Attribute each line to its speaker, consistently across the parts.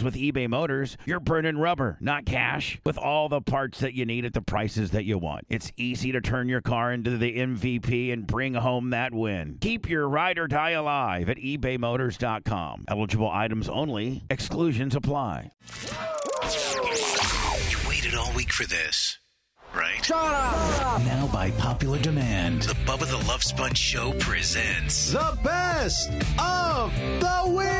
Speaker 1: with eBay Motors, you're burning rubber, not cash. With all the parts that you need at the prices that you want, it's easy to turn your car into the MVP and bring home that win. Keep your ride or die alive at ebaymotors.com. Eligible items only, exclusions apply.
Speaker 2: You waited all week for this, right? Shut up! Now, by popular demand, the Bubba the Love Sponge Show presents
Speaker 3: The best of the week.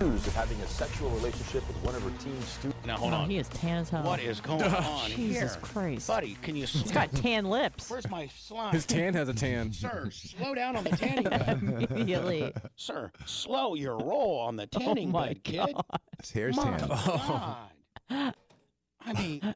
Speaker 4: accused of having a sexual relationship with one of her team's students.
Speaker 1: Now
Speaker 5: Oh, He is tan as hell.
Speaker 1: What is going
Speaker 6: Oh,
Speaker 1: on
Speaker 5: Jesus
Speaker 1: here?
Speaker 5: Christ.
Speaker 1: Buddy, can you
Speaker 5: He's got tan lips.
Speaker 1: Where's my slime?
Speaker 6: His tan has a tan.
Speaker 1: Sir, slow down on the tanning bed.
Speaker 5: Immediately. Oh
Speaker 1: Sir, slow your roll on the tanning
Speaker 5: my Oh.
Speaker 1: bed, kid.
Speaker 3: His hair's
Speaker 1: My
Speaker 3: tan.
Speaker 1: God. I mean,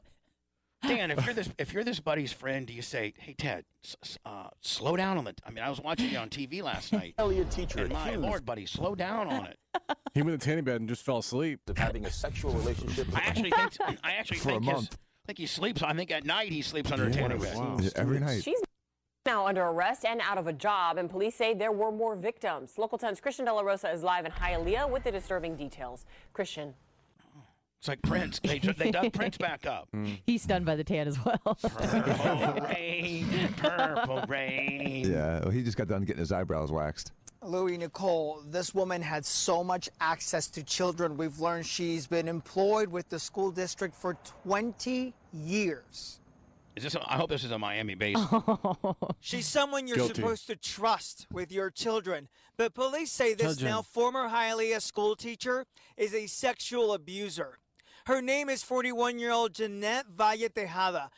Speaker 1: Dan, if you're this if you're this buddy's friend, do you say, "Hey, Ted, s- s- uh, slow down on the"? I mean, I was watching you on TV last night.
Speaker 4: Elliot teacher
Speaker 1: and my
Speaker 4: accused
Speaker 1: lord, buddy, slow down on it.
Speaker 6: He went to tanning bed and just fell asleep.
Speaker 4: of having a sexual relationship with
Speaker 1: I actually think I actually
Speaker 3: For a
Speaker 1: think His,
Speaker 3: month.
Speaker 1: I think he sleeps. I think at night he sleeps under a
Speaker 6: Yeah,
Speaker 1: tanning bed.
Speaker 6: wow.
Speaker 3: Yeah, Every night.
Speaker 7: She's now under arrest and out of a job, and police say there were more victims. Local 10's Christian De La Rosa is live in Hialeah with the disturbing details. Christian.
Speaker 1: It's like Prince. They ju- they dug Prince back up.
Speaker 3: Mm.
Speaker 5: He's stunned by the tan as well.
Speaker 1: Purple rain, purple rain.
Speaker 3: Yeah, well, he just got done getting his eyebrows waxed.
Speaker 8: Louis Nicole, this woman had so much access to children. We've learned she's been employed with the school district for 20 years.
Speaker 1: Is this? A, I hope this is a Miami base.
Speaker 5: Oh.
Speaker 8: She's someone you're
Speaker 6: Guilty.
Speaker 8: supposed to trust with your children. But police say this
Speaker 6: Children.
Speaker 8: now former Hialeah school teacher is a sexual abuser. Her name is 41 year old Jeanette Valle Tejada.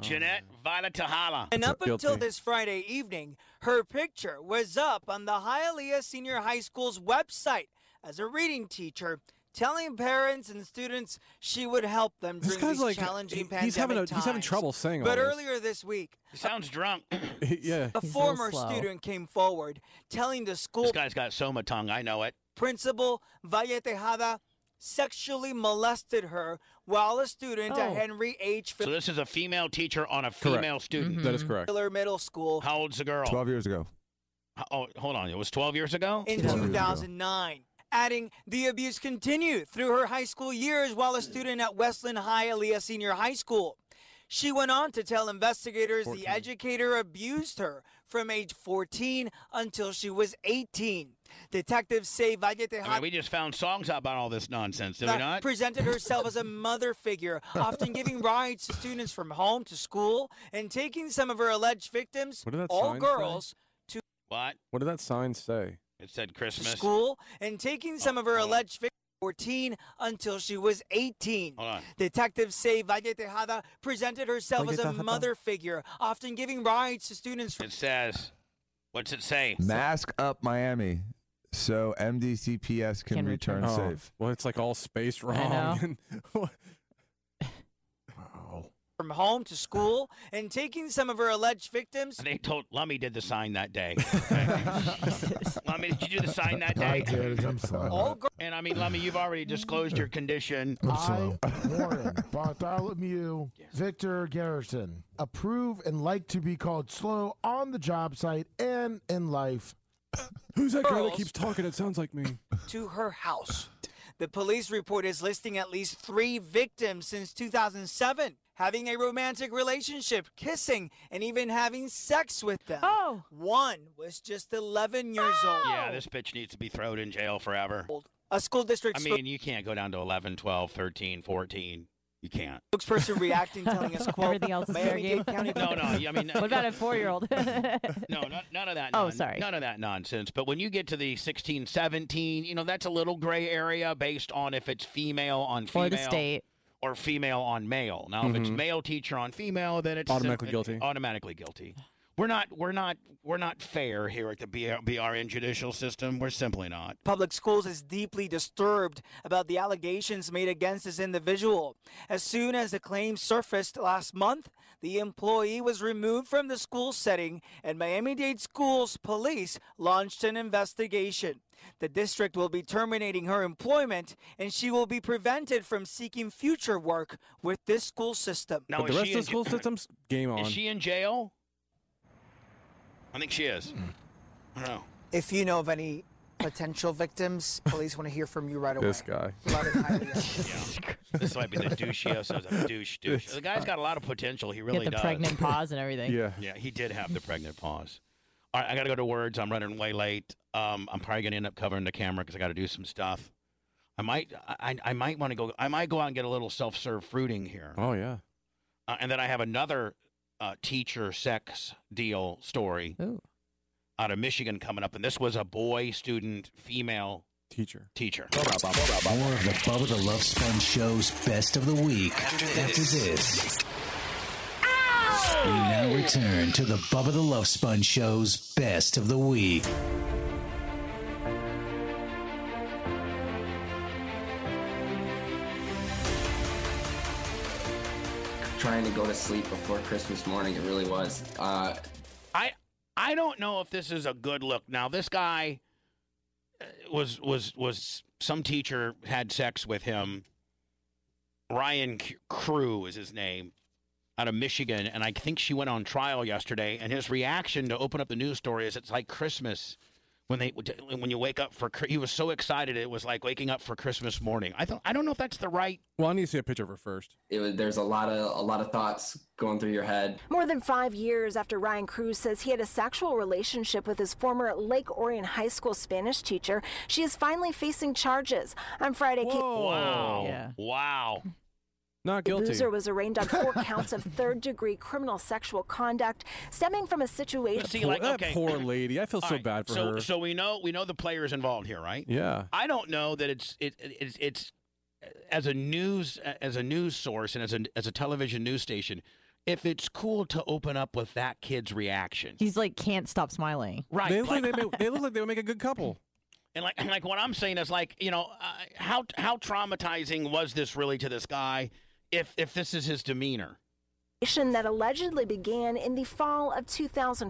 Speaker 1: Jeanette Violet Tahala.
Speaker 8: And up until
Speaker 6: guilty.
Speaker 8: this Friday evening, her picture was up on the Hialeah Senior High School's website as a reading teacher, telling parents and students she would help them
Speaker 6: This
Speaker 8: during
Speaker 6: guy's
Speaker 8: these
Speaker 6: like
Speaker 8: challenging
Speaker 6: he-
Speaker 8: pandemic
Speaker 6: he's having a,
Speaker 8: times.
Speaker 6: he's having trouble saying
Speaker 8: But
Speaker 6: all
Speaker 8: earlier this week,
Speaker 1: He sounds drunk.
Speaker 6: this. He- yeah.
Speaker 8: a
Speaker 5: He's real
Speaker 8: former
Speaker 5: slow.
Speaker 8: student came forward telling the school
Speaker 1: This guy's got soma tongue. I know it.
Speaker 8: principal Valle Tejada sexually molested her while a student
Speaker 5: Oh.
Speaker 8: at Henry H.
Speaker 1: So this is a female teacher on a female student.
Speaker 6: Mm-hmm. That is correct.
Speaker 8: Miller Middle School
Speaker 1: How old's the girl?
Speaker 3: 12 years ago.
Speaker 1: Oh, hold on. It was 12 years ago?
Speaker 8: in
Speaker 3: 12 years ago.
Speaker 8: 2009. Adding, the abuse continued through her high school years while a student at Westland High Aaliyah Senior High School. She went on to tell investigators the educator abused her from age 14 until she was 18. Detectives say Valle
Speaker 1: I mean,
Speaker 8: Tejada
Speaker 1: we just found songs out about all this nonsense, did we not?
Speaker 8: presented herself as a mother figure, often giving rides to students from home to school and taking some of her alleged victims,
Speaker 6: What did that
Speaker 8: all
Speaker 6: sign say?
Speaker 8: girls,
Speaker 1: What?
Speaker 6: What did that sign say?
Speaker 1: It said
Speaker 8: to
Speaker 1: Christmas.
Speaker 8: school and taking some of her alleged victims 14 until she was 18.
Speaker 1: Hold on.
Speaker 8: Detectives say Valle Tejada presented herself as a
Speaker 6: Tejada.
Speaker 8: mother figure, often giving rides to students from
Speaker 1: It says, what's it say?
Speaker 3: Mask up Miami so MDCPS can,
Speaker 5: Can
Speaker 3: return,
Speaker 5: return.
Speaker 6: Oh,
Speaker 3: safe.
Speaker 6: Well, it's like all spaced wrong. and-
Speaker 8: from home to school and taking some of her alleged victims
Speaker 1: They told Lummy did the sign that day.
Speaker 5: Jesus.
Speaker 1: Lummy, did you do the sign that day?
Speaker 9: I'm slow.
Speaker 8: all girls
Speaker 1: And I mean, Lummy, you've already disclosed your condition.
Speaker 9: I'm slow. I, Warren Bartholomew Victor Garrison, approve and like to be called slow on the job site and in life.
Speaker 6: Who's that girl that
Speaker 8: Girls.
Speaker 6: keeps talking? It sounds like me.
Speaker 8: to her house. The police report is listing at least 3 victims since 2007 having a romantic relationship, kissing and even having sex with them.
Speaker 5: Oh.
Speaker 8: One was just 11 years old.
Speaker 1: Yeah, this bitch needs to be thrown in jail forever.
Speaker 8: A school district
Speaker 1: I mean, you can't go down to 11, 12, 13, 14. You can't.
Speaker 8: spokesperson reacting, telling us, quote,
Speaker 5: Everything else is fair
Speaker 8: Miami-Dade
Speaker 5: game.
Speaker 8: County
Speaker 1: No, no. I mean, uh,
Speaker 5: what about a four year old?
Speaker 1: No, no- none of that.
Speaker 5: Oh,
Speaker 1: non-
Speaker 5: sorry.
Speaker 1: None of that nonsense. But when you get to the 16, 17, you know, that's a little gray area based on if it's female on female
Speaker 5: or the state.
Speaker 1: or female on male. Now, if it's
Speaker 6: Mhm.
Speaker 1: male teacher on female, then it's
Speaker 6: Automatically
Speaker 1: uh,
Speaker 6: guilty.
Speaker 1: Automatically guilty. We're not. We're not. We're not fair here at the BR, BRN judicial system. We're simply not.
Speaker 8: Public Schools is deeply disturbed about the allegations made against this individual. As soon as the claim surfaced last month, the employee was removed from the school setting, and Miami Dade Schools Police launched an investigation. The district will be terminating her employment, and she will be prevented from seeking future work with this school system.
Speaker 1: Now,
Speaker 6: But the
Speaker 1: is
Speaker 6: rest
Speaker 1: she
Speaker 6: of the
Speaker 1: in
Speaker 6: school
Speaker 1: j-
Speaker 6: system's game on.
Speaker 1: Is she in jail? I think she is.
Speaker 6: Hmm.
Speaker 1: I don't know.
Speaker 10: If you know of any potential victims, police want to hear from you right away.
Speaker 6: this guy.
Speaker 10: About it, Hialeah.
Speaker 1: This might be the douchios of douche douche. The guy's got a lot of potential. He really
Speaker 5: Get the
Speaker 1: does.
Speaker 5: pregnant pause and everything.
Speaker 6: Yeah.
Speaker 1: Yeah, he did have the pregnant pause. All right, I got to go to words. I'm running way late. Um, I'm probably going to end up covering the camera because I got to do some stuff. I might, I, I might want to go. I might go out and get a little self-serve fruiting here,
Speaker 6: Oh yeah.
Speaker 1: uh, and then I have another uh, teacher sex deal story
Speaker 5: Ooh.
Speaker 1: out of Michigan coming up, and this was a boy student, female
Speaker 6: Teacher.
Speaker 1: teacher.
Speaker 2: More of the Bubba the Love Sponge Show's best of the week after this. We now return to the Bubba the Love Sponge Show's best of the week.
Speaker 11: trying to go to sleep before Christmas morning. It really was. Uh,
Speaker 1: I I don't know if this is a good look. Now this guy uh, was was was some teacher had sex with him. Ryan C- Crew is his name, out of Michigan, and I think she went on trial yesterday. And his reaction to open up the news story is it's like Christmas. When they when you wake up for Chri- he was so excited it was like waking up for Christmas morning. I don't I don't know if that's the right
Speaker 6: Well, I need to see a picture of her first.
Speaker 11: it was, there's a lot of a lot of thoughts going through your head.
Speaker 12: More than five years after Ryan Cruz says he had a sexual relationship with his former Lake Orion High School Spanish teacher, she is finally facing charges. On Friday, Kate oh,
Speaker 1: wow
Speaker 5: Yeah.
Speaker 1: wow
Speaker 6: Not guilty.
Speaker 12: Boozer was arraigned on four counts of third degree criminal sexual conduct stemming from a situation.
Speaker 1: See,
Speaker 6: poor,
Speaker 1: like,
Speaker 6: that
Speaker 1: okay.
Speaker 6: poor lady. I feel
Speaker 1: All
Speaker 6: so
Speaker 1: right,
Speaker 6: bad for
Speaker 1: so,
Speaker 6: her.
Speaker 1: So we know we know the players involved here, right?
Speaker 6: yeah.
Speaker 1: I don't know that it's it, it, it's it's as a news as a news source and as a as a television news station, if it's cool to open up with that kid's reaction,
Speaker 5: He's like can't stop smiling.
Speaker 1: right?
Speaker 6: They look,
Speaker 1: like-
Speaker 6: like they, make, they look like they would make a good couple.
Speaker 1: and like and like what I'm saying is like you know uh, how how traumatizing was this really to this guy? If if this is his demeanor,
Speaker 12: investigation that allegedly began in the fall of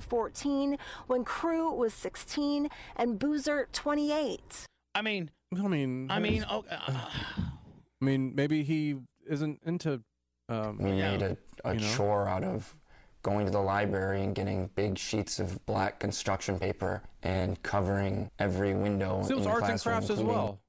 Speaker 12: 2014 when Crew was 16 and Boozer 28.
Speaker 1: I mean,
Speaker 6: I mean,
Speaker 1: I
Speaker 6: yeah.
Speaker 1: mean, oh, uh,
Speaker 6: I mean, maybe he isn't into. Um,
Speaker 1: We Yeah. made
Speaker 11: a,
Speaker 6: a You know?
Speaker 11: chore out of going to the library and getting big sheets of black construction paper and covering every window.
Speaker 6: so it was arts and crafts as well.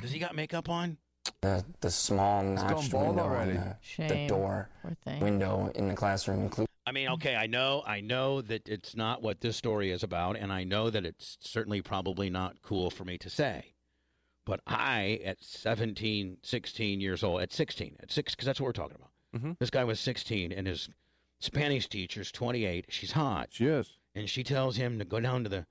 Speaker 1: does he got makeup on?
Speaker 11: The, the small
Speaker 3: gone notched bald window on already. the-
Speaker 5: Shame. Poor thing.
Speaker 11: window in the classroom, including.
Speaker 1: I mean, okay, I know, I know that it's not what this story is about, and I know that it's certainly probably not cool for me to say. But I, at 17, 16 years old, at 16, at six, because that's what we're talking about.
Speaker 6: Mhm.
Speaker 1: This guy was 16, and his Spanish teacher's 28. She's hot,
Speaker 6: She is.
Speaker 1: and she tells him to go down to the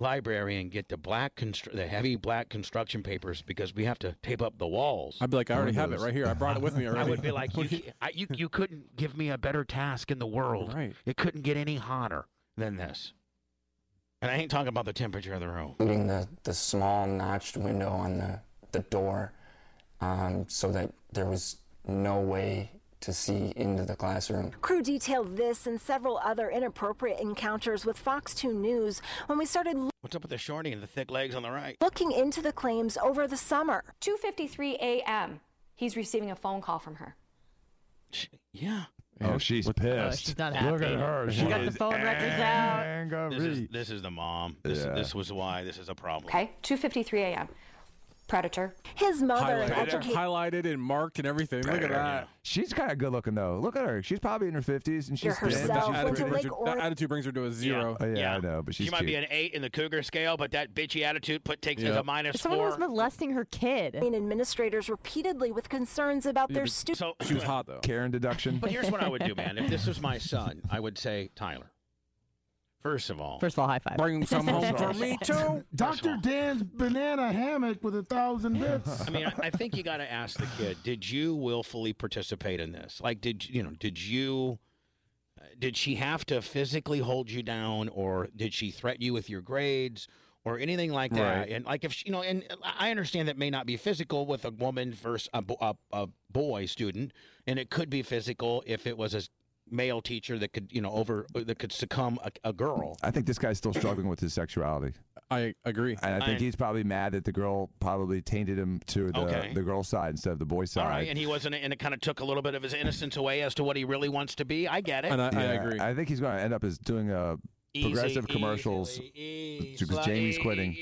Speaker 1: library and get the black, constru- the heavy black construction papers because we have to tape up the walls.
Speaker 6: I'd be like, I already have it
Speaker 3: Windows.
Speaker 6: right here. I brought it with me already.
Speaker 1: I would be like,
Speaker 6: What do
Speaker 1: you, I, you, you couldn't give me a better task in the world.
Speaker 6: Right.
Speaker 1: It couldn't get any hotter than this. And I ain't talking about the temperature of the room.
Speaker 11: including the, the small notched window on the, the door um, so that there was no way to see into the classroom.
Speaker 12: Crew detailed this and several other inappropriate encounters with Fox 2 News when we started
Speaker 1: What's up with the shorty and the thick legs on the right?
Speaker 12: looking into the claims over the summer.
Speaker 13: 2:53 a.m. He's receiving a phone call from her.
Speaker 1: Sh- Yeah.
Speaker 6: Yeah.
Speaker 3: Oh, she's
Speaker 6: What-
Speaker 5: Oh,
Speaker 3: pissed.
Speaker 5: she's not happy.
Speaker 3: Look at her. She
Speaker 5: She got the
Speaker 3: is
Speaker 5: phone records out.
Speaker 3: angry.
Speaker 1: This is, this is the mom. This,
Speaker 3: Yeah.
Speaker 1: this was why this is a problem.
Speaker 13: Okay, 2:53 a.m. Predator.
Speaker 12: His mother and
Speaker 6: highlighted,
Speaker 12: educator
Speaker 6: highlighted and marked and everything. Look at that.
Speaker 3: She's kind of good looking though. Look at her. She's probably in her fifties and she's
Speaker 12: You're
Speaker 6: But
Speaker 3: thin, but
Speaker 12: herself.
Speaker 3: she's
Speaker 6: that, attitude
Speaker 12: Winter
Speaker 6: brings
Speaker 12: Lake
Speaker 6: her, that
Speaker 12: Orange-
Speaker 6: attitude brings her to a zero.
Speaker 3: Oh, yeah, I know, but she's
Speaker 1: she might be
Speaker 3: cute.
Speaker 1: an eight in the cougar scale, but that bitchy attitude put takes it as
Speaker 6: Yeah.
Speaker 1: a minus
Speaker 5: Someone
Speaker 1: four.
Speaker 5: was molesting her kid.
Speaker 12: and administrators repeatedly with concerns about their students.
Speaker 1: so
Speaker 6: She was hot though.
Speaker 3: Karen deduction.
Speaker 1: But here's what I would do, man. If this was my son, I would say, Tyler, First of all,
Speaker 5: First of all, high five.
Speaker 1: Bring some home for me, too.
Speaker 9: Dr. Dan's banana hammock with a thousand bits.
Speaker 1: I mean, I, I think you got to ask the kid: Did you willfully participate in this? Like, did you know? Did you? uh, Did she have to physically hold you down, or did she threaten you with your grades, or anything like that?
Speaker 14: Right.
Speaker 1: And like, if she, you know, and uh, I understand that may not be physical with a woman versus a, bo- a, a boy student, and it could be physical if it was a s- male teacher that could, you know, over that could succumb a, a girl.
Speaker 3: I think this guy's still struggling with his sexuality.
Speaker 6: I agree.
Speaker 3: And I think
Speaker 1: I-
Speaker 3: he's probably mad that the girl probably tainted him to the,
Speaker 1: Okay.
Speaker 3: the girl side instead of the boy side.
Speaker 1: All right, and he wasn't, and it kind of took a little bit of his innocence away as to what he really wants to be. I get it.
Speaker 3: Yeah, I think he's going to end up as doing uh
Speaker 1: Easy,
Speaker 3: progressive commercials because Jamie's quitting.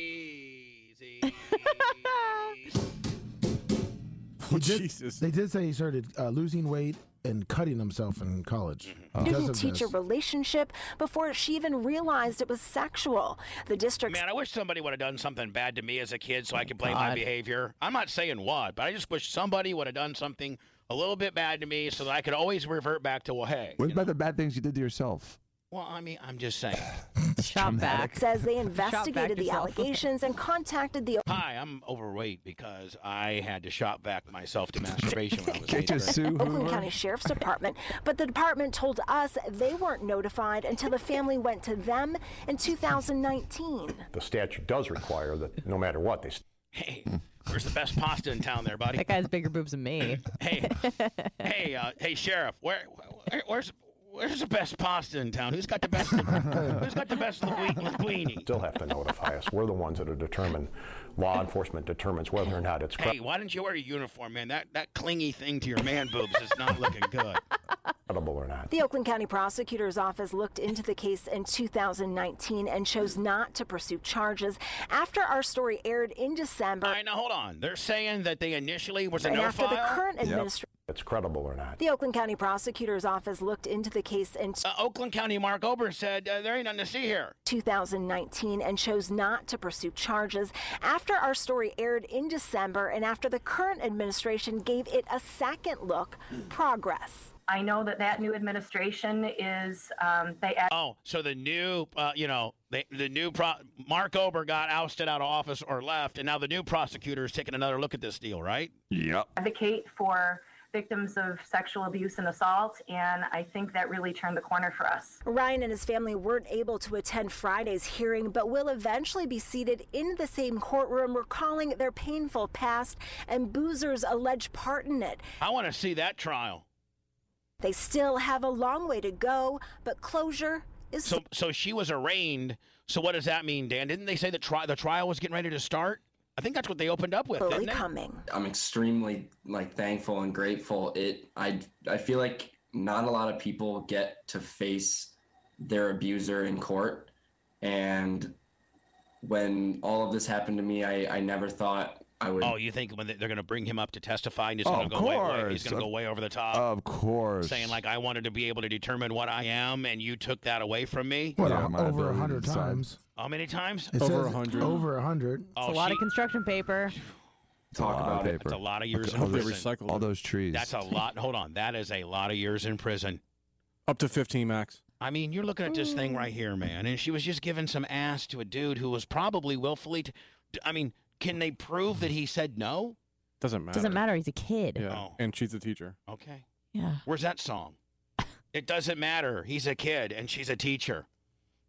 Speaker 9: He did- They did say he started uh, losing weight and cutting himself in college. because
Speaker 12: Student
Speaker 9: of
Speaker 12: teacher
Speaker 9: this.
Speaker 12: relationship before she even realized it was sexual. The district
Speaker 1: Man, I wish somebody would have done something bad to me as a kid so I could blame my
Speaker 12: God.
Speaker 1: behavior. I'm not saying what, but I just wish somebody would have done something a little bit bad to me so that I could always revert back to, well, hey.
Speaker 3: What about the bad things you did to yourself?
Speaker 1: Well, I mean, I'm just saying.
Speaker 5: Shop
Speaker 1: back.
Speaker 12: says they
Speaker 1: Shop back
Speaker 12: investigated the
Speaker 1: yourself.
Speaker 12: allegations and contacted the
Speaker 1: Hi, I'm overweight because I had to shop back myself to masturbation when I was
Speaker 3: Can't
Speaker 1: eight.
Speaker 3: you sue
Speaker 12: Oakland
Speaker 3: Hoover?
Speaker 12: County Sheriff's Department, but the department told us they weren't notified until the family went to them in 2019.
Speaker 4: The statute does require that no matter what, they still
Speaker 1: Hey, where's the best pasta in town there, buddy?
Speaker 5: That guy's bigger boobs than me.
Speaker 1: hey, hey, uh, hey, sheriff, where, where, where's, where's the best pasta in town? Who's got the best? who's got the best linguine- linguine?
Speaker 4: have to notify us. We're the ones that are determined. Law enforcement determines whether or not it's
Speaker 1: Hey, why didn't you wear a uniform, man? That that clingy thing to your man boobs is not looking good.
Speaker 4: credible or not.
Speaker 12: The Oakland County Prosecutor's Office looked into the case in 2019 and chose not to pursue charges after our story aired in December.
Speaker 1: All right, now hold on. They're saying that they initially was a
Speaker 12: And
Speaker 1: no
Speaker 12: after the
Speaker 1: file?
Speaker 12: current Yep. administra-
Speaker 4: It's credible or not.
Speaker 12: The Oakland County Prosecutor's Office looked into the case in
Speaker 1: Uh, Oakland County Mark Ober said uh, there ain't nothing to see here.
Speaker 12: 2019 and chose not to pursue charges after our story aired in December and after the current administration gave it a second look. Progress.
Speaker 15: I know that that new administration is, um, they act-
Speaker 1: Oh, so the new, uh, you know, the, the new pro- Mark Ober got ousted out of office or left, and now the new prosecutor is taking another look at this deal, right? Yep.
Speaker 15: advocate for victims of sexual abuse and assault, and I think that really turned the corner for us.
Speaker 12: Ryan and his family weren't able to attend Friday's hearing, but will eventually be seated in the same courtroom recalling their painful past and Boozer's alleged part in it.
Speaker 1: I want to see that trial.
Speaker 12: They still have a long way to go, but closure is
Speaker 1: So, so she was arraigned. So, what does that mean, Dan? Didn't they say the tri- the trial was getting ready to start? I think that's what they opened up with.
Speaker 12: Slowly
Speaker 1: didn't they?
Speaker 12: coming.
Speaker 16: I'm extremely like thankful and grateful. It I I feel like not a lot of people get to face their abuser in court. And when all of this happened to me, I, I never thought I would
Speaker 1: Oh, you think when they- they're going to bring him up to testify and he's
Speaker 16: Oh,
Speaker 1: going
Speaker 16: of
Speaker 1: to go way, way, he's
Speaker 16: course.
Speaker 1: going to go way over the top?
Speaker 3: Of course.
Speaker 1: saying like I wanted to be able to determine what I am, and you took that away from me.
Speaker 9: What, Yeah, uh, my over a ability to hundred decide. times.
Speaker 1: How many times?
Speaker 9: It says Over a hundred.
Speaker 1: Oh,
Speaker 5: it's a lot of
Speaker 1: she-
Speaker 5: construction paper.
Speaker 3: Talk about it.
Speaker 1: That's a lot of years
Speaker 3: all
Speaker 1: in
Speaker 3: those,
Speaker 1: prison.
Speaker 3: all those trees.
Speaker 1: That's a lot. Hold on, that is a lot of years in prison.
Speaker 6: Up to 15 max.
Speaker 1: I mean, you're looking at this thing right
Speaker 6: Hmm.
Speaker 1: here, man, and she was just giving some ass to a dude who was probably willfully. T- I mean, can they prove that he said no?
Speaker 6: Doesn't matter.
Speaker 5: Doesn't matter. He's a kid.
Speaker 6: Yeah.
Speaker 1: Oh.
Speaker 6: And she's a teacher.
Speaker 1: Okay.
Speaker 5: Yeah.
Speaker 1: Where's that song? It doesn't matter. He's a kid and she's a teacher.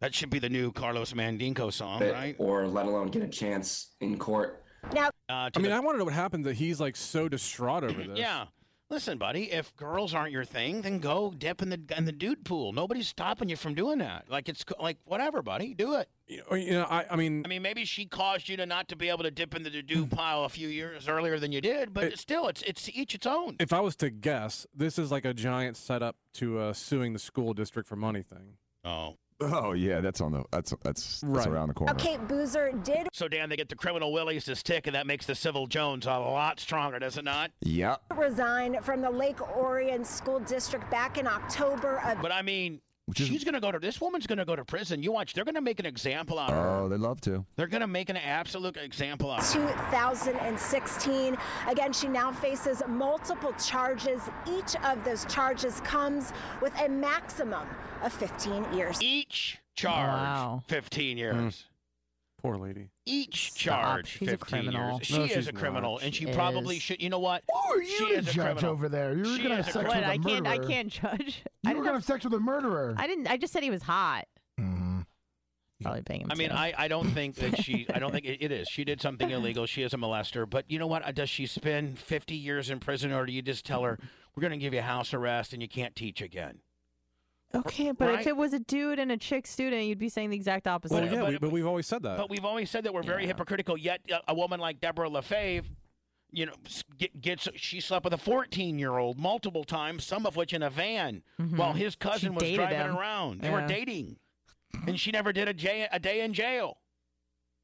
Speaker 1: That should be the new Carlos Mandinko song,
Speaker 16: fit
Speaker 1: right?
Speaker 16: or let alone get a chance in court.
Speaker 12: Now,
Speaker 1: uh,
Speaker 6: I mean, I want to know what happened that he's like so distraught over this.
Speaker 1: Yeah. Listen, buddy, if girls aren't your thing, then go dip in the in the dude pool. Nobody's stopping you from doing that. Like it's co- like whatever, buddy, do it.
Speaker 6: Or, oh, You know, I, I mean, Hmm.
Speaker 1: I mean, maybe she caused you to not to be able to dip into the dude pile a few years earlier than you did, but still, it's it's each its own.
Speaker 6: if I was to guess, this is like a giant setup to uh, suing the school district for money thing.
Speaker 1: Oh.
Speaker 3: Oh yeah, that's on the that's that's, that's
Speaker 6: Right.
Speaker 3: around the corner.
Speaker 12: Boozer did.
Speaker 1: So Dan, they get the criminal willies to stick, and that makes the civil Jones a lot stronger, does it not?
Speaker 3: Yep.
Speaker 12: resign from the Lake Orion School District back in October of
Speaker 1: But I mean, she's going to go to this woman's going to go to prison. You watch, they're going to make an example out of her.
Speaker 3: Oh, they love to.
Speaker 1: They're going to make an absolute example out of her.
Speaker 12: 2016. Again, she now faces multiple charges. Each of those charges comes with a maximum of 15 years.
Speaker 1: Each charge
Speaker 5: Wow.
Speaker 1: 15 years.
Speaker 6: Hmm. Poor lady.
Speaker 1: Each
Speaker 6: Stop.
Speaker 1: charge
Speaker 6: She's a
Speaker 1: 15
Speaker 6: criminal.
Speaker 1: years.
Speaker 6: No,
Speaker 1: She is
Speaker 6: she's
Speaker 1: a criminal,
Speaker 6: not.
Speaker 1: and she
Speaker 6: She
Speaker 1: probably
Speaker 6: is.
Speaker 1: should. You know what? she
Speaker 9: you to
Speaker 1: is a
Speaker 9: judge
Speaker 1: criminal.
Speaker 9: over there? You were
Speaker 1: She
Speaker 9: gonna
Speaker 1: is
Speaker 9: have sex
Speaker 1: a
Speaker 9: with
Speaker 5: But
Speaker 9: a
Speaker 5: I
Speaker 1: criminal.
Speaker 5: can't. I
Speaker 9: murderer.
Speaker 5: can't judge.
Speaker 9: You were
Speaker 5: I didn't.
Speaker 9: gonna
Speaker 5: Have,
Speaker 9: have sex with a murderer. Mm-hmm.
Speaker 5: I didn't. I just said he was hot. Probably bang him.
Speaker 1: I mean,
Speaker 5: too.
Speaker 1: I, I don't think that she. I don't think it, it is. She did something illegal. She is a molester. But you know what? Uh, Does she spend 50 years in prison, or do you just tell her we're going to give you house arrest and you can't teach again?
Speaker 5: Okay, but
Speaker 1: right?
Speaker 5: if it was a dude and a chick student, you'd be saying the exact opposite.
Speaker 6: Well, yeah, we, but we've always said that.
Speaker 1: But we've always said that we're very hypocritical. Yet uh, a woman like Deborah Lefebvre, you know, s- get, gets she slept with a 14 year old multiple times, some of which in a van, while
Speaker 17: Mhm.
Speaker 1: his cousin
Speaker 17: She
Speaker 1: was
Speaker 17: dated
Speaker 1: driving
Speaker 17: him.
Speaker 1: around. They were
Speaker 17: Yeah.
Speaker 1: dating, and she never did a, j- a day in jail.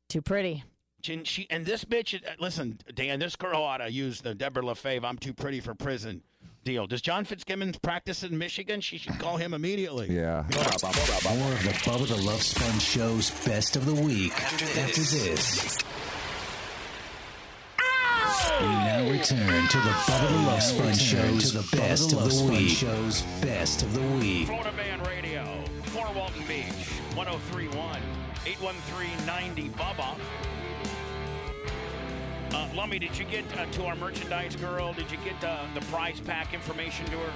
Speaker 5: Too pretty.
Speaker 1: And she and this bitch. uh, Listen, Dan, this girl ought to use the Deborah Lefebvre. I'm too pretty for prison. Deal. Does John Fitzgibbons practice in Michigan? She should call him immediately.
Speaker 3: Yeah.
Speaker 2: More of the Bubba the Love Sponge Show's best of the week after this. We now return to the Bubba the Love Sponge Show's best of the week. Show's best of the week.
Speaker 1: Florida Man Radio, for Walton Beach, 1031 813 90 Bubba. Uh, Lummy, did you get uh, to our merchandise girl? Did you get uh, the prize pack information to her?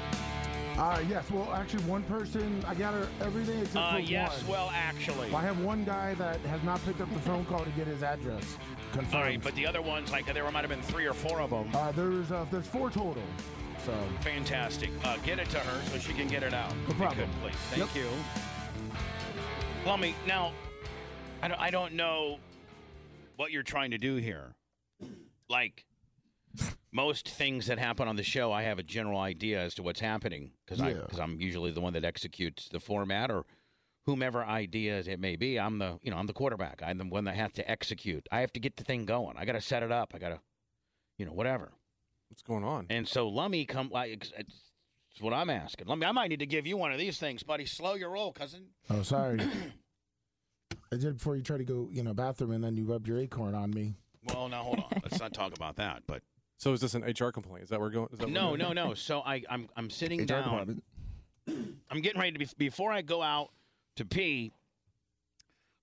Speaker 9: Uh, yes. Well, actually, one person. I got her everything except
Speaker 1: Uh,
Speaker 9: for
Speaker 1: yes,
Speaker 9: one.
Speaker 1: well, actually.
Speaker 9: I have one guy that has not picked up the phone call to get his address. Confirmed.
Speaker 1: All right, but the other ones, like there might have been three or four of them.
Speaker 9: Uh, there's uh, there's four total. So
Speaker 1: Fantastic. Uh, get it to her so she can get it out.
Speaker 9: No
Speaker 1: If you
Speaker 9: problem.
Speaker 1: could, please. Thank you. Lummy, now, I don't, I don't know what you're trying to do here. Like, most things that happen on the show, I have a general idea as to what's happening because
Speaker 6: Yeah.
Speaker 1: I'm usually the one that executes the format or whomever ideas it may be. I'm the, you know, I'm the quarterback. I'm the one that has to execute. I have to get the thing going. I got to set it up. I got to, you know, whatever.
Speaker 6: What's going on?
Speaker 1: And so Lummy come like it's- it's what I'm asking. Lummy, I might need to give you one of these things, buddy. Slow your roll, cousin.
Speaker 9: Oh, sorry. I did before you tried to go, you know, bathroom, and then you rubbed your acorn on me.
Speaker 1: Well, now hold on. Let's not talk about that. But
Speaker 6: So is this an HR complaint? Is that where we're going? Is that where
Speaker 1: no,
Speaker 6: we're going?
Speaker 1: no, no. So I, I'm I'm sitting
Speaker 6: HR
Speaker 1: down.
Speaker 6: department.
Speaker 1: I'm getting ready to be before I go out to pee.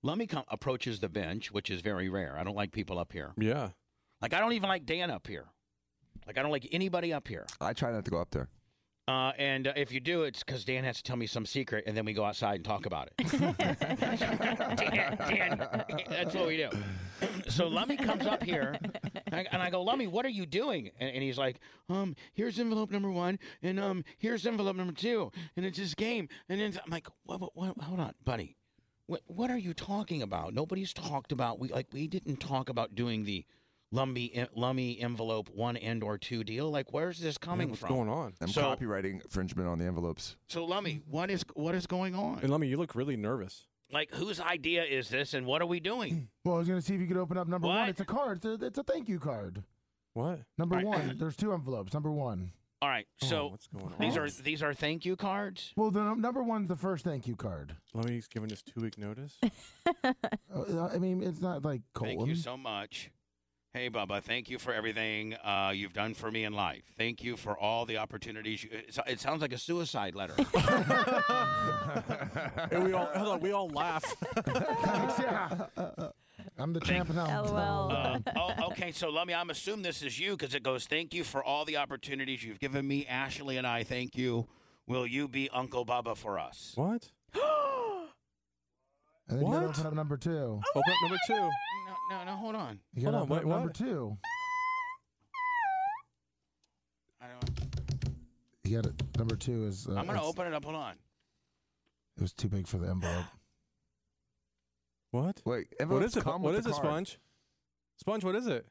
Speaker 1: Lummy come, approaches the bench, which is very rare. I don't like people up here.
Speaker 6: Yeah.
Speaker 1: Like I don't even like Dan up here. Like I don't like anybody up here.
Speaker 3: I try not to go up there.
Speaker 1: Uh, and uh, if you do, it's because Dan has to tell me some secret, and then we go outside and talk about it. Dan, Dan, that's what we do. So Lummy comes up here, and I- and I go, Lummy, what are you doing? And, and he's like, um, here's envelope number one, and um, here's envelope number two, and it's this game. And then I'm like, what, what, what, hold on, buddy. What, what are you talking about? Nobody's talked about, we like, we didn't talk about doing the Lummy, Lummy envelope one and or two deal. Like, where's this coming from?
Speaker 3: I'm
Speaker 1: so,
Speaker 3: copywriting infringement on the envelopes.
Speaker 1: so Lummy, what is what is going on?
Speaker 6: And Lummy, you look really nervous.
Speaker 1: Like whose idea is this and what are we doing?
Speaker 9: Well, I was gonna see if you could open up number one. It's a card. It's a, it's a thank you card.
Speaker 6: What?
Speaker 9: Number one. There's two envelopes. Number one.
Speaker 1: All right,
Speaker 9: Oh,
Speaker 1: so these are
Speaker 6: What?
Speaker 1: these are thank you cards.
Speaker 9: Well, the num- number one's the first thank you card.
Speaker 6: Lummy's giving us two week notice.
Speaker 9: Uh, I mean, it's not like colon.
Speaker 1: Thank you so much. Hey Bubba, thank you for everything uh, you've done for me in life. Thank you for all the opportunities. You, it, it sounds like a suicide letter.
Speaker 6: and we all hold on, we all laugh.
Speaker 9: I'm the champ now.
Speaker 1: Uh,
Speaker 6: Um,
Speaker 1: oh, okay, so Lummy, I'm assuming this is you because it goes, thank you for all the opportunities you've given me, Ashley and I. Thank you. Will you be Uncle Bubba for us?
Speaker 6: What?
Speaker 9: And then you gotta
Speaker 6: What?
Speaker 9: open up number two.
Speaker 6: Open up number two.
Speaker 1: No, no, no. Hold on.
Speaker 9: You gotta open up
Speaker 6: Hold on, wait,
Speaker 9: number
Speaker 6: what?
Speaker 9: two.
Speaker 1: I don't.
Speaker 9: You got it. Number two is. Uh,
Speaker 1: I'm gonna
Speaker 9: it's-
Speaker 1: open it up. Hold on.
Speaker 9: It was too big for the envelope.
Speaker 6: What?
Speaker 3: Wait,
Speaker 6: What
Speaker 3: envelopes
Speaker 6: is it?
Speaker 3: come
Speaker 6: What
Speaker 3: with
Speaker 6: is
Speaker 3: the
Speaker 6: it,
Speaker 3: card.
Speaker 6: Sponge? Sponge, what is it?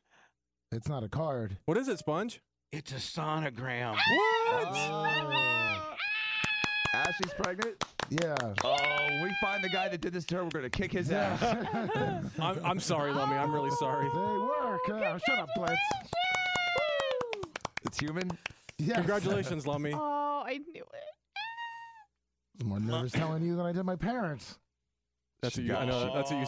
Speaker 9: It's not a card.
Speaker 6: What is it, Sponge?
Speaker 1: It's a sonogram.
Speaker 6: What?
Speaker 3: Ah! Ashley's pregnant.
Speaker 9: Yeah.
Speaker 3: Oh, we find the guy that did this to her. We're gonna kick his ass.
Speaker 6: I'm, I'm sorry, Lummy. I'm really sorry.
Speaker 9: They work.
Speaker 3: Ah,
Speaker 9: Uh, shut up, Blitz.
Speaker 3: It's human.
Speaker 9: Yes.
Speaker 6: Congratulations, Lummy.
Speaker 5: Oh, I knew it.
Speaker 9: I'm more nervous telling you than I did my parents.
Speaker 6: That's
Speaker 9: She
Speaker 6: what you,
Speaker 9: got
Speaker 6: I know.
Speaker 9: you.
Speaker 6: That's what
Speaker 1: Oh.
Speaker 6: you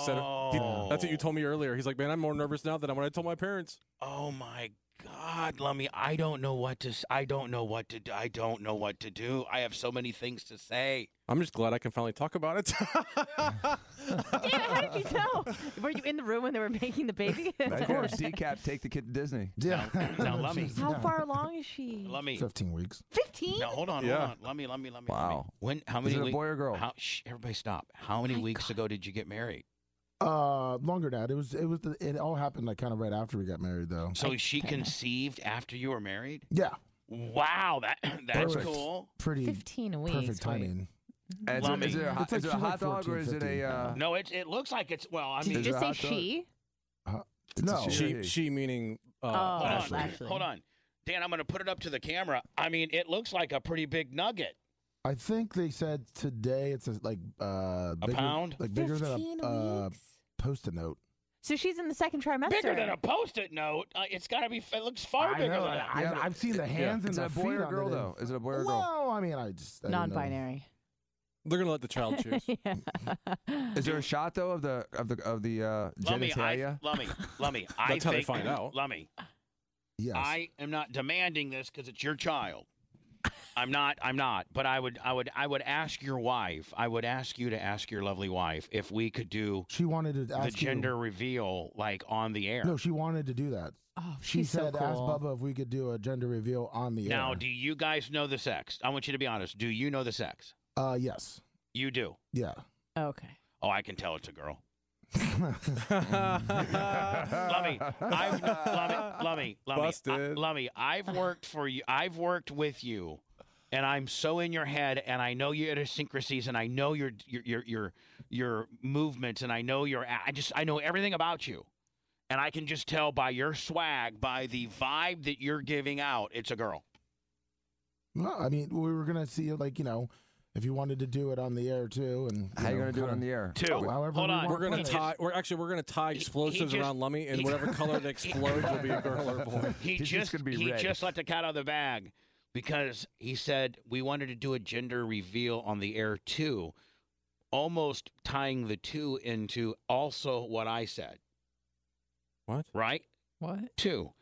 Speaker 6: said. He- that's what you told me earlier. He's like, man, I'm more nervous now than when I told my parents.
Speaker 1: Oh my God, Lummy, I don't know what to. s- I don't know what to. do. I don't know what to do. I have so many things to say.
Speaker 6: I'm just glad I can finally talk about it.
Speaker 5: How did you tell? Were you in the room when they were making the baby?
Speaker 3: Of course, decap, take the kid to Disney.
Speaker 9: Yeah.
Speaker 1: Now, Lummy,
Speaker 5: How far along is she?
Speaker 1: Lummy,
Speaker 9: Fifteen weeks.
Speaker 5: Fifteen.
Speaker 1: Now hold on,
Speaker 9: Yeah.
Speaker 1: hold on. Lummy, Lummy, Lummy.
Speaker 3: Wow.
Speaker 1: When? How
Speaker 3: Is
Speaker 1: many?
Speaker 3: it a
Speaker 1: wee-
Speaker 3: boy or girl?
Speaker 1: How, shh, everybody, stop. How many weeks ago did you get married?
Speaker 9: Uh, longer than that. It was. It was. The, it all happened like kind of right after we got married, though.
Speaker 1: So she conceived after you were married?
Speaker 9: Yeah.
Speaker 1: Wow, that that's
Speaker 9: Perfect.
Speaker 1: cool.
Speaker 9: Pretty.
Speaker 5: 15 a week.
Speaker 9: Perfect timing.
Speaker 3: And so is it a,
Speaker 9: It's
Speaker 3: hot-
Speaker 9: like
Speaker 3: is it a
Speaker 9: she's like
Speaker 3: hot dog or
Speaker 9: 14,
Speaker 3: is it a?
Speaker 9: 15.
Speaker 3: Uh,
Speaker 1: No, it it looks like it's well. I
Speaker 3: Did
Speaker 1: mean,
Speaker 3: you just say Is it a hot dog? she?
Speaker 9: No.
Speaker 6: she she meaning uh,
Speaker 1: Oh,
Speaker 5: Oh,
Speaker 1: hold on,
Speaker 6: Ashley.
Speaker 1: hold on, Dan. I'm going to put it up to the camera. I mean, it looks like a pretty big nugget.
Speaker 9: I think they said today it's a, like uh, bigger,
Speaker 1: pound?
Speaker 9: like bigger than
Speaker 5: 15
Speaker 9: a uh, post-it note.
Speaker 5: So she's in the second trimester.
Speaker 1: Bigger than a post-it note. Uh, it's got to be. It looks far
Speaker 9: I
Speaker 1: bigger
Speaker 9: know,
Speaker 1: than
Speaker 9: I-
Speaker 1: that.
Speaker 9: I've- Yeah, I've seen the yeah. hands and
Speaker 3: Is it
Speaker 9: the
Speaker 3: a boy
Speaker 9: feet
Speaker 3: or
Speaker 9: on
Speaker 3: girl
Speaker 9: it.
Speaker 3: though? Is it a boy or girl?
Speaker 9: Well, I mean, I just I didn't know.
Speaker 5: Non-binary.
Speaker 6: They're gonna let the child choose.
Speaker 3: Is there a shot though of the of the of the uh,
Speaker 1: Lummy,
Speaker 3: genitalia?
Speaker 1: I, Lummy, Lummy. I
Speaker 3: That's how they
Speaker 1: think-
Speaker 3: find out.
Speaker 1: Lummy,
Speaker 9: Yes.
Speaker 1: I am not demanding this because it's your child. I'm not. I'm not. But I would. I would. I would ask your wife. I would ask you to ask your lovely wife if we could do
Speaker 9: She wanted to ask
Speaker 1: the
Speaker 9: you-
Speaker 1: gender reveal like on the air.
Speaker 9: No, she wanted to do that.
Speaker 5: Oh,
Speaker 9: she
Speaker 5: she's so
Speaker 9: said, "Ask
Speaker 5: cool."
Speaker 9: Bubba if we could do a gender reveal on the
Speaker 1: Now,
Speaker 9: air."
Speaker 1: do you guys know the sex? I want you to be honest. Do you know the sex?
Speaker 9: Uh, yes.
Speaker 1: You do.
Speaker 9: Yeah.
Speaker 5: Okay.
Speaker 1: Oh, I can tell it's a girl. Lummy, I've Lummy, Lummy, Lummy,
Speaker 6: Busted.
Speaker 1: I, Lummy, I've worked for you. I've worked with you, and I'm so in your head, and I know your idiosyncrasies, and I know your your your your, your movements, and I know your. a- I just I know everything about you, and I can just tell by your swag, by the vibe that you're giving out, it's a girl.
Speaker 9: No, I mean, we were gonna see like you know, if you wanted to do it on the air too, and
Speaker 3: How you
Speaker 9: know,
Speaker 3: gonna do it
Speaker 9: kinda-
Speaker 3: on the air?
Speaker 1: Two.
Speaker 9: However
Speaker 1: Hold
Speaker 9: we
Speaker 1: on.
Speaker 9: want
Speaker 6: We're
Speaker 9: to
Speaker 6: gonna
Speaker 9: play it.
Speaker 6: tie. We're actually we're gonna tie explosives
Speaker 1: just-
Speaker 6: around Lummy, and
Speaker 1: he-
Speaker 6: whatever color it explodes will be a girl or a boy.
Speaker 1: He
Speaker 6: He's just
Speaker 1: just
Speaker 6: gonna be
Speaker 1: he
Speaker 6: red.
Speaker 1: just let the cat out of the bag because he said we wanted to do a gender reveal on the air too, almost tying the two into also what I said.
Speaker 6: What?
Speaker 1: Right?
Speaker 5: What?
Speaker 1: Two.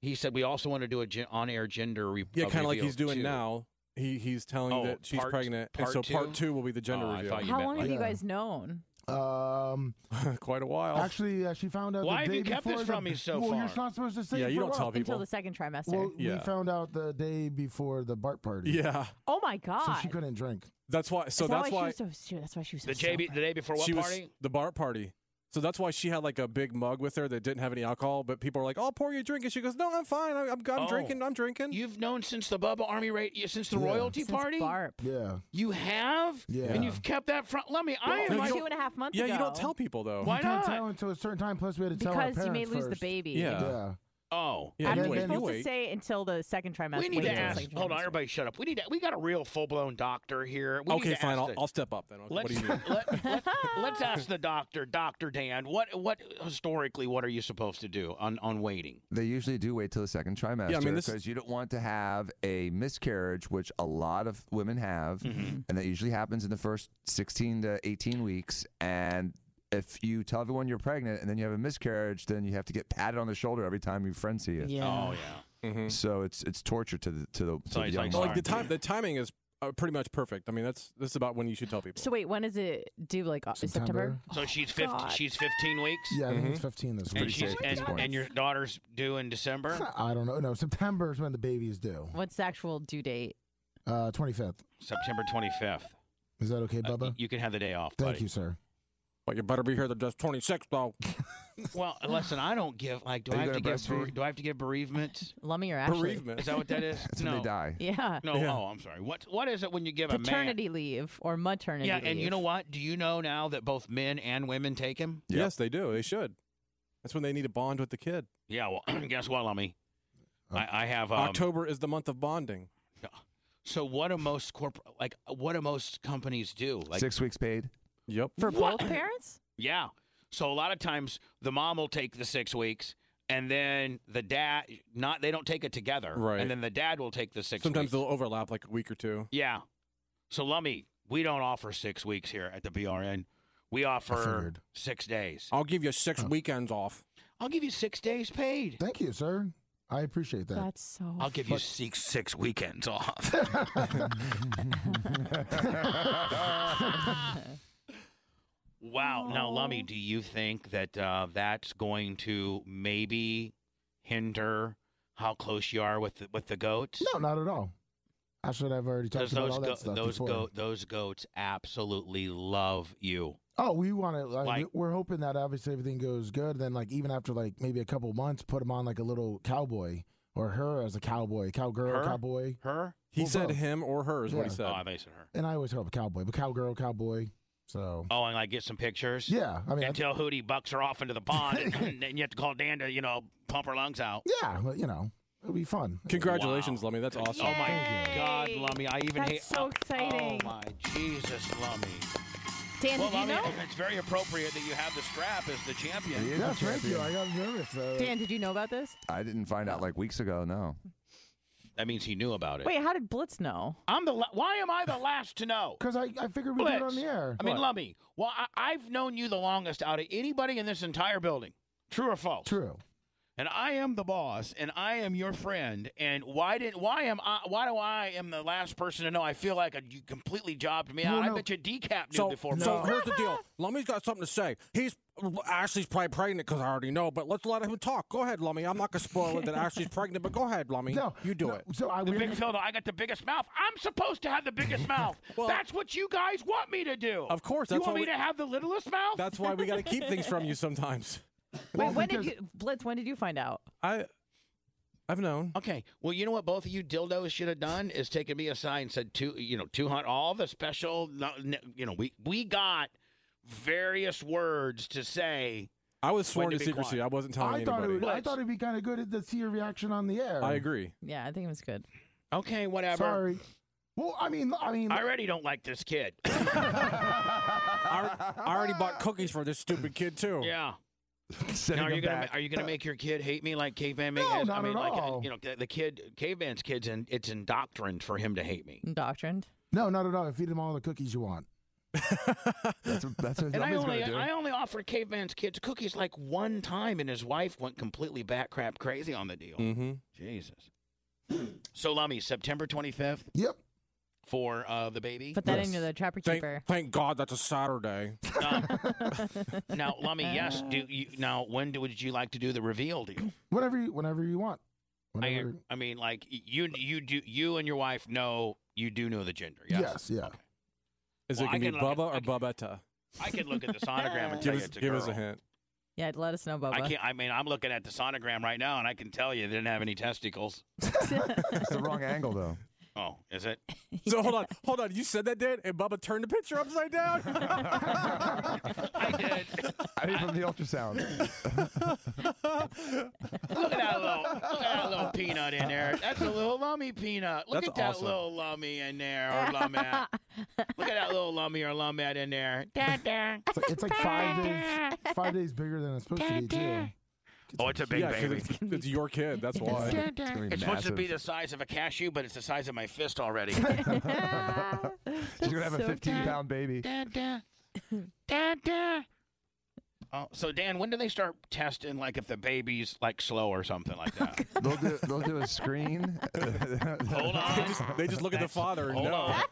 Speaker 1: He said we also want to do a gen- on-air gender re-
Speaker 6: Yeah,
Speaker 1: uh,
Speaker 6: kind of like
Speaker 1: reveal,
Speaker 6: he's doing
Speaker 1: too.
Speaker 6: now. He he's telling
Speaker 1: Oh,
Speaker 6: you that she's
Speaker 1: part-
Speaker 6: pregnant, and
Speaker 1: part
Speaker 6: so
Speaker 1: two?
Speaker 6: part two will be the gender
Speaker 1: Oh, I
Speaker 6: reveal.
Speaker 1: thought you
Speaker 5: How long have you
Speaker 9: Yeah.
Speaker 5: guys known?
Speaker 9: Um,
Speaker 6: quite a while.
Speaker 9: actually, uh, she found out.
Speaker 1: Why
Speaker 9: the
Speaker 1: have
Speaker 9: day
Speaker 1: you kept
Speaker 9: before
Speaker 1: this
Speaker 9: the-
Speaker 1: from me so
Speaker 9: well,
Speaker 1: far?
Speaker 9: you're not supposed to say.
Speaker 6: Yeah,
Speaker 9: it
Speaker 6: you
Speaker 9: for a
Speaker 6: don't tell
Speaker 9: while.
Speaker 5: Until
Speaker 6: people.
Speaker 5: the second trimester.
Speaker 9: Well, we
Speaker 6: Yeah.
Speaker 9: found out the day before the Bart party.
Speaker 6: Yeah,
Speaker 5: oh my god.
Speaker 9: So she couldn't drink.
Speaker 6: that's why. So
Speaker 5: Is that
Speaker 6: that's why
Speaker 5: she was so sure. That's why she was so
Speaker 1: The JB the day before what
Speaker 6: she was
Speaker 1: party?
Speaker 6: the bar party. So that's why she had like a big mug with her that didn't have any alcohol. But people are like, "I'll pour you a drink," and she goes, "No, I'm fine. I'm, I'm, I'm
Speaker 1: Oh.
Speaker 6: drinking. I'm drinking."
Speaker 1: You've known since the Bubba Army Ra- since the
Speaker 9: Yeah.
Speaker 1: royalty
Speaker 5: Since
Speaker 1: party.
Speaker 5: Barb.
Speaker 9: Yeah.
Speaker 1: You have,
Speaker 9: Yeah.
Speaker 1: and you've kept that front. Let me. I
Speaker 6: No,
Speaker 1: am
Speaker 6: you
Speaker 1: like,
Speaker 5: Two and a half months
Speaker 6: yeah,
Speaker 5: ago.
Speaker 6: you don't tell people though.
Speaker 1: Why
Speaker 9: you can't
Speaker 1: not?
Speaker 9: tell until a certain time. Plus, we had to tell our
Speaker 5: Because you may
Speaker 9: parents
Speaker 5: lose the
Speaker 9: first.
Speaker 5: baby.
Speaker 6: Yeah.
Speaker 9: Yeah.
Speaker 1: oh,
Speaker 6: Yeah,
Speaker 5: I'm
Speaker 6: you
Speaker 9: then-
Speaker 6: wait,
Speaker 9: then-
Speaker 6: you
Speaker 5: supposed to
Speaker 6: wait.
Speaker 5: say until the second trimester.
Speaker 1: We need
Speaker 5: wait
Speaker 1: to
Speaker 5: until the
Speaker 1: ask.
Speaker 5: second
Speaker 1: Hold on,
Speaker 5: trimester.
Speaker 1: everybody, shut up. We need. To, we got a real full blown doctor here. We need
Speaker 6: okay,
Speaker 1: to
Speaker 6: fine.
Speaker 1: ask
Speaker 6: I'll,
Speaker 1: the-
Speaker 6: I'll step up then. Okay,
Speaker 1: let's,
Speaker 6: what do you mean?
Speaker 1: let, us ask the doctor, Doctor Dan. What what historically? What are you supposed to do on on waiting?
Speaker 3: They usually do wait till the second trimester
Speaker 6: Yeah, I mean, this-
Speaker 3: because you don't want to have a miscarriage, which a lot of women have,
Speaker 1: Mm-hmm.
Speaker 3: and that usually happens in the first 16 to 18 weeks. And if you tell everyone you're pregnant and then you have a miscarriage, then you have to get patted on the shoulder every time your friends see it.
Speaker 5: Yeah.
Speaker 1: Oh yeah.
Speaker 6: Mm-hmm.
Speaker 3: So it's it's torture to the to the, to
Speaker 1: So
Speaker 3: the
Speaker 1: it's
Speaker 3: young
Speaker 1: like-
Speaker 6: Well,
Speaker 3: woman.
Speaker 6: like the time, the timing is uh, pretty much perfect. I mean, that's that's about when you should tell people.
Speaker 5: So wait, when is it due? Like uh, September?
Speaker 9: September.
Speaker 1: So she's fifteen.
Speaker 5: God.
Speaker 1: She's fifteen weeks.
Speaker 9: Yeah, I think
Speaker 6: Mm-hmm.
Speaker 9: it's 15 this
Speaker 1: And
Speaker 9: week.
Speaker 1: she's and, and your daughter's due in December.
Speaker 9: I don't know. No, September is when the baby is due.
Speaker 5: What's the actual due date?
Speaker 9: Uh, 25th.
Speaker 1: September twenty fifth.
Speaker 9: Is that okay, Bubba?
Speaker 1: Uh, You can have the day off,
Speaker 9: Thank
Speaker 1: buddy.
Speaker 9: you, sir.
Speaker 6: But you better be here the just 26th though.
Speaker 1: Well, listen, I don't give like. Do
Speaker 3: Are
Speaker 1: I
Speaker 3: you
Speaker 1: have to
Speaker 3: gonna
Speaker 1: give? bere-
Speaker 3: breastfeed?
Speaker 1: do I have to give bereavement?
Speaker 5: Lummy or Ashley?
Speaker 6: Bereavement.
Speaker 1: Is that what that is?
Speaker 3: That's
Speaker 1: no.
Speaker 3: when they die.
Speaker 5: Yeah.
Speaker 1: No.
Speaker 6: Yeah.
Speaker 1: Oh, I'm sorry. What what is it when you give a man?
Speaker 5: Paternity leave or maternity
Speaker 1: Yeah,
Speaker 5: leave.
Speaker 1: and you know what? Do you know now that both men and women take him?
Speaker 3: Yep.
Speaker 6: Yes, they do. They should. That's when they need to bond with the kid.
Speaker 1: Yeah. Well, guess what, Lummy? I, I have. Um,
Speaker 6: October is the month of bonding.
Speaker 1: So what do most corporate like? What do most companies do? Like,
Speaker 3: Six weeks paid.
Speaker 6: Yep.
Speaker 5: For
Speaker 1: What?
Speaker 5: both parents?
Speaker 1: yeah. So a lot of times the mom will take the six weeks, and then the dad not they don't take it together,
Speaker 6: Right.
Speaker 1: And then the dad will take the six.
Speaker 6: Sometimes
Speaker 1: weeks.
Speaker 6: they'll overlap like a week or two.
Speaker 1: Yeah. So Lummy, we don't offer six weeks here at the BRN. We offer
Speaker 9: figured.
Speaker 1: six days.
Speaker 6: I'll give you six weekends off.
Speaker 1: I'll give you six days paid.
Speaker 9: Thank you, sir. I appreciate that.
Speaker 5: That's so.
Speaker 1: I'll give you six six weekends off. wow. Now, Lummy, do you think that uh, that's going to maybe hinder how close you are with the, with the goats?
Speaker 9: No, not at all. I should have already talked
Speaker 1: Because
Speaker 9: about
Speaker 1: those
Speaker 9: all that
Speaker 1: go-
Speaker 9: stuff
Speaker 1: those
Speaker 9: before.
Speaker 1: go- those goats absolutely love you.
Speaker 9: Oh, we want to. Like,
Speaker 1: Like-
Speaker 9: we're hoping that obviously everything goes good. Then, like even after like maybe a couple months, put him on like a little cowboy or her as a cowboy, cowgirl,
Speaker 6: Her?
Speaker 9: cowboy.
Speaker 1: Her?
Speaker 6: He
Speaker 9: Well,
Speaker 6: said
Speaker 9: both.
Speaker 6: him or her is what he
Speaker 9: Yeah.
Speaker 6: said.
Speaker 9: Oh,
Speaker 1: I based her.
Speaker 9: And I always hope cowboy, but cowgirl, cowboy. So
Speaker 1: Oh, and like get some pictures.
Speaker 9: Yeah, I mean, I-
Speaker 1: and tell Hootie bucks her off into the pond, and, then you have to call Dan to you know pump her lungs out.
Speaker 9: yeah, well, you know, it'll be fun.
Speaker 6: Congratulations,
Speaker 1: Lummy.
Speaker 6: That's awesome.
Speaker 1: Oh my God, Lummy! I even
Speaker 5: That's
Speaker 1: hate.
Speaker 5: so
Speaker 1: oh,
Speaker 5: exciting.
Speaker 1: Oh my Jesus, Lummy!
Speaker 5: Dan,
Speaker 1: well,
Speaker 5: did you
Speaker 1: Lummi,
Speaker 5: know?
Speaker 1: it's very appropriate that you have the strap as the champion.
Speaker 3: Yeah,
Speaker 9: Yeah, thank you. I got nervous. Uh,
Speaker 5: Dan, did you know about this?
Speaker 3: I didn't find out like weeks ago. No.
Speaker 1: That means he knew about it.
Speaker 5: Wait, how did Blitz know?
Speaker 1: I'm the. La- why am I the last to know?
Speaker 9: Because I, I figured we did it on the air.
Speaker 1: I mean,
Speaker 9: What?
Speaker 1: Lummy. Well, I, I've known you the longest out of anybody in this entire building. True or false?
Speaker 9: True.
Speaker 1: And I am the boss, and I am your friend. And why did why am I why do I am the last person to know? I feel like a, you completely jobbed me
Speaker 6: Well,
Speaker 1: out.
Speaker 6: no.
Speaker 1: I bet you decap knew
Speaker 6: So,
Speaker 1: before me.
Speaker 6: so here's the deal. Lummy's got something to say. He's Ashley's probably pregnant because I already know, but let's let him talk. Go ahead, Lummy. I'm not gonna spoil it that Ashley's pregnant, but go ahead, Lummy.
Speaker 9: No,
Speaker 6: you do
Speaker 9: no,
Speaker 6: it.
Speaker 9: So I
Speaker 1: The
Speaker 9: we-
Speaker 1: big Phil, I got the biggest mouth. I'm supposed to have the biggest mouth. that's what you guys want me to do.
Speaker 6: Of course,
Speaker 1: you
Speaker 6: that's
Speaker 1: want
Speaker 6: why
Speaker 1: me
Speaker 6: we-
Speaker 1: to have the littlest mouth.
Speaker 6: That's why we got to keep things from you sometimes.
Speaker 5: Wait, when did you Blitz? When did you find out?
Speaker 6: I, I've known.
Speaker 1: Okay. Well, you know what both of you dildos should have done is taken me aside and said, two, you know, two hundred, all the special, no- no- you know, we we got various words to say.
Speaker 6: I was
Speaker 1: when
Speaker 6: sworn to
Speaker 1: be
Speaker 6: secrecy.
Speaker 1: quiet.
Speaker 6: I wasn't telling
Speaker 9: I
Speaker 6: anybody.
Speaker 9: thought it would. I thought it'd be kind of good to see your reaction on the air.
Speaker 6: I agree.
Speaker 5: Yeah, I think it was good.
Speaker 1: Okay, whatever.
Speaker 9: Sorry. Well, I mean, I mean,
Speaker 1: I already don't like this kid.
Speaker 6: I, I already bought cookies for this stupid kid too.
Speaker 1: Yeah.
Speaker 3: Sending
Speaker 1: Now, are you
Speaker 3: him
Speaker 1: gonna
Speaker 3: back.
Speaker 1: are you gonna make your kid hate me like caveman?
Speaker 9: No,
Speaker 1: I
Speaker 9: not
Speaker 1: mean,
Speaker 9: at
Speaker 1: like, uh,
Speaker 9: all.
Speaker 1: You know, the- the kid, caveman's kids, and it's indoctrined for him to hate me.
Speaker 5: Indoctrined.
Speaker 9: no, not at all. Feed them all the cookies you want.
Speaker 3: That's what, that's what
Speaker 1: And I
Speaker 3: Lummi's
Speaker 1: only
Speaker 3: gonna do.
Speaker 1: I only offered caveman's kids cookies like one time, and his wife went completely bat crap crazy on the deal.
Speaker 6: Mm-hmm.
Speaker 1: Jesus. So Lummy, September twenty fifth.
Speaker 9: Yep.
Speaker 1: For uh, the baby.
Speaker 5: Put that into the trapper
Speaker 6: Thank,
Speaker 5: keeper.
Speaker 6: thank God that's a Saturday.
Speaker 1: now, Lummy, yes. Do you now? When do, would you like to do the reveal deal?
Speaker 9: Whenever, you, whenever you want.
Speaker 1: I,
Speaker 9: Whenever.
Speaker 1: I mean, like y- you you do you and your wife know you do know the gender. Yes.
Speaker 9: Yes. Yeah.
Speaker 6: Is
Speaker 1: Well,
Speaker 6: it
Speaker 1: I
Speaker 6: gonna
Speaker 1: can
Speaker 6: be
Speaker 1: look at-
Speaker 6: Bubba or Bubetta?
Speaker 1: I can look at the sonogram and tell
Speaker 6: Give,
Speaker 1: you
Speaker 6: us,
Speaker 1: it's a
Speaker 6: give
Speaker 1: girl.
Speaker 6: us a hint.
Speaker 5: Yeah, let us know, Bubba.
Speaker 1: I can't. I mean, I'm looking at the sonogram right now, and I can tell you they didn't have any testicles.
Speaker 3: It's the wrong angle though.
Speaker 1: Oh, is it?
Speaker 6: So hold on, hold on. You said that, Dan, and Bubba turned the picture upside down.
Speaker 1: I did.
Speaker 3: I mean, from the ultrasound.
Speaker 1: Look at that little, look at that little peanut in there. That's a little lummy peanut. Look
Speaker 6: That's
Speaker 1: at that
Speaker 6: awesome.
Speaker 1: little lummy in there or lumette. look at that little lummy or lumette in there. Da, da.
Speaker 9: It's like, it's like five days. Five days bigger than it's supposed to be too.
Speaker 1: Oh, it's a big
Speaker 6: yeah, 'cause
Speaker 1: baby.
Speaker 6: it's, it's your kid. That's why.
Speaker 3: gonna be
Speaker 1: It's supposed to be the
Speaker 3: massive.
Speaker 1: size of a cashew, but it's the size of my fist already.
Speaker 3: She's gonna have a 15 pound baby.
Speaker 1: da, da. Da, da. Oh, so Dan, when do they start testing like if the baby's like slow or something like that?
Speaker 3: They'll do. They'll do a screen.
Speaker 1: Hold on.
Speaker 6: They just, they just look at the
Speaker 1: That's-
Speaker 6: father and
Speaker 1: Hold
Speaker 6: know.
Speaker 1: on.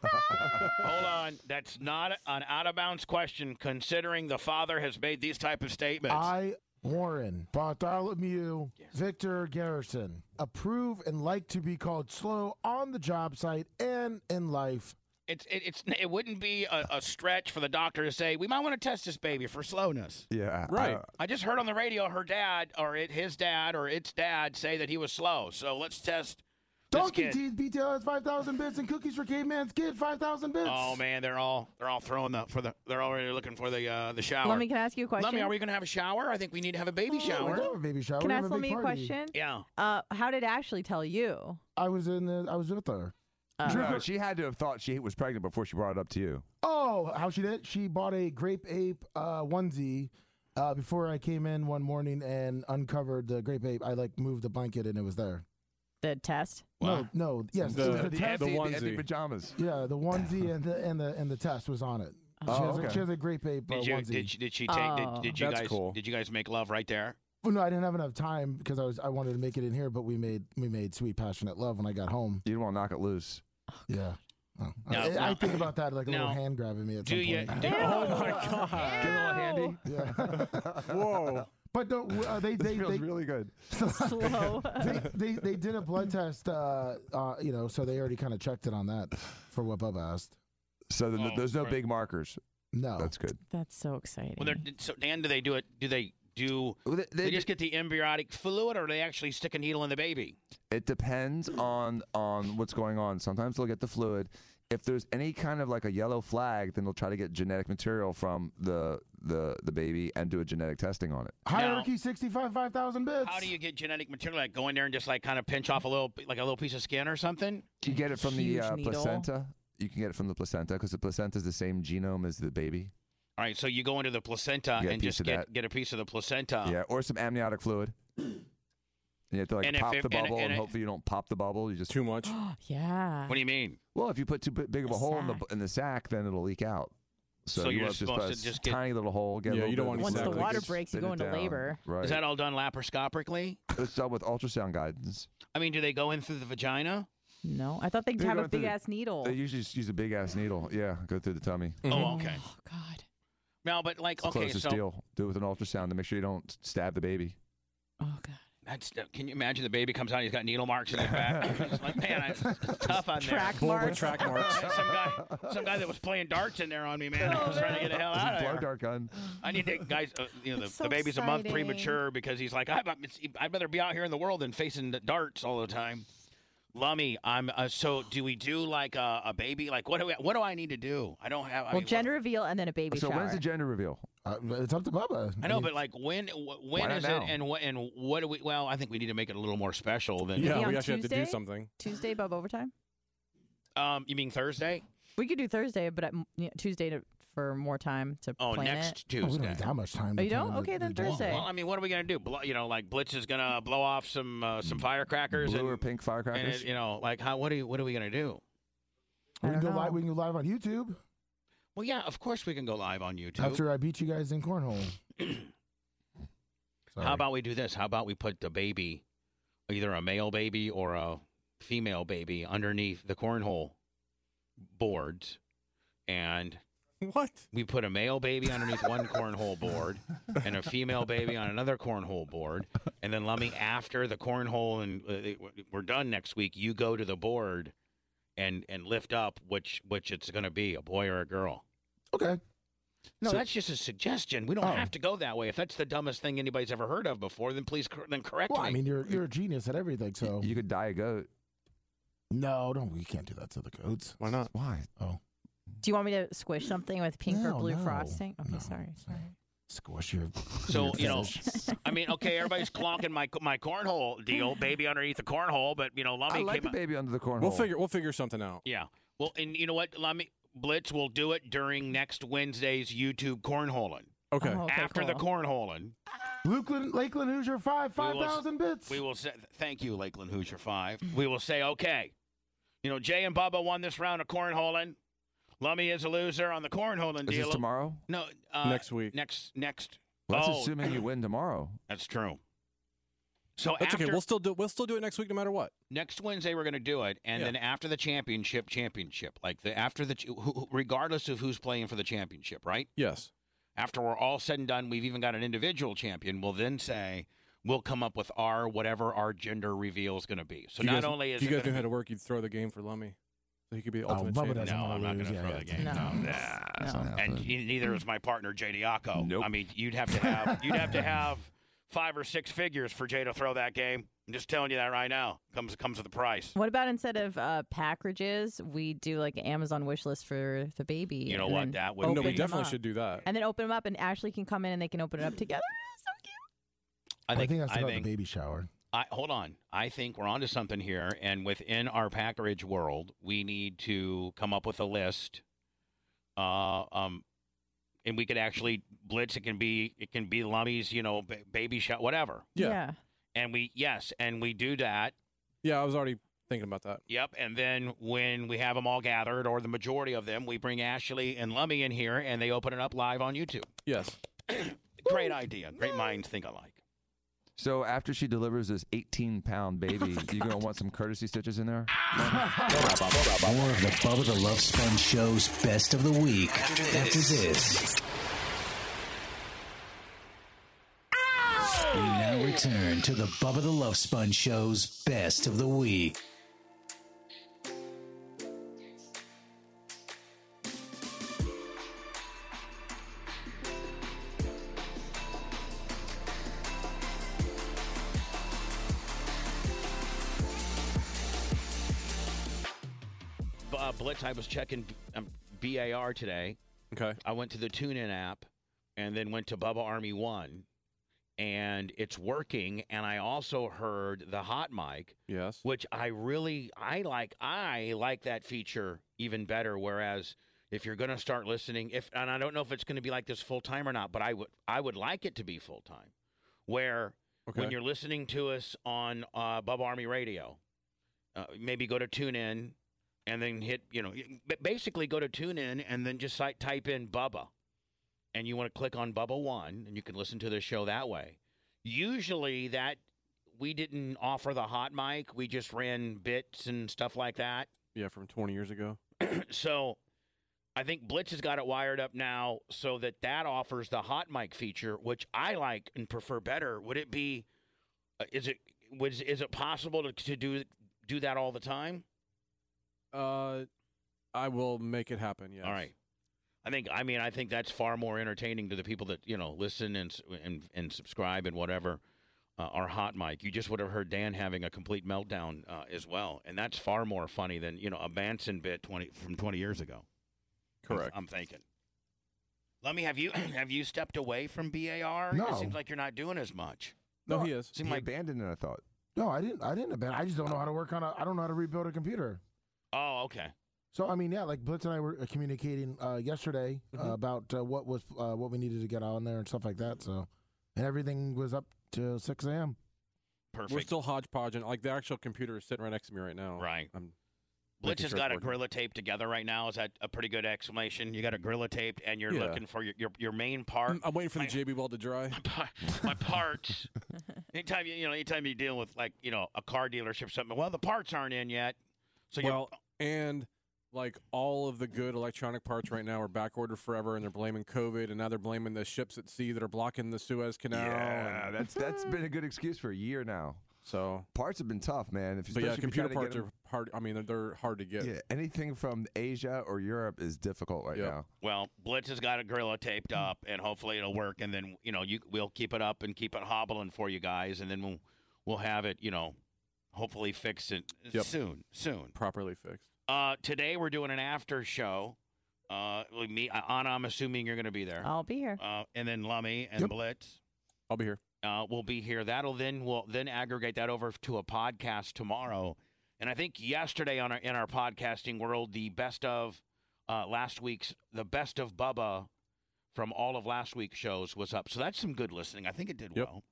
Speaker 1: Hold on. That's not an out of bounds question considering the father has made these type of statements.
Speaker 9: I, Warren, Bartholomew, Victor Garrison, approve and like to be called slow on the job site and in life.
Speaker 1: it's it, it's it wouldn't be a, a stretch for the doctor to say we might want to test this baby for slowness.
Speaker 3: Yeah.
Speaker 6: Right.
Speaker 1: I just heard on the radio her dad or it his dad or its dad say that he was slow. So let's test. this
Speaker 9: Donkey
Speaker 1: kid.
Speaker 9: Teeth BTL has 5,000 bits and cookies for Caveman's Kid, 5,000 bits.
Speaker 1: Oh man, they're all they're all throwing the for the they're already looking for the uh, the shower.
Speaker 5: Lummy, can I ask you a question?
Speaker 1: Lummi, are we gonna have a shower? I think we need to have a baby
Speaker 9: Yeah, Oh, we
Speaker 1: shower.
Speaker 9: can have a baby shower.
Speaker 5: Can
Speaker 9: we
Speaker 5: I
Speaker 9: have
Speaker 5: ask
Speaker 9: a big
Speaker 5: Lummy a
Speaker 9: party.
Speaker 5: question?
Speaker 1: Yeah.
Speaker 5: Uh, how did Ashley tell you?
Speaker 9: I was in the, I was with her.
Speaker 3: No, she had to have thought she was pregnant before she brought it up to you.
Speaker 9: Oh, how she did? She bought a grape ape uh, onesie uh, before I came in one morning and uncovered the grape ape. I like moved the blanket and it was there.
Speaker 5: The test.
Speaker 1: Wow.
Speaker 9: No, no, yes,
Speaker 6: The-
Speaker 9: it was
Speaker 6: the
Speaker 9: a test.
Speaker 6: The
Speaker 3: empty,
Speaker 6: onesie.
Speaker 3: empty pajamas.
Speaker 9: Yeah, the onesie and the and the and the test was on it. She,
Speaker 3: Oh,
Speaker 9: has, a,
Speaker 3: okay.
Speaker 9: she has a grape ape uh,
Speaker 1: Did you
Speaker 9: onesie.
Speaker 1: did she, did she take
Speaker 5: Oh.
Speaker 1: did, did you
Speaker 6: That's
Speaker 1: guys
Speaker 6: cool.
Speaker 1: did you guys make love right there?
Speaker 9: Well, no, I didn't have enough time because I was I wanted to make it in here, but we made we made sweet passionate love when I got home.
Speaker 3: You don't want to knock it loose.
Speaker 9: Yeah. Oh.
Speaker 3: Now-
Speaker 9: I, I
Speaker 3: now-
Speaker 9: think about that like a
Speaker 3: now,
Speaker 9: little hand grabbing me at
Speaker 3: do
Speaker 9: some
Speaker 3: you-
Speaker 9: point.
Speaker 3: do you- Oh,
Speaker 6: my God.
Speaker 3: Give it a little handy.
Speaker 9: Yeah.
Speaker 6: Whoa.
Speaker 9: But no, w- uh, they
Speaker 3: This
Speaker 9: they,
Speaker 3: feels
Speaker 9: they
Speaker 3: really good.
Speaker 9: slow. they, they they did a blood test, uh, uh, you know, so they already kind of checked it on that for what Bubba asked.
Speaker 3: So then
Speaker 1: Oh,
Speaker 3: there's no
Speaker 1: right.
Speaker 3: big markers.
Speaker 9: No,
Speaker 3: that's good.
Speaker 5: That's so exciting.
Speaker 1: Well, they're, so Dan, do they do it? Do they do?
Speaker 3: they,
Speaker 1: they just get the embryonic fluid, or do they actually stick a needle in the baby?
Speaker 3: It depends on on what's going on. Sometimes they'll get the fluid. If there's any kind of like a yellow flag, then they'll try to get genetic material from the the the baby and do a genetic testing on it.
Speaker 9: Hierarchy sixty five five thousand bits.
Speaker 1: How do you get genetic material? Like go in there and just like kind of pinch off a little, like a little piece of skin or something.
Speaker 3: You get it from the
Speaker 1: Huge
Speaker 3: uh,
Speaker 1: needle.
Speaker 3: placenta. You can get it from the placenta because the placenta is the same genome as the baby.
Speaker 1: All right, so you go into the placenta
Speaker 3: Get a
Speaker 1: and
Speaker 3: piece
Speaker 1: just
Speaker 3: of
Speaker 1: get
Speaker 3: that.
Speaker 1: get a piece of the placenta.
Speaker 3: Yeah, or some amniotic fluid. And you have to like
Speaker 1: And if
Speaker 3: pop
Speaker 1: it-
Speaker 3: the
Speaker 1: and it-
Speaker 3: bubble, and,
Speaker 1: and it-
Speaker 3: hopefully you don't pop the bubble. You just
Speaker 6: too much.
Speaker 5: yeah.
Speaker 1: What do you mean?
Speaker 3: Well, if you put too b- big of a, hole in the in the sack, then it'll leak out. So,
Speaker 1: So
Speaker 3: you
Speaker 1: you're
Speaker 3: want
Speaker 1: just
Speaker 3: just
Speaker 1: supposed
Speaker 3: a
Speaker 1: to just get-
Speaker 3: tiny little hole. Get a
Speaker 6: Yeah,
Speaker 3: little
Speaker 6: you don't
Speaker 3: bit
Speaker 6: want
Speaker 3: of
Speaker 6: Once the
Speaker 3: fluid,
Speaker 6: water
Speaker 3: just
Speaker 6: breaks, you go
Speaker 3: spin it
Speaker 6: into
Speaker 3: down.
Speaker 6: labor.
Speaker 3: Right.
Speaker 1: Is that all done laparoscopically?
Speaker 3: It's done with ultrasound guidance.
Speaker 1: I mean, do they go in through the vagina?
Speaker 5: No, I thought they'd
Speaker 3: They
Speaker 5: have
Speaker 3: go
Speaker 5: a
Speaker 3: through
Speaker 5: big
Speaker 3: the-
Speaker 5: ass needle.
Speaker 3: They usually just use a big ass needle. Yeah, go through the tummy.
Speaker 1: Oh, okay. Oh God. No, but like,
Speaker 3: It's the
Speaker 1: okay,
Speaker 3: closest
Speaker 1: so
Speaker 3: deal. Do it with an ultrasound to make sure you don't stab the baby.
Speaker 1: that's. Can you imagine the baby comes out? He's got needle marks in his back. It's like, man, it's tough on
Speaker 6: Track
Speaker 1: there.
Speaker 6: Bulba marks. track marks.
Speaker 1: some guy, some guy that was playing darts in there on me, man. I was trying to get the hell out of
Speaker 3: Blow
Speaker 1: there.
Speaker 3: dart gun.
Speaker 1: I need to, guys. Uh, you know, the,
Speaker 3: That's so
Speaker 1: the baby's a month
Speaker 3: exciting.
Speaker 1: premature because he's like, I, I'd rather be out here in the world than facing the darts all the time. Lummy, I'm. Uh, so, do we do like a, a baby? Like, what do we, what do I need to do? I don't have. I,
Speaker 5: well,
Speaker 1: mean,
Speaker 5: gender reveal and then a baby
Speaker 3: So
Speaker 5: shower.
Speaker 3: when's the gender reveal?
Speaker 9: Uh, it's up to Bubba.
Speaker 1: I know, but like, when wh- when
Speaker 3: not
Speaker 1: is
Speaker 3: now?
Speaker 1: it? And what and what do we? Well, I think we need to make it a little more special than.
Speaker 5: Maybe on Tuesday? Tuesday, Bob overtime.
Speaker 1: Um, you mean Thursday?
Speaker 5: We could do Thursday, but at, yeah, Tuesday to, for more time to
Speaker 1: Oh,
Speaker 5: plan
Speaker 1: next
Speaker 5: it.
Speaker 1: Tuesday.
Speaker 9: How much time?
Speaker 5: Oh, you
Speaker 9: between
Speaker 5: don't?
Speaker 9: the-
Speaker 5: Okay, then
Speaker 9: the-
Speaker 5: Thursday.
Speaker 1: Well, I mean, what are we gonna do? Blow, you know, like Blitz is gonna blow off some uh, some firecrackers.
Speaker 3: Blue
Speaker 1: and,
Speaker 3: or pink
Speaker 1: and
Speaker 3: firecrackers?
Speaker 1: it- you know, like how? What are you, What are we gonna do?
Speaker 9: We can go live. We can go live on YouTube
Speaker 1: Well, yeah, of course we can go live on YouTube.
Speaker 9: after I beat you guys in cornhole.
Speaker 1: How about we do this? How about we put the baby, either a male baby or a female baby, underneath the cornhole boards, and
Speaker 6: What?
Speaker 1: we put a male baby underneath one cornhole board and a female baby on another cornhole board, and then Lummy, after the cornhole and uh, it- we're done next week, you go to the board and and lift up which which it's going to be, a boy or a girl.
Speaker 9: Okay.
Speaker 1: No,
Speaker 9: So-
Speaker 1: that's just a suggestion. We don't
Speaker 9: Oh.
Speaker 1: have to go that way. If that's the dumbest thing anybody's ever heard of before, then please cor- then correct
Speaker 9: Well,
Speaker 1: me.
Speaker 9: I mean, you're you're a genius at everything. So
Speaker 3: you could die a goat.
Speaker 9: No, don't. We can't do that to the goats. Why not?
Speaker 3: Why?
Speaker 9: Oh,
Speaker 5: Do you want me to squish something with pink or
Speaker 9: No,
Speaker 5: blue
Speaker 9: no,
Speaker 5: frosting? Okay, sorry, sorry.
Speaker 9: squish your.
Speaker 1: so
Speaker 9: your
Speaker 1: you know,
Speaker 9: fetish.
Speaker 1: I mean, okay, everybody's clonking my my cornhole deal, baby underneath the cornhole, but you know, Lummy
Speaker 3: I like
Speaker 1: came
Speaker 3: the baby under the cornhole.
Speaker 6: We'll figure we'll figure something out.
Speaker 1: Yeah. Well, and you know what, Lummy Blitz will do it during next Wednesday's YouTube cornholing.
Speaker 6: Okay.
Speaker 9: Oh, okay,
Speaker 1: After the
Speaker 9: cool.
Speaker 1: cornholing,
Speaker 9: Lakeland, Lakeland Hoosier five
Speaker 1: we
Speaker 9: five
Speaker 1: will s-
Speaker 9: thousand bits.
Speaker 1: We will say thank you, Lakeland Hoosier Five. We will say okay. You know, Jay and Bubba won this round of cornholing. Lummy is a loser on the cornholing
Speaker 3: Is
Speaker 1: deal.
Speaker 3: this tomorrow?
Speaker 1: No, uh,
Speaker 6: Next week.
Speaker 1: Next next.
Speaker 3: Well, that's
Speaker 1: oh,
Speaker 3: assuming you win tomorrow.
Speaker 1: That's true. So
Speaker 6: That's
Speaker 1: after
Speaker 6: okay. We'll still do we'll still do it next week no matter what.
Speaker 1: next Wednesday we're going to do it, and
Speaker 6: Yeah.
Speaker 1: then after the championship, championship, like the after the ch- who- who, regardless of who's playing for the championship, right?
Speaker 6: Yes.
Speaker 1: After we're all said and done, we've even got an individual champion. We'll then say we'll come up with our whatever our gender reveal is going to be. So
Speaker 6: If you
Speaker 1: not
Speaker 6: guys-
Speaker 1: only
Speaker 6: if
Speaker 1: is
Speaker 6: you
Speaker 1: it
Speaker 6: guys
Speaker 1: gonna
Speaker 6: knew how
Speaker 1: be-
Speaker 6: to work, you'd throw the game for Lummy. So he could be the
Speaker 9: Oh, Bubba
Speaker 6: ultimate champion.
Speaker 9: doesn't
Speaker 1: No,
Speaker 9: wanna
Speaker 1: I'm not going
Speaker 9: lose.
Speaker 1: to
Speaker 9: Yeah,
Speaker 1: throw
Speaker 9: yeah,
Speaker 1: the game.
Speaker 9: no.
Speaker 1: No,
Speaker 9: No.
Speaker 1: Nah.
Speaker 9: No.
Speaker 1: and y- neither is my partner Jay Diaco. I mean, you'd have to have you'd have to have five or six figures for Jay to throw that game. I'm just telling you that right now. Comes comes with a price.
Speaker 5: What about instead of uh, packages, we do like an Amazon wish list for the baby?
Speaker 1: You know
Speaker 5: and
Speaker 1: what,
Speaker 5: then
Speaker 1: that would
Speaker 6: Oh,
Speaker 5: open
Speaker 6: no, we
Speaker 5: them
Speaker 6: definitely
Speaker 5: up.
Speaker 6: should do that.
Speaker 5: And then open them up, and Ashley can come in and they can open it up together.
Speaker 1: I think I think,
Speaker 9: that's about the baby shower.
Speaker 1: I hold on. I think we're onto something here, and within our package world, we need to come up with a list. Uh, um, and we could actually blitz. It can be it can be Lummy's, you know, ba- baby shot, whatever.
Speaker 6: Yeah. yeah.
Speaker 1: And we yes, and we do that.
Speaker 6: I was already thinking about that.
Speaker 1: Yep. And then when we have them all gathered, or the majority of them, we bring Ashley and Lummy in here, and they open it up live on YouTube.
Speaker 6: Yes.
Speaker 1: Great idea. Great minds think alike.
Speaker 3: So after she delivers this 18 pound baby, you gonna want some courtesy stitches in there?
Speaker 2: More of the Bubba the Love Sponge Show's best of the week after this. We now return to the Bubba the Love Sponge Show's best of the week.
Speaker 1: B- uh, Blitz, I was checking um, BAR today.
Speaker 6: Okay.
Speaker 1: I went to the TuneIn app and then went to Bubba Army 1, and it's working. And I also heard the hot mic.
Speaker 6: Yes.
Speaker 1: Which I really, I like, I like that feature even better. Whereas if you're going to start listening, if, and I don't know if it's going to be like this full time or not, but I would, I would like it to be full time where when
Speaker 6: Okay.
Speaker 1: you're listening to us on uh, Bubba Army Radio, uh, maybe go to TuneIn and then hit, you know, y- ba- basically go to TuneIn and then just si- type in Bubba. And you want to click on Bubba One and you can listen to the show that way. Usually that we didn't offer the hot mic, we just ran bits and stuff like that.
Speaker 6: Yeah, from 20 years ago.
Speaker 1: so I think Blitz has got it wired up now so that that offers the hot mic feature, which I like and prefer better. Would it be? Uh, is it was is it possible to, to do do that all the time?
Speaker 6: Uh, I will make it happen. Yes.
Speaker 1: All right. I think I mean I think that's far more entertaining to the people that you know listen and s- and, and subscribe and whatever. Uh, our hot mic. You just would have heard Dan having a complete meltdown uh, as well, and that's far more funny than you know a Manson bit twenty from twenty years ago.
Speaker 6: Correct.
Speaker 1: I'm thinking. Let me have you have you stepped away from BAR?
Speaker 9: No.
Speaker 1: It seems like you're not doing as much.
Speaker 3: He
Speaker 1: Seem like
Speaker 3: abandoned it. I thought.
Speaker 9: No, I didn't. I didn't abandon. I just don't know how to work on a. I don't know how to rebuild a computer.
Speaker 1: oh okay.
Speaker 9: So I mean, yeah, like Blitz and I were uh, communicating uh, yesterday
Speaker 3: Mm-hmm.
Speaker 9: uh, about uh, what was uh, what we needed to get on there and stuff like that. So, and everything was up till six a.m.
Speaker 6: We're
Speaker 1: Perfect.
Speaker 6: still hodgepodge, and like the actual computer is sitting right next to me right now.
Speaker 1: Right.
Speaker 6: I'm
Speaker 1: Blitz
Speaker 6: making
Speaker 1: has
Speaker 6: sure
Speaker 1: got
Speaker 6: it's
Speaker 1: a
Speaker 6: working.
Speaker 1: gorilla taped together right now. Is that a pretty good exclamation? You got a gorilla taped, and you're
Speaker 6: Yeah.
Speaker 1: looking for your, your your main part.
Speaker 6: I'm waiting for the JB weld to dry.
Speaker 1: my parts. anytime you, you know, anytime you deal with like you know a car dealership, or something. Well, the parts aren't in yet, so you're-
Speaker 6: well, and like all of the good electronic parts right now are back ordered forever, and they're blaming COVID, and now they're blaming the ships at sea that are blocking the Suez Canal.
Speaker 3: Yeah,
Speaker 6: and-
Speaker 3: that's that's been a good excuse for a year now.
Speaker 6: So
Speaker 3: parts have been tough, man. If
Speaker 6: But yeah,
Speaker 3: especially if
Speaker 6: computer
Speaker 3: you try to
Speaker 6: parts
Speaker 3: get 'em-
Speaker 6: are hard. I mean, they're, they're hard to get.
Speaker 3: Yeah, anything from Asia or Europe is difficult right now.
Speaker 1: well, Blitz has got a gorilla taped up, and hopefully it'll work. And then you know you we'll keep it up and keep it hobbling for you guys, and then we'll we'll have it you know hopefully fix it soon. Soon.
Speaker 6: Properly fixed.
Speaker 1: Uh, today we're doing an after show. Uh, with me, uh, Anna, I'm assuming you're going to be there.
Speaker 5: I'll be here.
Speaker 1: Uh, and then Lummy and Blitz.
Speaker 6: I'll be here.
Speaker 1: Uh, we'll be here. That'll then we'll then aggregate that over to a podcast tomorrow. And I think yesterday on our in our podcasting world, the best of uh, last week's the best of Bubba from all of last week's shows was up. So that's some good listening. I think it did well.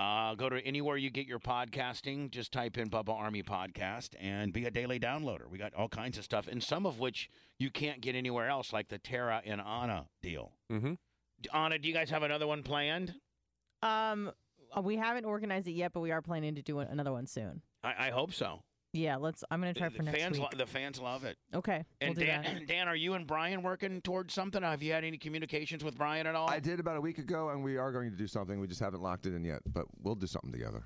Speaker 1: Uh, go to anywhere you get your podcasting. Just type in Bubba Army Podcast and be a daily downloader. We got all kinds of stuff, and some of which you can't get anywhere else, like the Tara and Anna deal.
Speaker 6: Mm-hmm.
Speaker 1: Anna, do you guys have another one planned?
Speaker 5: Um, uh, we haven't organized it yet, but we are planning to do an- another one soon.
Speaker 1: I, I hope so.
Speaker 5: Yeah, let's. I'm gonna try
Speaker 1: the
Speaker 5: for next
Speaker 1: fans
Speaker 5: week.
Speaker 1: lo- the fans love it.
Speaker 5: okay, we'll
Speaker 1: And
Speaker 5: do
Speaker 1: Dan,
Speaker 5: that.
Speaker 1: Dan, are you and Brian working towards something? Have you had any communications with Brian at all?
Speaker 3: I did about a week ago, and we are going to do something. We just haven't locked it in yet, but we'll do something together.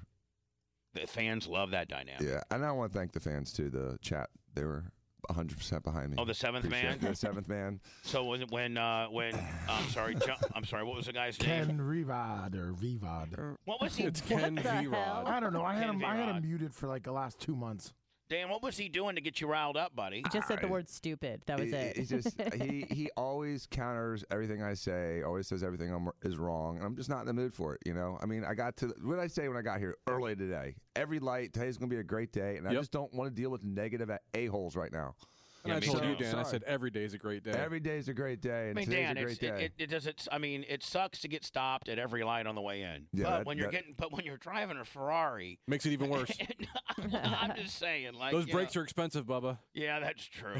Speaker 1: The fans love that dynamic.
Speaker 3: Yeah, and I want to thank the fans too. The chat, they were 100 percent behind me.
Speaker 1: Oh, the seventh
Speaker 3: Appreciate
Speaker 1: man?
Speaker 3: it. the seventh man.
Speaker 1: So when when uh, when I'm sorry, Jo- I'm sorry. What was the guy's name?
Speaker 9: Ken Rivod or Vivod.
Speaker 1: What was he? It's Ken
Speaker 9: What the
Speaker 1: Vrod.
Speaker 9: hell? I don't know. I had
Speaker 1: Ken
Speaker 9: him. I had
Speaker 1: Vrod.
Speaker 9: him muted for like the last two months.
Speaker 1: Dan, what was he doing to get you riled up, buddy?
Speaker 5: He just said the word stupid. That was
Speaker 3: He-
Speaker 5: it.
Speaker 3: He just he he always counters everything I say. Always says everything I'm, is wrong, and I'm just not in the mood for it. You know, I mean, I got to what did I say when I got here early today. Every light today's going to be a great day, and I
Speaker 6: Yep.
Speaker 3: just don't want to deal with negative a holes right now.
Speaker 6: And I told you, Dan. I
Speaker 3: Sorry.
Speaker 6: said every day is a great day.
Speaker 3: Every day is a great day,
Speaker 1: I
Speaker 3: and
Speaker 1: mean,
Speaker 3: today's
Speaker 1: Dan,
Speaker 3: a
Speaker 1: it's,
Speaker 3: great day.
Speaker 1: It, it, it does. It's. I mean, it sucks to get stopped at every light on the way in.
Speaker 3: Yeah,
Speaker 1: but
Speaker 3: that-
Speaker 1: when you're
Speaker 3: that-
Speaker 1: getting, but when you're driving a Ferrari,
Speaker 6: Makes it even worse.
Speaker 1: I'm just saying, like
Speaker 6: Those
Speaker 1: you
Speaker 6: brakes
Speaker 1: know-
Speaker 6: are expensive, Bubba.
Speaker 1: Yeah, that's true.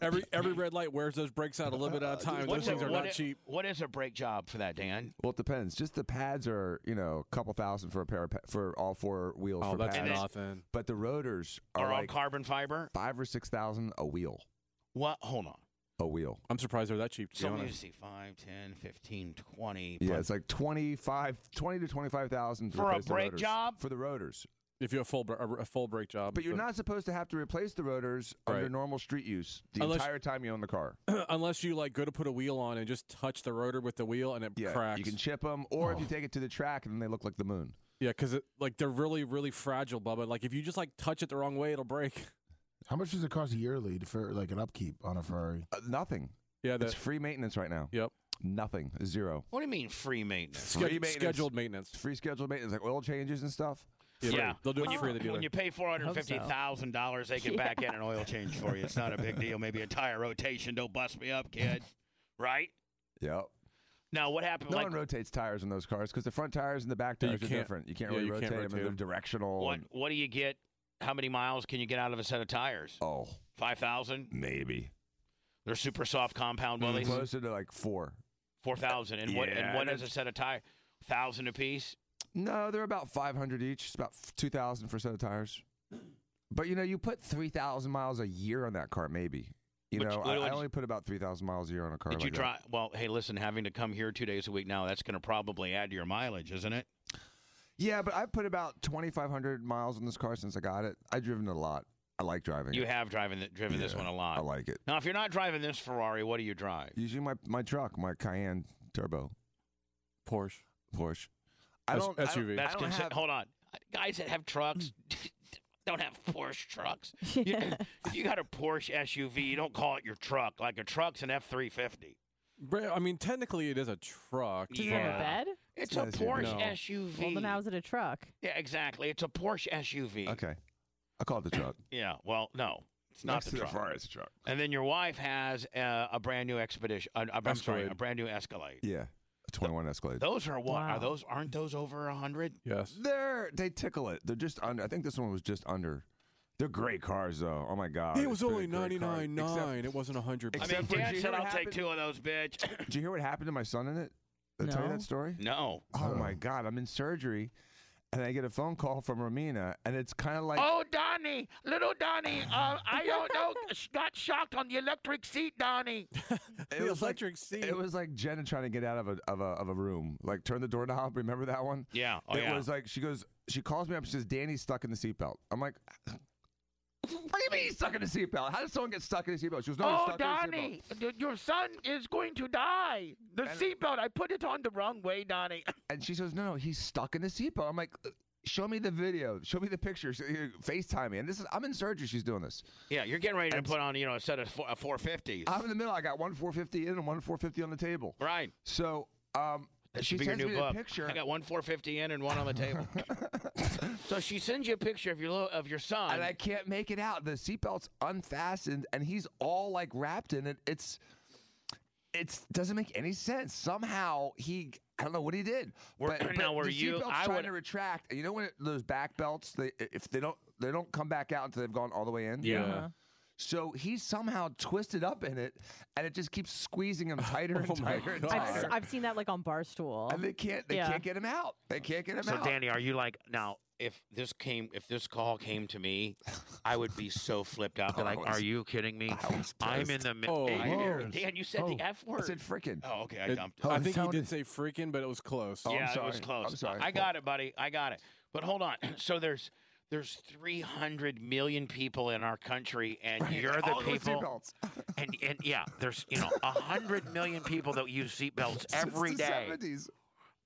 Speaker 6: every every red light wears those brakes out a little bit at a uh, time. Those
Speaker 1: What's a-
Speaker 6: things are
Speaker 1: what
Speaker 6: not
Speaker 1: i-
Speaker 6: cheap.
Speaker 1: What is a brake job for that, Dan?
Speaker 3: Well, it depends. Just the pads are, you know, a couple thousand for a pair of pa- for all four wheels.
Speaker 6: Oh,
Speaker 3: for
Speaker 6: that's
Speaker 3: pads.
Speaker 6: nothing.
Speaker 3: But the rotors are,
Speaker 1: Are all
Speaker 3: like
Speaker 1: carbon fiber?
Speaker 3: five or six thousand a wheel.
Speaker 1: What? Hold on.
Speaker 3: A wheel.
Speaker 6: I'm surprised they're that cheap.
Speaker 1: So when you see 5, 10, 15, 20.
Speaker 3: Yeah,
Speaker 1: but-
Speaker 3: it's like 25, 20 to twenty five thousand
Speaker 1: For a brake job?
Speaker 3: for the rotors.
Speaker 6: If you're a full br- a a full brake job,
Speaker 3: But you're
Speaker 6: the-
Speaker 3: not supposed to have to replace the rotors under
Speaker 6: Right.
Speaker 3: normal street use the
Speaker 6: Unless-
Speaker 3: entire time you own the car.
Speaker 6: unless you like go to put a wheel on and just touch the rotor with the wheel and it
Speaker 3: Yeah,
Speaker 6: cracks. Oh.
Speaker 3: you can chip them, or if you take it to the track and then they look like the moon.
Speaker 6: Yeah, because like they're really really fragile, Bubba. Like if you just like touch it the wrong way, it'll break.
Speaker 9: How much does it cost yearly to- for like an upkeep on a Ferrari?
Speaker 3: Uh, nothing.
Speaker 6: Yeah,
Speaker 3: that's free maintenance right now.
Speaker 6: Yep.
Speaker 3: Nothing. Zero.
Speaker 1: What do you mean free maintenance?
Speaker 3: Free maintenance.
Speaker 6: scheduled maintenance.
Speaker 3: Free scheduled maintenance, like oil changes and stuff.
Speaker 1: Yeah,
Speaker 6: they'll do it
Speaker 1: when you,
Speaker 6: free, the dealer.
Speaker 1: When you pay four hundred fifty thousand dollars, they can back in an oil change for you. It's not a big deal. Maybe a tire rotation. Don't bust me up, kid. Right
Speaker 3: Yep.
Speaker 1: now, what happened?
Speaker 3: No
Speaker 1: like,
Speaker 3: one rotates tires in those cars because the front tires and the back tires are
Speaker 6: can't-
Speaker 3: different. You can't
Speaker 6: yeah,
Speaker 3: really
Speaker 6: you
Speaker 3: rotate,
Speaker 6: can't
Speaker 3: them.
Speaker 6: rotate
Speaker 3: They're
Speaker 6: 'em.
Speaker 3: directional.
Speaker 1: what?
Speaker 3: and-
Speaker 1: What do you get? How many miles can you get out of a set of tires?
Speaker 3: Oh,
Speaker 1: five thousand.
Speaker 3: Maybe
Speaker 1: They're super soft compound
Speaker 3: Well,
Speaker 1: wheelies.
Speaker 3: closer to like four.
Speaker 1: Four thousand. And what?
Speaker 3: Yeah,
Speaker 1: And what
Speaker 3: and
Speaker 1: is a set of tire? Thousand apiece.
Speaker 3: No, they're about 500 each. It's about 2,000 for a set of tires. But you know, you put 3,000 miles a year on that car, maybe. You
Speaker 1: But
Speaker 3: know,
Speaker 1: you-
Speaker 3: I,
Speaker 1: what-
Speaker 3: I only put about 3,000 miles a year on a car.
Speaker 1: Did
Speaker 3: like
Speaker 1: you
Speaker 3: that.
Speaker 1: try? Well, hey, listen. Having to come here two days a week now, that's going to probably add to your mileage, isn't it?
Speaker 3: Yeah, but I've put about 2,500 miles on this car since I got it. I've driven it a lot. I like driving
Speaker 1: You
Speaker 3: it.
Speaker 1: have driven th- driven this
Speaker 3: Yeah,
Speaker 1: one a lot.
Speaker 3: I like it.
Speaker 1: Now, if you're not driving this Ferrari, what do you drive?
Speaker 3: Usually my, my truck, my Cayenne Turbo.
Speaker 6: Porsche.
Speaker 3: Porsche. I
Speaker 6: That's
Speaker 3: don't, I don't-
Speaker 6: SUV.
Speaker 3: I
Speaker 1: That's
Speaker 3: don't
Speaker 1: consi-
Speaker 3: have-
Speaker 1: hold on. Guys that have trucks don't have Porsche trucks. You, if you got a Porsche SUV, you don't call it your truck. Like a truck's an F three fifty.
Speaker 6: Bro, I mean, technically it is a truck.
Speaker 1: Does it have a
Speaker 6: but-
Speaker 1: bed? It's It's a not a Porsche
Speaker 6: No.
Speaker 1: SUV.
Speaker 5: Well, then how is it a
Speaker 3: Oh
Speaker 5: truck?
Speaker 1: Yeah, exactly. It's a Porsche SUV.
Speaker 3: Okay. I call it the truck.
Speaker 1: Yeah. Well, no, it's not
Speaker 3: Next
Speaker 1: the
Speaker 3: to
Speaker 1: truck.
Speaker 3: Ferrari, it's a truck.
Speaker 1: And then your wife has uh, a brand new expedition. Uh, I'm sorry,
Speaker 3: Escalade.
Speaker 1: a brand new Escalade.
Speaker 3: Yeah. A 21 Escalade.
Speaker 1: Those are what?
Speaker 3: Wow.
Speaker 1: Are those? Aren't those over a hundred?
Speaker 6: Yes.
Speaker 3: They're they tickle it. They're just under. I think this one was just under. They're great cars though. Oh my god.
Speaker 6: it was
Speaker 3: It's been
Speaker 6: only
Speaker 3: a great
Speaker 6: ninety
Speaker 3: car.
Speaker 6: nine nine.
Speaker 3: Except-
Speaker 6: It wasn't hundred.
Speaker 3: Except for
Speaker 1: Dan
Speaker 3: do you
Speaker 1: said
Speaker 3: hear
Speaker 1: I'll
Speaker 3: what
Speaker 1: take two of those, bitch.
Speaker 3: Did you hear what happened to my son in it? Did I tell you
Speaker 1: No.
Speaker 3: that story?
Speaker 1: No.
Speaker 3: Oh my god, I'm in surgery, and I get a phone call from Romina, and it's kind of like
Speaker 1: oh, Donnie, little Donnie, uh, I don't know, sh- got shocked on the electric seat, Donnie.
Speaker 3: it was electric like, It was like Jenna trying to get out of a of a of a room. Like turn the doorknob. Remember that one?
Speaker 1: Yeah. Oh,
Speaker 3: it
Speaker 1: yeah.
Speaker 3: was like she goes. She calls me up. She says Danny's stuck in the seatbelt. I'm like. What do you mean he's stuck in a seatbelt? How does someone get stuck in a seatbelt? She goes, no, he's
Speaker 1: oh,
Speaker 3: stuck in a seatbelt.
Speaker 1: Donnie, th- your son is going to die. The seatbelt, I put it on the wrong way, Donnie.
Speaker 3: And she says, no, no, he's stuck in the seatbelt. I'm like, "Uh, show me the video. Show me the picture. Sh- here, FaceTime me. And this is, I'm in surgery. She's doing this.
Speaker 1: Yeah, you're getting ready to put on, you know, a set of four, uh, 450s.
Speaker 3: I'm in the middle. I got one 450 in and one 450 on the table.
Speaker 1: Right.
Speaker 3: So, um,
Speaker 1: That
Speaker 3: she
Speaker 1: should be your
Speaker 3: sends
Speaker 1: new
Speaker 3: me the
Speaker 1: book.
Speaker 3: picture.
Speaker 1: I got one 450 in and one on the table. so she sends you a picture of your little, of your son.
Speaker 3: and I can't make it out. The seatbelt's unfastened, and he's all like wrapped in it. It's it's doesn't make any sense. Somehow he. I don't know what he did.
Speaker 1: Were-
Speaker 3: but, but
Speaker 1: now, were
Speaker 3: the
Speaker 1: you-
Speaker 3: seatbelt's
Speaker 1: I
Speaker 3: trying
Speaker 1: would-
Speaker 3: to retract. And you know when it, those back belts, they if they don't they don't come back out until they've gone all the way in.
Speaker 6: Yeah. Uh-huh.
Speaker 3: So he's somehow twisted up in it, and it just keeps squeezing him tighter and
Speaker 5: Oh my
Speaker 3: tighter and
Speaker 5: God. I've,
Speaker 3: tighter.
Speaker 5: s- I've seen that like on Barstool.
Speaker 3: and they can't they
Speaker 5: Yeah.
Speaker 3: can't get him out. They can't get him
Speaker 1: So
Speaker 3: out.
Speaker 1: Danny, are you like now? If this came, if this call came to me, I would be so flipped out. They're like, Oh, "Are you kidding me? I'm in the middle."
Speaker 6: Oh, whoa.
Speaker 1: Dan, you said the F word.
Speaker 3: I said frickin'.
Speaker 1: Oh, okay, I
Speaker 6: It-
Speaker 1: dumped it. Oh,
Speaker 6: I think he did say freaking, but it was close.
Speaker 1: yeah, it was close. I got it, buddy. I got it. But hold on. So there's there's 300 million people in our country, and you're the
Speaker 3: All those
Speaker 1: people.
Speaker 3: seatbelts.
Speaker 1: And and yeah, there's you know 100 million people that use seatbelts every
Speaker 6: the
Speaker 1: day.
Speaker 3: 70s.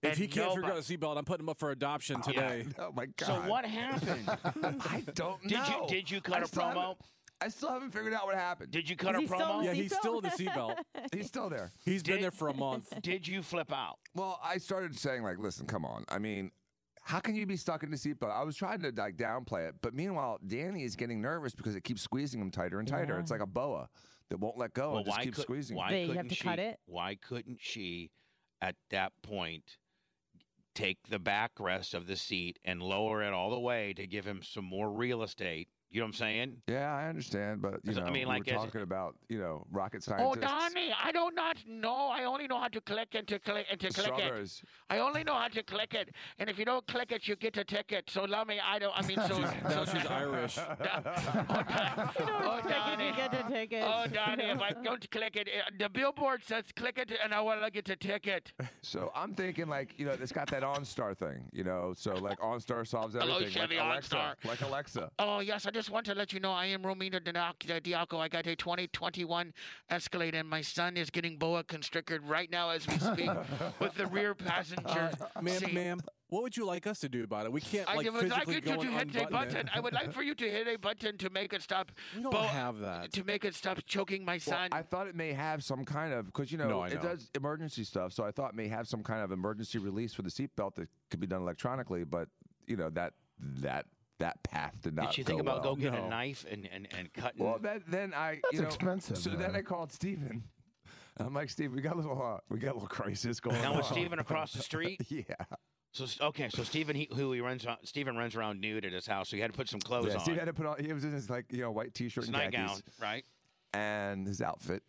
Speaker 6: If
Speaker 1: And
Speaker 6: he can't figure out
Speaker 1: nobody-
Speaker 6: a seatbelt, I'm putting him up for adoption today.
Speaker 3: Oh my god.
Speaker 1: So what happened?
Speaker 3: I don't
Speaker 1: Did you-
Speaker 3: know.
Speaker 1: did you cut
Speaker 3: I
Speaker 1: a
Speaker 3: still haven't-
Speaker 1: promo?
Speaker 3: I still haven't figured out what happened.
Speaker 1: Did you cut a promo?
Speaker 6: yeah, he's still in the seatbelt.
Speaker 3: He's still there.
Speaker 6: He's been there for a month.
Speaker 1: Did you flip out?
Speaker 3: Well, I started saying like, listen, come on. I mean, how can you be stuck in the seatbelt? I was trying to like downplay it, but meanwhile, Danny is getting nervous because it keeps squeezing him tighter and tighter.
Speaker 5: Yeah.
Speaker 3: It's like a boa that won't let go
Speaker 1: Well,
Speaker 3: and Oh, just
Speaker 1: why
Speaker 3: keeps
Speaker 1: could-
Speaker 3: squeezing.
Speaker 1: Why
Speaker 5: They have
Speaker 1: couldn't
Speaker 5: to
Speaker 1: she,
Speaker 5: cut it?
Speaker 1: Why couldn't she, at that point, take the backrest of the seat and lower it all the way to give him some more real estate You know what I'm saying?
Speaker 3: Yeah, I understand, but you
Speaker 1: So,
Speaker 3: know,
Speaker 1: I mean, like,
Speaker 3: we were
Speaker 1: it's-
Speaker 3: talking about you know
Speaker 6: Oh,
Speaker 3: rocket scientists.
Speaker 1: Oh, I do not know. I only know how to click and to click and to
Speaker 3: Strawberries.
Speaker 1: I only know how to click it, and if you don't click it, you get a ticket. So let me. I don't. I mean, so
Speaker 6: Now she's Irish.
Speaker 1: Oh, Donnie.
Speaker 5: you get a ticket.
Speaker 1: Oh, Donnie, if I don't click it, uh, the billboard says click it, and I want to get a ticket.
Speaker 3: So I'm thinking like you know it's got that OnStar thing, you know. So like OnStar solves
Speaker 1: Hello,
Speaker 3: everything.
Speaker 1: Chevy
Speaker 3: like Alexa,
Speaker 1: OnStar.
Speaker 3: Like Alexa.
Speaker 1: Oh, yes, I just want to let you know I am Romina Dinac- uh, Diaco. I got a 2021 Escalade, and my son is getting boa constricted right now as we speak with the rear passenger
Speaker 6: Uh, ma'am,
Speaker 1: seat.
Speaker 6: ma'am, what would you like us to do about it? We can't like
Speaker 1: I would like
Speaker 6: physically
Speaker 1: you
Speaker 6: go
Speaker 1: to, to
Speaker 6: and
Speaker 1: hit a
Speaker 6: unbutton it.
Speaker 1: button. I would like for you to hit a button to make it stop.
Speaker 6: We don't
Speaker 1: boa-
Speaker 6: have that.
Speaker 1: To make it stop choking my
Speaker 3: Well,
Speaker 1: son.
Speaker 3: I thought it may have some kind of because you know,
Speaker 6: No, I know.
Speaker 3: it does emergency stuff. So I thought it may have some kind of emergency release for the seatbelt that could be done electronically. But you know that that that path did not. go well. No.
Speaker 1: knife and, and, and cutting?
Speaker 3: Well, that, then I.
Speaker 1: That's
Speaker 3: you know,
Speaker 1: expensive,
Speaker 3: So
Speaker 1: man.
Speaker 3: then I called Steven. I'm like, Steve, we got a little, uh, we got a little crisis going on.
Speaker 1: Now with Steven across the street.
Speaker 3: yeah.
Speaker 1: So s- okay, so Steven he, who he runs around- Steven runs around nude at his house, so he had to put some clothes
Speaker 3: yeah,
Speaker 1: on.
Speaker 3: Steve had to put on. He was in his like you know white t-shirt
Speaker 1: his
Speaker 3: and
Speaker 1: nightgown,
Speaker 3: khakis
Speaker 1: right?
Speaker 3: and his outfit,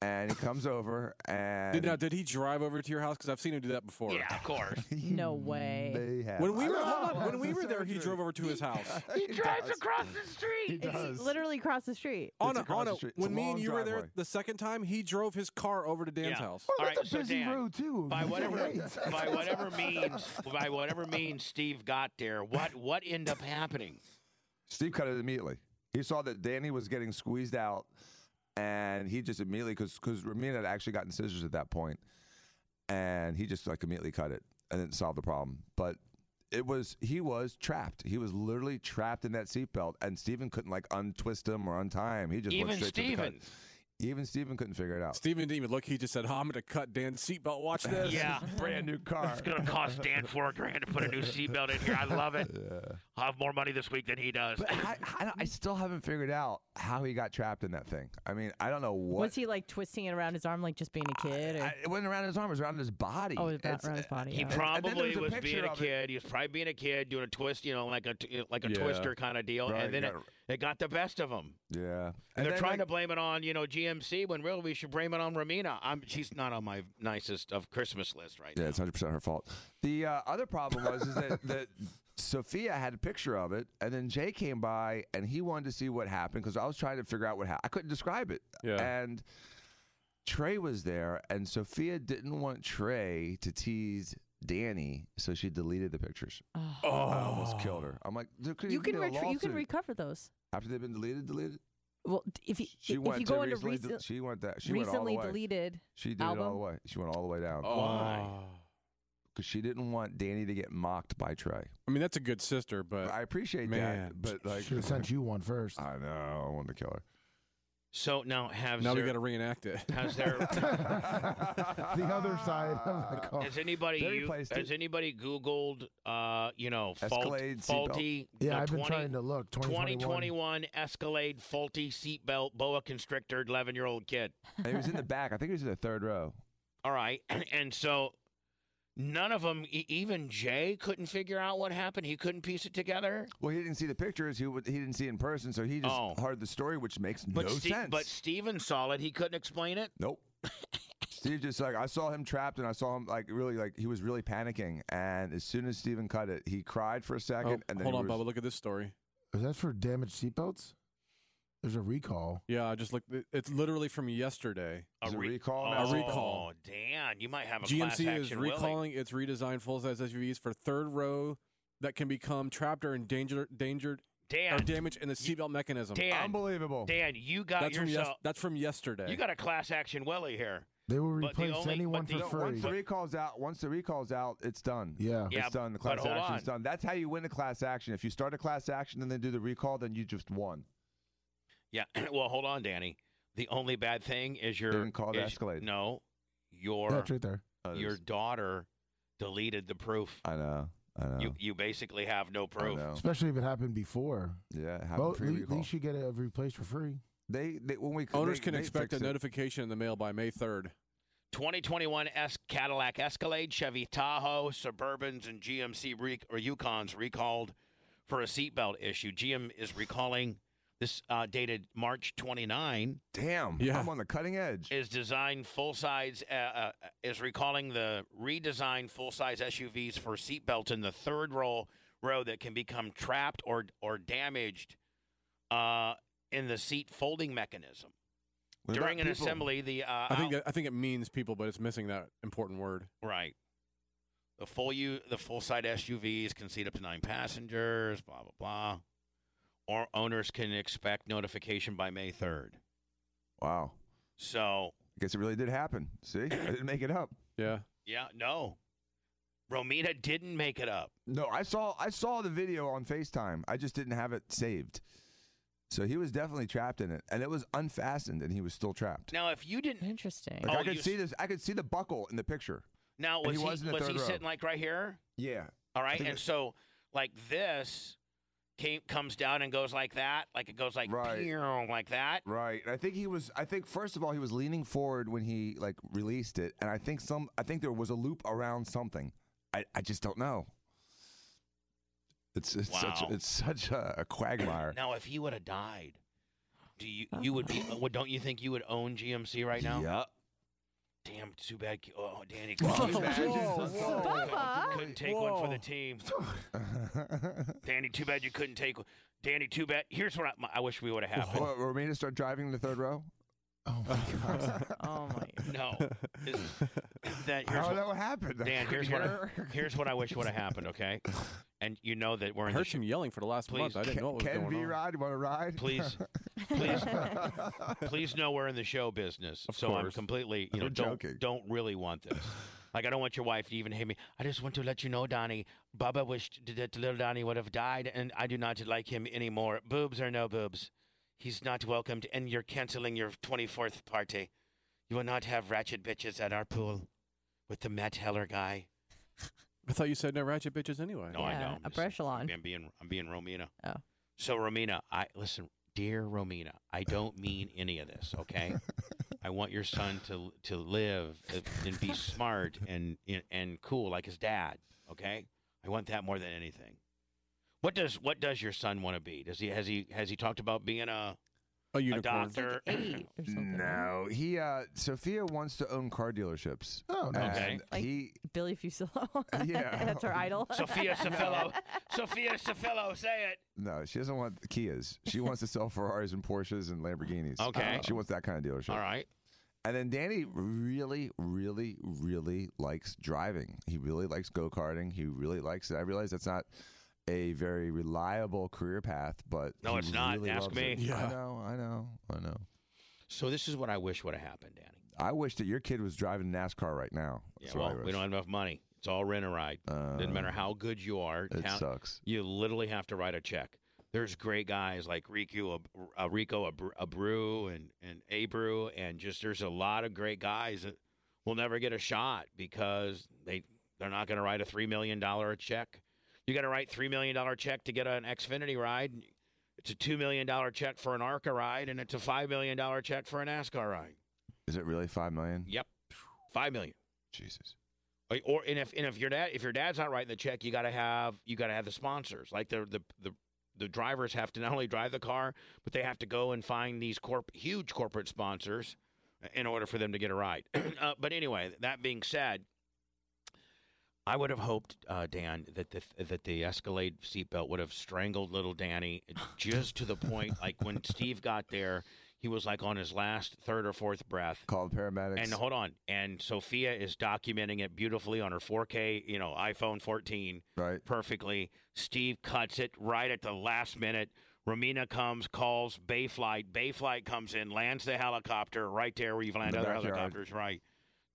Speaker 3: and he comes over and
Speaker 6: Did, now, did he drive over to your house? Because I've seen him do that before.
Speaker 1: Yeah, of course.
Speaker 5: No way.
Speaker 3: They have.
Speaker 6: When we were hold on, when we were there, he drove over to his house.
Speaker 1: He drives across the street.
Speaker 5: It's literally across the street.
Speaker 6: On a,
Speaker 3: across
Speaker 6: on
Speaker 3: the
Speaker 6: a,
Speaker 3: street. It's
Speaker 6: when
Speaker 3: a
Speaker 6: me
Speaker 3: long
Speaker 6: and you were there
Speaker 3: driveway.
Speaker 6: the second time, he drove his car over to Dan's
Speaker 1: Yeah.
Speaker 6: house.
Speaker 1: All right, so Dan,
Speaker 9: too.
Speaker 1: by
Speaker 9: You're
Speaker 1: whatever
Speaker 9: right.
Speaker 1: by whatever means by whatever means Steve got there, what what ended up happening?
Speaker 3: Steve cut it immediately. He saw that Danny was getting squeezed out, and he just immediately because because Ramin had actually gotten scissors at that point, and he just like immediately cut it and didn't solve the problem. But it was he was trapped. He was literally trapped in that seatbelt, and Steven couldn't like untwist him or untie him. He just
Speaker 1: Even
Speaker 3: went straight to the
Speaker 1: Steven.
Speaker 3: cut. Even Steven couldn't figure it out.
Speaker 6: Steven didn't even look. He just said, oh, "I'm going to cut Dan's seatbelt. Watch this."
Speaker 1: Yeah.
Speaker 3: Brand new car.
Speaker 1: It's gonna cost Dan four grand to put a new seatbelt in here. I love it. I'll have more money this week than he does.
Speaker 3: I, I, don't- I still haven't figured out how he got trapped in that thing. I mean, I don't know what.
Speaker 5: Was he like twisting it around his arm, like just being a kid? Or?
Speaker 3: I- it wasn't around his arm. It was around his body.
Speaker 5: Oh, it was about-
Speaker 3: It's- uh,
Speaker 5: around his body,
Speaker 1: He
Speaker 5: yeah.
Speaker 3: And then there
Speaker 1: probably
Speaker 3: was a
Speaker 1: was,
Speaker 3: picture
Speaker 1: being a
Speaker 3: of it.
Speaker 1: kid. He was probably being a kid doing a twist, you know, like a t- like a
Speaker 3: Yeah.
Speaker 1: twister kind of deal,
Speaker 3: Right,
Speaker 1: and then it,
Speaker 3: got it.
Speaker 1: it got the best of him.
Speaker 3: Yeah. And,
Speaker 1: And, they're
Speaker 3: then,
Speaker 1: trying
Speaker 3: like,
Speaker 1: to blame it on you know GMC when really we should blame it on Ramina. I'm she's not on my nicest of Christmas list right
Speaker 3: Yeah, it's hundred percent her fault. The uh, other problem was is that, that Sophia had a picture of it, and then Jay came by and he wanted to see what happened because I was trying to figure out what happened. I couldn't describe it.
Speaker 6: Yeah.
Speaker 3: And Trey was there, and Sophia didn't want Trey to tease Danny, so she deleted the pictures. Oh, I almost killed her. I'm like, there could
Speaker 5: you
Speaker 3: even
Speaker 5: can
Speaker 3: be a
Speaker 5: retrie- you can
Speaker 3: lawsuit.
Speaker 5: recover those.
Speaker 3: after they've been deleted. Deleted.
Speaker 5: Well, d- if you
Speaker 3: She
Speaker 5: if
Speaker 3: went
Speaker 5: you
Speaker 3: to
Speaker 5: go into
Speaker 3: recently.
Speaker 5: recent-
Speaker 3: de- she went that. She went all the
Speaker 5: recently
Speaker 3: way.
Speaker 5: deleted,
Speaker 3: She did it all
Speaker 5: album?
Speaker 3: the way. She went all the way down.
Speaker 1: Why?
Speaker 3: Because she didn't want Danny to get mocked by Trey.
Speaker 6: I mean, that's a good sister, but
Speaker 3: I appreciate
Speaker 6: man,
Speaker 3: that, but like,
Speaker 9: Should have sent you one first.
Speaker 3: I know. I wanted to kill her.
Speaker 1: So now have
Speaker 6: now we
Speaker 1: there,
Speaker 6: got to reenact it.
Speaker 1: has there
Speaker 9: the other side of the
Speaker 6: Oh,
Speaker 9: car.
Speaker 1: has anybody
Speaker 9: Very
Speaker 1: you,
Speaker 9: placed
Speaker 1: has anybody Googled uh you know fault,
Speaker 9: Escalade seatbelt.
Speaker 1: faulty
Speaker 9: Yeah,
Speaker 1: uh,
Speaker 9: I've been
Speaker 1: 20
Speaker 9: trying to look, 2021.
Speaker 1: 2021 Escalade faulty seatbelt boa constrictor 11 year old kid.
Speaker 3: And he was in the back. I think he was in the third row.
Speaker 1: All right. And so none of them, even Jay couldn't figure out what happened. He couldn't piece it together.
Speaker 3: Well, he didn't see the pictures. He w- he didn't see it in person, so he just
Speaker 1: Oh.
Speaker 3: heard the story, which makes
Speaker 1: But,
Speaker 3: no
Speaker 1: Ste-
Speaker 3: sense.
Speaker 1: but Steven saw it. He couldn't explain it.
Speaker 3: nope. Steve just like I saw him trapped, and I saw him like really like he was really panicking. And as soon as Steven cut it, he cried for a second,
Speaker 6: Oh,
Speaker 3: and then
Speaker 6: hold
Speaker 3: he
Speaker 6: on,
Speaker 3: was-
Speaker 6: Bubba. Look at this story.
Speaker 9: Is that for damaged seatbelts? There's a recall.
Speaker 6: Yeah, I just looked. it- It's literally from yesterday.
Speaker 3: Is it recall?
Speaker 6: A
Speaker 1: Oh,
Speaker 6: recall.
Speaker 1: Dan, you might have a class
Speaker 6: GMC
Speaker 1: action.
Speaker 6: is
Speaker 1: Willie.
Speaker 6: recalling its redesigned full-size SUVs for third row that can become trapped or endangered, endangered or
Speaker 1: Dan.
Speaker 6: damaged in the seatbelt mechanism.
Speaker 1: Dan.
Speaker 3: Unbelievable.
Speaker 1: Dan, you got
Speaker 6: That's from, yes-
Speaker 1: yourself.
Speaker 6: that's from yesterday.
Speaker 1: you got a class action Willie here.
Speaker 9: They will
Speaker 1: But the
Speaker 9: replace
Speaker 1: only-
Speaker 9: anyone
Speaker 1: but the-
Speaker 9: for
Speaker 1: No,
Speaker 9: free.
Speaker 3: Once the recall's out, once the recall's out, it's done.
Speaker 9: Yeah.
Speaker 1: Yeah,
Speaker 3: it's done. The
Speaker 1: but
Speaker 3: class
Speaker 1: hold
Speaker 3: action's
Speaker 1: on.
Speaker 3: done. That's how you win a class action. If you start a class action and then do the recall, then you just won.
Speaker 1: Yeah. well, hold on, Danny. The only bad thing is your
Speaker 3: Didn't call it
Speaker 1: is-
Speaker 3: Escalade.
Speaker 1: No, your
Speaker 9: Yeah, it's right there.
Speaker 1: your daughter deleted the proof.
Speaker 3: Uh, I know. I know.
Speaker 1: You you basically have no proof.
Speaker 9: Especially if it happened before.
Speaker 3: yeah, it happened
Speaker 9: Well, at least- at
Speaker 3: pre-recall.
Speaker 9: least you get it replaced for free.
Speaker 3: They, they when we
Speaker 6: Owners
Speaker 3: they-
Speaker 6: can
Speaker 3: they
Speaker 6: expect a
Speaker 3: fixed it.
Speaker 6: notification in the mail by May 3rd.
Speaker 1: 2021 S Cadillac Escalade, Chevy Tahoe, Suburbans, and GMC re- or Yukons recalled for a seatbelt issue. GM is recalling this uh, dated March 29.
Speaker 3: Damn.
Speaker 9: Mm-hmm.
Speaker 1: Yeah.
Speaker 3: I'm on the cutting edge.
Speaker 1: Is designed full size uh, uh, is recalling the redesigned full size SUVs for seatbelts in the third row row that can become trapped or or damaged uh, in the seat folding mechanism.
Speaker 14: What about
Speaker 1: During an
Speaker 14: people?
Speaker 1: assembly, the uh,
Speaker 14: I think
Speaker 1: out-
Speaker 14: that, I think it means people, but it's missing that important word.
Speaker 1: Right. The full you the full side SUVs can seat up to nine passengers, blah blah blah. Or owners can expect notification by May third.
Speaker 3: Wow.
Speaker 1: So
Speaker 3: I guess it really did happen. See? I didn't make it up.
Speaker 14: Yeah.
Speaker 1: yeah, no. Romita didn't make it up.
Speaker 3: No, I saw I saw the video on FaceTime. I just didn't have it saved. So he was definitely trapped in it. And it was unfastened and he was still trapped.
Speaker 1: Now if you didn't Interesting.
Speaker 3: Like I could see this I could see the buckle in the picture.
Speaker 1: now
Speaker 3: and
Speaker 1: was
Speaker 3: he
Speaker 1: he,
Speaker 3: was
Speaker 1: was
Speaker 3: in the
Speaker 1: he
Speaker 3: third row.
Speaker 1: sitting like right here?
Speaker 3: Yeah.
Speaker 1: All
Speaker 3: I
Speaker 1: right.
Speaker 3: think
Speaker 1: And
Speaker 3: it-
Speaker 1: so like this came comes down and goes like that. Like it goes like
Speaker 3: Right.
Speaker 1: "Pew," like that.
Speaker 3: Right. And I think he was I think first of all he was leaning forward when he like released it and I think some I think there was a loop around something. I, I just don't know. It's it's
Speaker 1: Wow.
Speaker 3: such it's such a, a quagmire.
Speaker 1: Now if he would have died, do you you would be would don't you think you would own GMC right now?
Speaker 3: Yeah.
Speaker 1: Damn, too bad. Oh, Danny.
Speaker 3: Whoa,
Speaker 1: couldn't take-
Speaker 3: whoa, whoa.
Speaker 5: Bubba?
Speaker 1: Couldn't take one for the team. Danny, too bad you couldn't take. Danny, too bad. Here's what I, my- I wish we would have happened.
Speaker 3: What, were we to start driving in the third row? Oh my god.
Speaker 1: Oh my. No. This- that,
Speaker 3: How would
Speaker 1: here's what,
Speaker 3: that would happen? That
Speaker 1: Dan, here's what, I,
Speaker 3: couldn't
Speaker 1: here's what I wish would have happened, okay? And you know that we're in the
Speaker 14: heard
Speaker 1: sh-
Speaker 14: some yelling for the last
Speaker 1: Please,
Speaker 14: month. I didn't know what was
Speaker 3: Ken
Speaker 14: going
Speaker 3: V
Speaker 14: on.
Speaker 3: Rod, you want to ride?
Speaker 1: Please. please know we're in the show business. so I'm
Speaker 14: course.
Speaker 1: completely, you know,
Speaker 14: You're
Speaker 1: don't
Speaker 14: joking.
Speaker 1: don't really want this. Like I don't want your wife to even hate me. I just want to let you know, Donnie, Bubba wished th- that little Donnie would have died, and I do not like him anymore. Boobs or no boobs, he's not welcomed, and you're canceling your 24th party. You will not have ratchet bitches at our pool with the Matt Heller guy.
Speaker 14: I thought you said no ratchet bitches anyway.
Speaker 1: No, I know. I'm
Speaker 5: A
Speaker 1: just-
Speaker 5: brush along.
Speaker 1: I'm being I'm being Romina. Oh. So Romina, I listen, dear Romina, I don't mean any of this, okay? I want your son to to live and be smart and and cool like his dad, okay? I want that more than anything. What does what does your son want to be? Does he has he has he talked about being a
Speaker 14: a,
Speaker 3: unicorn. It's
Speaker 1: doctor?
Speaker 3: No, he uh Sophia wants to own car dealerships. Oh,
Speaker 5: nice.
Speaker 1: Okay.
Speaker 5: Like
Speaker 3: he
Speaker 5: Billy Fusillo.
Speaker 3: Yeah.
Speaker 5: That's her idol.
Speaker 1: Sophia Sofillo. Sophia Sofillo, say it.
Speaker 3: no, she doesn't want the Kias. She wants to sell Ferraris and Porsches and Lamborghinis.
Speaker 1: Okay.
Speaker 3: she wants that kind of dealership.
Speaker 1: All right.
Speaker 3: And then Danny really, really, really likes driving. He really likes go karting. He really likes it. I realize that's not a very reliable career path, but
Speaker 1: No,
Speaker 3: he
Speaker 1: it's not.
Speaker 3: really
Speaker 1: Ask
Speaker 3: loves
Speaker 1: me.
Speaker 3: it. I know, I know, I know.
Speaker 1: So this is what I wish would have happened, Danny.
Speaker 3: I wish that your kid was driving NASCAR right now.
Speaker 1: Yeah,
Speaker 3: That's what I
Speaker 1: well,
Speaker 3: wish.
Speaker 1: we don't have enough money. It's all rent a ride. Doesn't matter how good you are.
Speaker 3: it sucks.
Speaker 1: You literally have to write a check. There's great guys like Riku, Ab- uh, Rico Abr- Abreu and and Abreu, and just there's a lot of great guys that will never get a shot because they they're not going to write a three million dollar check. You got to write three million dollar check to get an Xfinity ride. and It's a two million dollar check for an ARCA ride, and it's a five million dollar check for an NASCAR ride.
Speaker 3: Is it really five million?
Speaker 1: Yep, five million.
Speaker 3: Jesus.
Speaker 1: Or- Or and if and if your dad if your dad's not writing the check, you got to have you got to have the sponsors. Like the the the the drivers have to not only drive the car, but they have to go and find these corp huge corporate sponsors in order for them to get a ride. uh, but anyway, that being said, I would have hoped, uh, Dan, that the that the Escalade seatbelt would have strangled little Danny just to the point, like when Steve got there, he was like on his last third or fourth breath.
Speaker 3: Called paramedics.
Speaker 1: And hold on, and Sophia is documenting it beautifully on her 4K, you know, iPhone 14,
Speaker 3: right?
Speaker 1: Perfectly. Steve cuts it right at the last minute. Romina comes, calls Bayflight. Bayflight comes in, lands the helicopter right there where you've landed
Speaker 3: the
Speaker 1: other
Speaker 3: backyard.
Speaker 1: helicopters, right?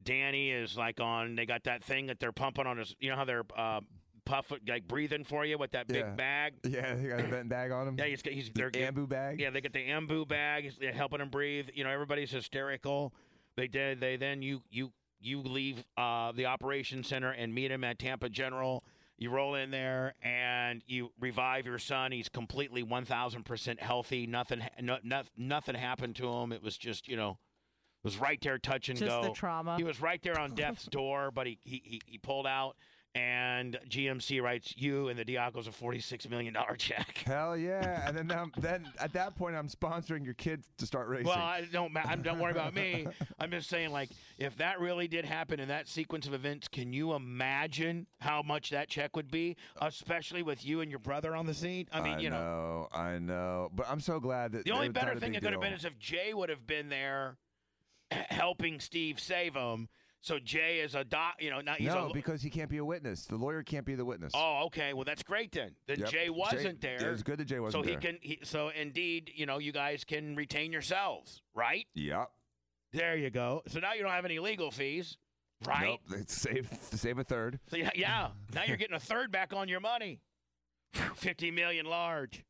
Speaker 1: Danny is like on. They got that thing that they're pumping on his. You know how they're uh, puff like breathing for you with that big
Speaker 3: Yeah.
Speaker 1: bag.
Speaker 3: Yeah, he got a vent bag on him.
Speaker 1: Yeah, he's, he's
Speaker 3: The
Speaker 1: they're
Speaker 3: ambu bag.
Speaker 1: Yeah, they get the ambu bag. He's they're helping him breathe. You know, everybody's hysterical. They did. They then you you you leave uh, the operations center and meet him at Tampa General. You roll in there and you revive your son. He's completely one thousand percent healthy. Nothing ha- no, no, nothing happened to him. It was just you know. It was right there, touch and
Speaker 5: Just
Speaker 1: go.
Speaker 5: the trauma.
Speaker 1: He was right there on death's door, but he, he he he pulled out, And GMC writes you and the Diacos a forty-six million dollar check.
Speaker 3: Hell yeah! And then now, then at that point, I'm sponsoring your kid to start racing.
Speaker 1: Well, I don't. Ma- I'm don't worry about me. I'm just saying, like, if that really did happen in that sequence of events, can you imagine how much that check would be, especially with you and your brother on the scene? I mean, you know,
Speaker 3: I know, but I'm so glad that
Speaker 1: the only
Speaker 3: they
Speaker 1: better
Speaker 3: decided
Speaker 1: thing
Speaker 3: they
Speaker 1: that could have been
Speaker 3: don't.
Speaker 1: is if Jay would have been there helping Steve save him. So Jay is a doc, you know, not he's
Speaker 3: no,
Speaker 1: a.
Speaker 3: because he can't be a witness. The lawyer can't be the witness.
Speaker 1: Oh, okay. Well, that's great then. That
Speaker 3: Yep.
Speaker 1: Jay
Speaker 3: Jay-
Speaker 1: wasn't there.
Speaker 3: it was good that Jay wasn't
Speaker 1: so
Speaker 3: there.
Speaker 1: he can. He, so indeed, you know, you guys can retain yourselves, right?
Speaker 3: Yep.
Speaker 1: There you go. So now you don't have any legal fees, right?
Speaker 3: Nope. It's Save save a third.
Speaker 1: So yeah, yeah. now you're getting a third back on your money. Phew, Fifty million large.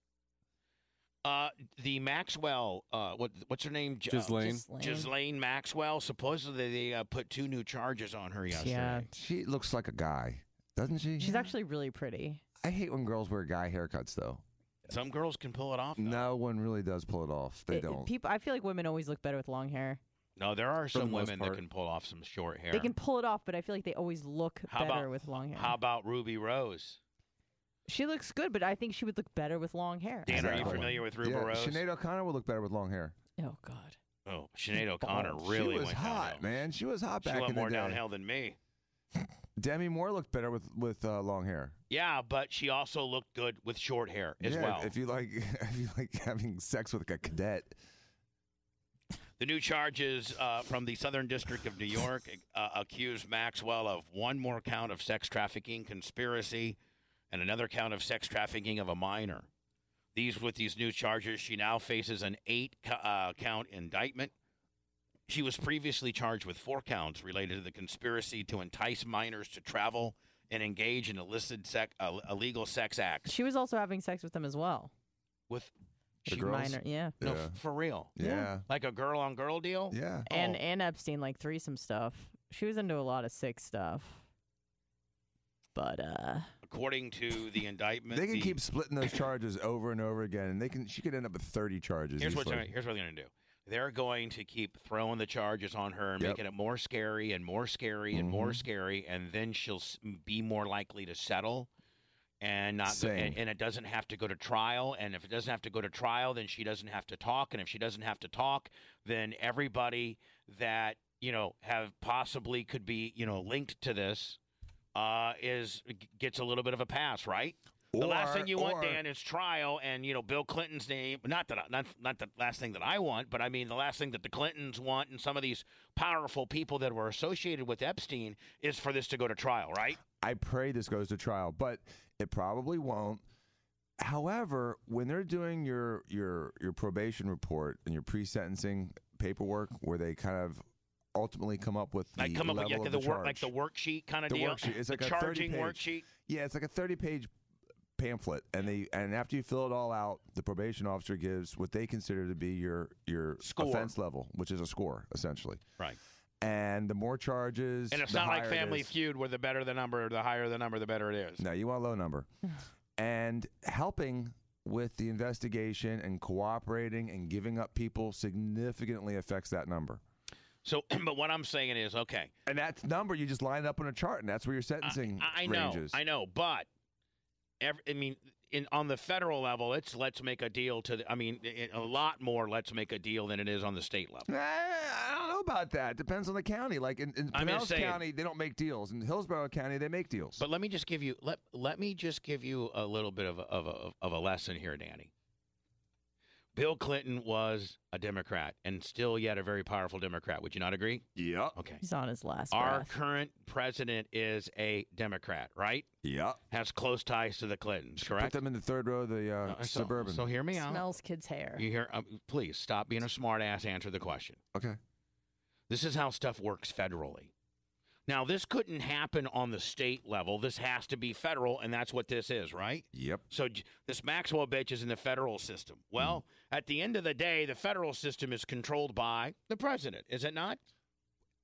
Speaker 1: Uh, the Maxwell, uh, what what's her name? J- uh,
Speaker 14: Ghislaine. Ghislaine.
Speaker 1: Ghislaine Maxwell. Supposedly they uh, put two new charges on her yesterday.
Speaker 3: She looks like a guy, doesn't she?
Speaker 5: She's actually really pretty.
Speaker 3: I hate when girls wear guy haircuts, though.
Speaker 1: Some girls can pull it off.
Speaker 3: No one really does pull it off. They
Speaker 5: It- it-
Speaker 3: don't.
Speaker 5: People, I feel like women always look better with long hair.
Speaker 1: No, there are
Speaker 3: For the
Speaker 1: some
Speaker 3: most
Speaker 1: women that
Speaker 3: part.
Speaker 1: can pull off some short hair.
Speaker 5: They can pull it off, but I feel like they always look
Speaker 1: How
Speaker 5: better
Speaker 1: about-
Speaker 5: with long hair.
Speaker 1: How about Ruby Rose?
Speaker 5: she looks good, but I think she would look better with long hair.
Speaker 1: Dan, are you
Speaker 3: Exactly.
Speaker 1: familiar with Ruby
Speaker 3: yeah,
Speaker 1: Rose?
Speaker 3: Sinead O'Connor would look better with long hair.
Speaker 5: Oh God.
Speaker 1: oh, Sinead O'Connor
Speaker 3: She
Speaker 1: really
Speaker 3: was
Speaker 1: went
Speaker 3: hot,
Speaker 1: downhill.
Speaker 3: man. She was hot
Speaker 1: She
Speaker 3: back
Speaker 1: went
Speaker 3: in the
Speaker 1: more
Speaker 3: day.
Speaker 1: downhill than me.
Speaker 3: Demi Moore looked better with with uh, long hair.
Speaker 1: Yeah, but she also looked good with short hair as
Speaker 3: yeah,
Speaker 1: well.
Speaker 3: If you like, if you like having sex with a cadet,
Speaker 1: The new charges uh, from the Southern District of New York uh, accuse Maxwell of one more count of sex trafficking, conspiracy, and another count of sex trafficking of a minor. These with these new charges, she now faces an eight co- uh, count indictment. She was previously charged with four counts related to the conspiracy to entice minors to travel and engage in illicit sec- uh, illegal sex acts.
Speaker 5: She was also having sex with them as well.
Speaker 1: With
Speaker 5: The girls? minor, yeah.
Speaker 1: No,
Speaker 5: Yeah.
Speaker 1: f- for real.
Speaker 5: Yeah.
Speaker 1: Like a girl on girl deal? Oh.
Speaker 3: Yeah.
Speaker 5: And and Epstein like threesome stuff. She was into a lot of sick stuff. But uh
Speaker 1: According to the indictment,
Speaker 3: they can
Speaker 1: the-
Speaker 3: keep splitting those charges over and over again, and they can. She could end up with thirty charges.
Speaker 1: Here's what
Speaker 3: easily.
Speaker 1: they're, here's what they're going to do. They're going to keep throwing the charges on her and making it more scary and more scary and
Speaker 3: Mm-hmm.
Speaker 1: more scary, and then she'll s- be more likely to settle. And not go,
Speaker 3: Same.
Speaker 1: and, and it doesn't have to go to trial. And if it doesn't have to go to trial, then she doesn't have to talk. And if she doesn't have to talk, then everybody that you know have possibly could be you know linked to this uh, is g- gets a little bit of a pass, right? the last
Speaker 17: Or-
Speaker 1: thing you want,
Speaker 17: or-
Speaker 1: Dan, is trial, and you know Bill Clinton's name. Not that I- not not the last thing that I want, but I mean the last thing that the Clintons want, and some of these powerful people that were associated with Epstein is for this to go to trial, right?
Speaker 3: I pray this goes to trial, but it probably won't. However, when they're doing your your your probation report and your pre-sentencing paperwork, where they kind of ultimately come up with the
Speaker 1: Like come up with
Speaker 3: level
Speaker 1: like
Speaker 3: of
Speaker 1: the,
Speaker 3: the,
Speaker 1: work like the
Speaker 3: charge.
Speaker 1: worksheet kind of
Speaker 3: The
Speaker 1: deal.
Speaker 3: worksheet. It's like
Speaker 1: the
Speaker 3: a
Speaker 1: charging
Speaker 3: 30
Speaker 1: worksheet.
Speaker 3: page- Yeah, it's like a thirty-page pamphlet, and they and after you fill it all out, the probation officer gives what they consider to be your your
Speaker 1: Score.
Speaker 3: offense level, which is a score essentially.
Speaker 1: Right.
Speaker 3: And the more charges,
Speaker 1: And it's
Speaker 3: the
Speaker 1: not like
Speaker 3: higher it
Speaker 1: Family
Speaker 3: is.
Speaker 1: Feud, where the better the number, the higher the number, the better it is.
Speaker 3: No, you want a low number. and helping with the investigation and cooperating and giving up people significantly affects that number.
Speaker 1: So, but what I'm saying is, okay,
Speaker 3: And that number you just line up on a chart, and that's where your sentencing
Speaker 1: I, I know,
Speaker 3: Mm, ranges.
Speaker 1: I know, but every, I mean, in on the federal level, it's let's make a deal to. The, I mean, i a a lot more let's make a deal than it is on the state level.
Speaker 3: Eh, I don't know about that. Depends on the county. Like in, in
Speaker 1: I'm just
Speaker 3: Pinellas
Speaker 1: saying.
Speaker 3: County, they don't make deals. In Hillsborough County, they make deals.
Speaker 1: But let me just give you let let me just give you a little bit of a, of a, of a lesson here, Danny. Bill Clinton was a Democrat and still yet a very powerful Democrat. Would you not agree?
Speaker 3: Yeah.
Speaker 1: Okay.
Speaker 5: he's on his last
Speaker 1: Our
Speaker 5: breath.
Speaker 1: current president is a Democrat, right?
Speaker 3: Yeah.
Speaker 1: Has close ties to the Clintons, correct?
Speaker 3: Put them in the third row of the uh,
Speaker 1: Uh, so-
Speaker 3: suburban.
Speaker 1: So hear me out.
Speaker 5: Smells kids' hair.
Speaker 1: You hear? Um, please stop being a smartass. Answer the question.
Speaker 3: Okay.
Speaker 1: This is how stuff works federally. Now, this couldn't happen on the state level. This has to be federal, and that's what this is, right?
Speaker 3: Yep.
Speaker 1: So j- this Maxwell bitch is in the federal system. Well,
Speaker 3: Mm-hmm.
Speaker 1: at the end of the day, the federal system is controlled by the president, is it not?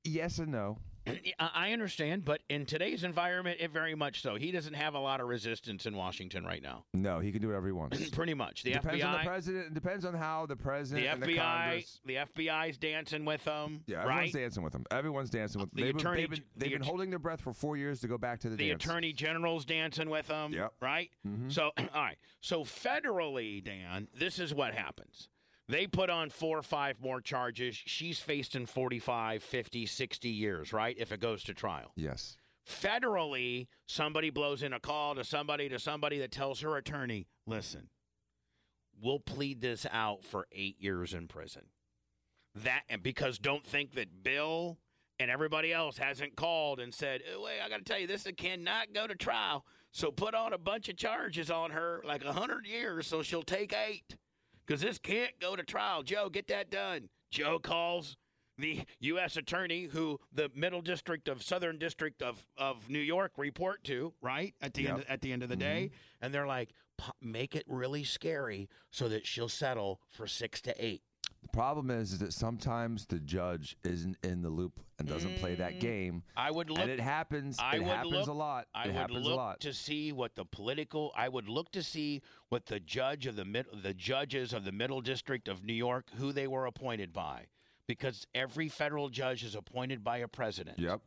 Speaker 3: Yes and no.
Speaker 1: I I understand, but in today's environment, it very much so. He doesn't have a lot of resistance in Washington right now.
Speaker 3: No, he can do whatever he wants.
Speaker 1: Pretty much, the
Speaker 3: depends on the
Speaker 1: FBI,
Speaker 3: president. It depends on how the
Speaker 1: the
Speaker 3: president and the Congress.
Speaker 1: FBI, the FBI's dancing with them.
Speaker 3: Yeah, everyone's
Speaker 1: right.
Speaker 3: dancing with them. Everyone's dancing with
Speaker 1: The
Speaker 3: them. They've, been-
Speaker 1: attorney-
Speaker 3: they've been,
Speaker 1: the
Speaker 3: they've been
Speaker 1: att-
Speaker 3: holding their breath for four years to go back to the,
Speaker 1: the
Speaker 3: dance. Mm-hmm.
Speaker 1: attorney general's dancing with them, right? So, all right. So federally, Dan, this is what happens. They put on four or five more charges. She's faced in 45, 50, 60 years, right? If it goes to trial.
Speaker 3: Yes.
Speaker 1: Federally, somebody blows in a call to somebody to somebody that tells her attorney, "Listen, we'll plead this out for 8 years in prison." That and because don't think that Bill and everybody else hasn't called and said, "Oh, "Wait, I got to tell you, this cannot go to trial." So put on a bunch of charges on her, like a hundred years, so she'll take eight, because this can't go to trial. Joe, get that done. Joe calls the U.S. attorney, who the Middle District of Southern District of, of New York report to, right at the end
Speaker 17: Yep.
Speaker 1: at the end of the day, and they're like, "P- make it really scary so that she'll settle for six to eight.
Speaker 3: The problem is, is that sometimes the judge isn't in the loop and doesn't play that game.
Speaker 1: Mm. I would look.
Speaker 3: And it happens.
Speaker 1: I
Speaker 3: it
Speaker 1: would
Speaker 3: happens
Speaker 1: look-
Speaker 3: a lot.
Speaker 1: I
Speaker 3: it
Speaker 1: would
Speaker 3: happens
Speaker 1: look
Speaker 3: a lot.
Speaker 1: to see what the political. I would look to see what the judge of the middle, the judges of the Middle District of New York, who they were appointed by, because every federal judge is appointed by a president.
Speaker 3: Yep.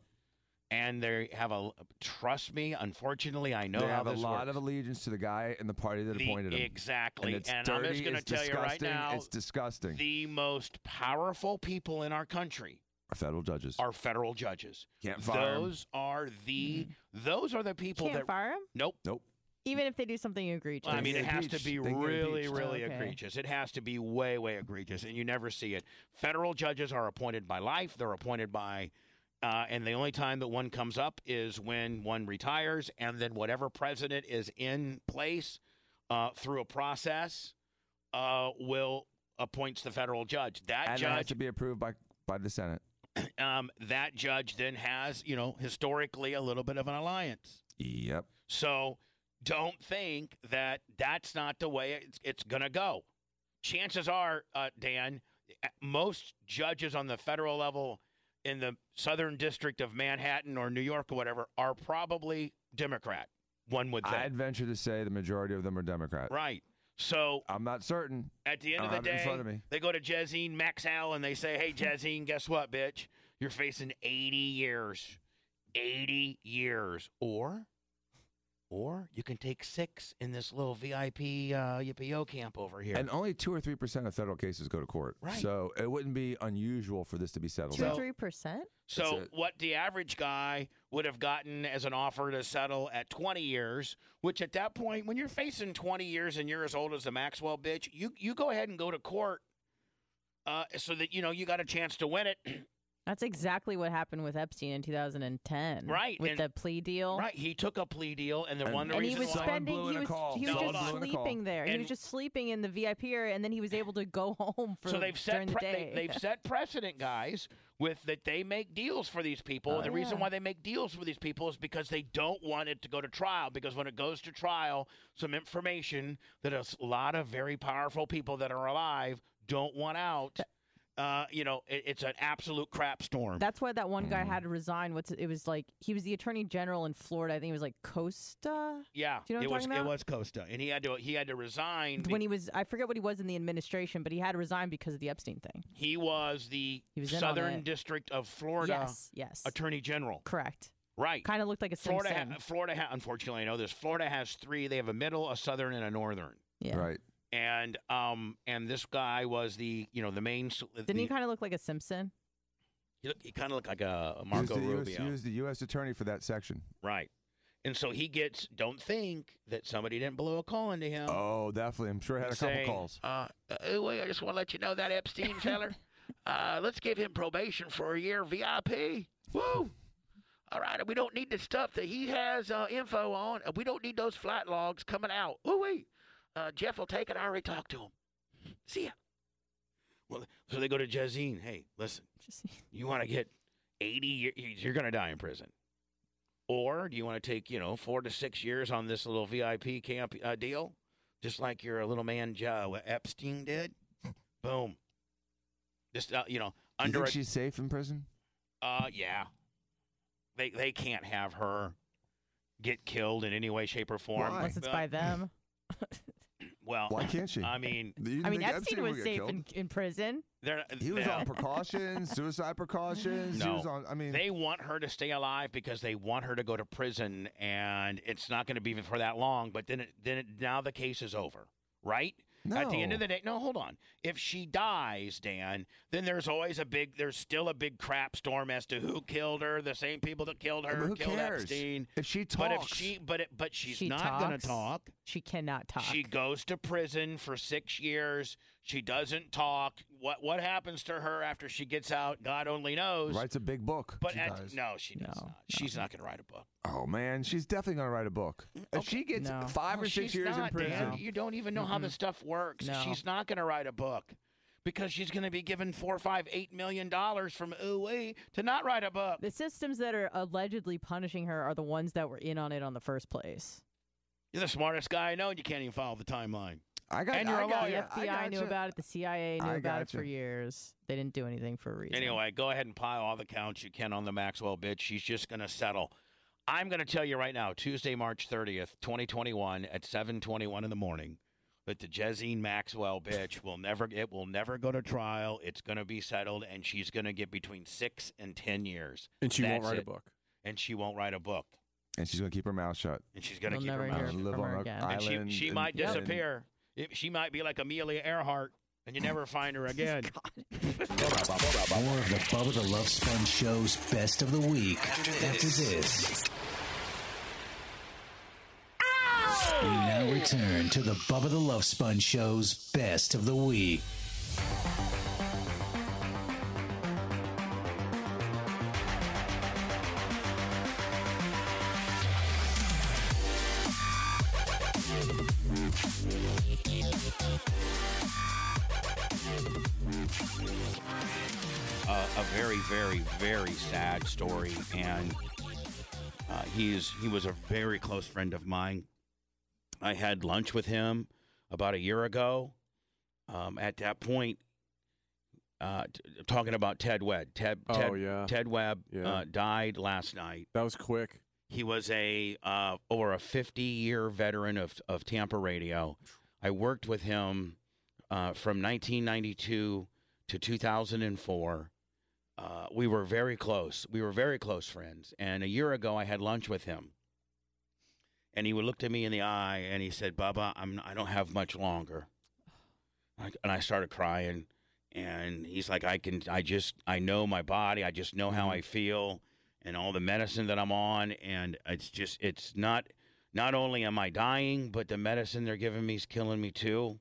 Speaker 1: And they have a. Trust me. Unfortunately, I know
Speaker 3: they
Speaker 1: how
Speaker 3: have a
Speaker 1: this
Speaker 3: lot
Speaker 1: works.
Speaker 3: of allegiance to the guy and the party that
Speaker 1: The-
Speaker 3: appointed him.
Speaker 1: exactly.
Speaker 3: And, it's
Speaker 1: And I'm
Speaker 3: dirty,
Speaker 1: just gonna
Speaker 3: it's
Speaker 1: tell you right
Speaker 3: disgusting,
Speaker 1: now,
Speaker 3: it's disgusting.
Speaker 1: The most powerful people in our country
Speaker 3: Our federal judges.
Speaker 1: are federal judges.
Speaker 3: Can't fire 'em.
Speaker 1: those are the those are the people
Speaker 5: Mm-hmm. Can't
Speaker 1: that
Speaker 5: fire 'em?
Speaker 1: Nope.
Speaker 3: Nope.
Speaker 5: Even if they do something egregious.
Speaker 1: I mean, it has to be really, really
Speaker 5: Okay.
Speaker 1: egregious. It has to be way, way egregious, and you never see it. Federal judges are appointed by life; they're appointed by, uh, and the only time that one comes up is when one retires, and then whatever president is in place uh, through a process uh, will appoints the federal judge. That
Speaker 3: and it has
Speaker 1: judge
Speaker 3: to be approved by by the Senate.
Speaker 1: um, that judge then has, you know, historically a little bit of an alliance.
Speaker 3: Yep.
Speaker 1: So don't think that that's not the way it's, it's going to go. Chances are, uh, Dan, uh, most judges on the federal level in the Southern District of Manhattan or New York or whatever are probably Democrat. One would think,
Speaker 3: I'd venture to say the majority of them are Democrat.
Speaker 1: right? So
Speaker 3: I'm not certain.
Speaker 1: At the end
Speaker 3: I
Speaker 1: of
Speaker 3: don't
Speaker 1: the
Speaker 3: have it
Speaker 1: day,
Speaker 3: in front of me.
Speaker 1: they go to Jezine Maxwell and they say, "Hey, Jezine, guess what, bitch? You're facing 80 years, 80 years, or, or you can take six in this little VIP uh, UPO camp over here."
Speaker 3: And only two or three percent of federal cases go to court.
Speaker 1: Right.
Speaker 3: So it wouldn't be unusual for this to be settled.
Speaker 5: Two
Speaker 3: out.
Speaker 5: three percent.
Speaker 1: so, what the average guy would have gotten as an offer to settle at 20 years, which at that point, when you're facing 20 years and you're as old as the Maxwell bitch, you you go ahead and go to court, uh, so that you know you got a chance to win it.
Speaker 5: That's exactly what happened with Epstein in 2010.
Speaker 1: Right,
Speaker 5: With
Speaker 1: and-
Speaker 5: the plea deal.
Speaker 1: Right, he took a plea deal, and the one
Speaker 5: and he
Speaker 1: reason
Speaker 5: was
Speaker 1: why
Speaker 5: spending. He was, he was
Speaker 1: Someone
Speaker 5: just
Speaker 1: blew in a call.
Speaker 5: sleeping there. he
Speaker 1: And
Speaker 5: was just sleeping in the VIP area, and then he was able to go home for
Speaker 1: so they've
Speaker 5: during
Speaker 1: set
Speaker 5: the
Speaker 1: pre-
Speaker 5: day.
Speaker 1: they, have set precedent, guys, with that they make deals for these people.
Speaker 5: Oh,
Speaker 1: and the reason
Speaker 5: yeah.
Speaker 1: why they make deals for these people is because they don't want it to go to trial. Because when it goes to trial, some information that a s- lot of very powerful people that are alive don't want out. Uh, you know, it, it's an absolute crap storm.
Speaker 5: That's why that one guy had to resign. What's it was like? He was the attorney general in Florida. I think it was like Costa.
Speaker 1: yeah,
Speaker 5: Do you know what
Speaker 1: it
Speaker 5: I'm
Speaker 1: was
Speaker 5: talking about?
Speaker 1: it was Costa, and he had to he had to resign
Speaker 5: when he was, I forget what he was in the administration, but he had to resign because of the Epstein thing.
Speaker 1: He was the
Speaker 5: He was in on
Speaker 1: Southern
Speaker 5: it.
Speaker 1: District of Florida
Speaker 5: Yes, yes.
Speaker 1: Attorney General.
Speaker 5: Correct.
Speaker 1: Right.
Speaker 5: Kind of looked like a Sim
Speaker 1: Florida,
Speaker 5: Sim.
Speaker 1: ha- Florida, ha- unfortunately, I know this. Florida has three. They have a middle, a southern, and a northern.
Speaker 5: Yeah.
Speaker 3: Right.
Speaker 1: And um, and this guy was the you know the main. s-
Speaker 5: Didn't he
Speaker 1: the-
Speaker 5: kind of look like a Simpson?
Speaker 1: He, look- he kind of looked like a a
Speaker 3: He was
Speaker 1: Marco
Speaker 3: the US
Speaker 1: Rubio.
Speaker 3: he was the U.S. attorney for that section.
Speaker 1: Right. And so he gets. Don't think that somebody didn't blow a call into him.
Speaker 3: Oh, definitely. I'm sure I had a
Speaker 1: saying,
Speaker 3: couple calls.
Speaker 1: Uh, uh, wait, I just want to let you know that Epstein feller. uh, let's give him probation for a year VIP. Woo! All right, we don't need the stuff that he has uh, info on. Uh, We don't need those flight logs coming out. Oh wait, uh, Jeff will take it. I already talked to him. See ya. Well, so they go to Jezine. Hey, listen, you want to get eighty years? You're gonna die in prison. Or do you want to take, you know, four to six years on this little VIP camp uh, deal, just like your little man Joe Epstein did? Boom. Just uh, you know,
Speaker 3: Do you
Speaker 1: under
Speaker 3: think
Speaker 1: a,
Speaker 3: she's safe in prison?
Speaker 1: uh, yeah, They they can't have her get killed in any way, shape, or form.
Speaker 5: Unless it's
Speaker 1: Uh,
Speaker 5: by them.
Speaker 1: Well,
Speaker 3: Why can't she?
Speaker 1: I mean,
Speaker 5: I mean, Epstein was safe in, in prison.
Speaker 1: They're,
Speaker 3: He was
Speaker 1: they're-
Speaker 3: on precautions, suicide precautions. He
Speaker 1: No.
Speaker 3: was on. I mean,
Speaker 1: they want her to stay alive because they want her to go to prison, and it's not going to be for that long. But then, it, then it, now the case is over, right? At the end of the day, no, hold on. If she dies, Dan, then there's always a big, there's still a big crap storm as to who killed her. The same people that killed her
Speaker 3: but who
Speaker 1: killed
Speaker 3: cares?
Speaker 1: Epstein.
Speaker 3: If she
Speaker 1: but if
Speaker 3: talks.
Speaker 1: she, but it, but she's
Speaker 5: she
Speaker 1: not going
Speaker 5: talks.
Speaker 1: to talk.
Speaker 5: She cannot talk.
Speaker 1: She goes to prison for six years. She doesn't talk. What what happens to her after she gets out? God only knows.
Speaker 3: Writes a big book.
Speaker 1: But
Speaker 3: She
Speaker 1: at-
Speaker 3: does.
Speaker 1: no, she does not. She's not going to write a book.
Speaker 3: Oh man, she's definitely gonna write a book. If she gets
Speaker 1: No.
Speaker 3: five
Speaker 1: No,
Speaker 3: or six
Speaker 1: she's
Speaker 3: years in
Speaker 1: not, Dan.
Speaker 3: prison,
Speaker 1: You don't even know how this stuff works.
Speaker 3: No.
Speaker 1: She's not going to write a book because she's going to be given four, five, eight million dollars from ooh to not write a book.
Speaker 5: The systems that are allegedly punishing her are the ones that were in on it on the first place.
Speaker 1: You're the smartest guy I know, and you can't even follow the timeline.
Speaker 3: I got.
Speaker 1: And you're
Speaker 5: The
Speaker 1: a lawyer.
Speaker 5: FBI knew about it. The CIA knew
Speaker 1: I
Speaker 5: about it for
Speaker 1: gotcha.
Speaker 5: years. They didn't do anything for a reason.
Speaker 1: Anyway, go ahead and pile all the counts you can on the Maxwell bitch. She's just going to settle. I'm going to tell you right now, Tuesday, March 30th, 2021, at 7:21 in the morning, that the Jezine Maxwell bitch will never it will never go to trial. It's going to be settled, and she's going to get between six and ten years.
Speaker 14: And she won't
Speaker 1: That's
Speaker 14: write a
Speaker 1: it.
Speaker 14: book.
Speaker 1: And she won't write a book.
Speaker 3: and she's gonna keep her mouth shut.
Speaker 1: And she's gonna
Speaker 3: We'll
Speaker 1: keep
Speaker 3: never
Speaker 1: her mouth
Speaker 3: hear
Speaker 1: shut.
Speaker 3: Live from on her a again.
Speaker 1: And she
Speaker 3: island
Speaker 1: she
Speaker 3: in-
Speaker 1: might
Speaker 3: Yep.
Speaker 1: disappear. It- She might be like Amelia Earhart, and you never find her again.
Speaker 2: More of the Bubba the Love Sponge Show's best of the week after this. We now return to the Bubba the Love Sponge Show's best of the week.
Speaker 1: uh, a very, very, very sad story, and uh, he's he was a very close friend of mine. I had lunch with him about a year ago. Um, at that point, uh, t- talking about Ted Webb. Ted,
Speaker 14: Oh,
Speaker 1: Ted,
Speaker 14: yeah.
Speaker 1: Ted Webb
Speaker 14: Yeah.
Speaker 1: uh, died last night.
Speaker 14: That was quick.
Speaker 1: He was a uh, over a 50 year veteran of, of Tampa radio. I worked with him uh, from 1992 to 2004. Uh, we were very close. We were very close friends. And a year ago, I had lunch with him. And he would looked at me in the eye and he said, Bubba, I'm, I don't have much longer. I, and I started crying. And he's like, I can, I just, I know my body. I just know how I feel and all the medicine that I'm on. And it's just, it's not, not only am I dying, but the medicine they're giving me is killing me too.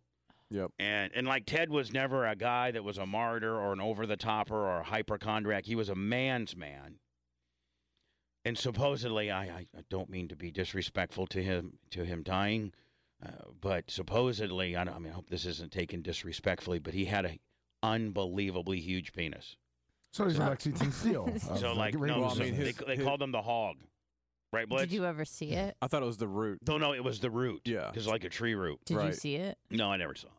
Speaker 14: Yep.
Speaker 1: And, and like Ted was never a guy that was a martyr or an over the topper or a hypochondriac. He was a man's man and supposedly I, I I don't mean to be disrespectful to him to him dying uh, but supposedly I, don't, I mean I hope this isn't taken disrespectfully but he had a unbelievably huge penis
Speaker 9: So he's Lexington Steel. of,
Speaker 1: so
Speaker 9: uh,
Speaker 1: like
Speaker 9: radio
Speaker 1: no
Speaker 9: stations.
Speaker 1: so they, they called him the hog right Blitz?
Speaker 5: Did you ever see it?
Speaker 14: I thought it was the root.
Speaker 1: no no it was the root
Speaker 14: Yeah.
Speaker 1: because like a tree root
Speaker 5: Did you see it?
Speaker 1: no I never saw it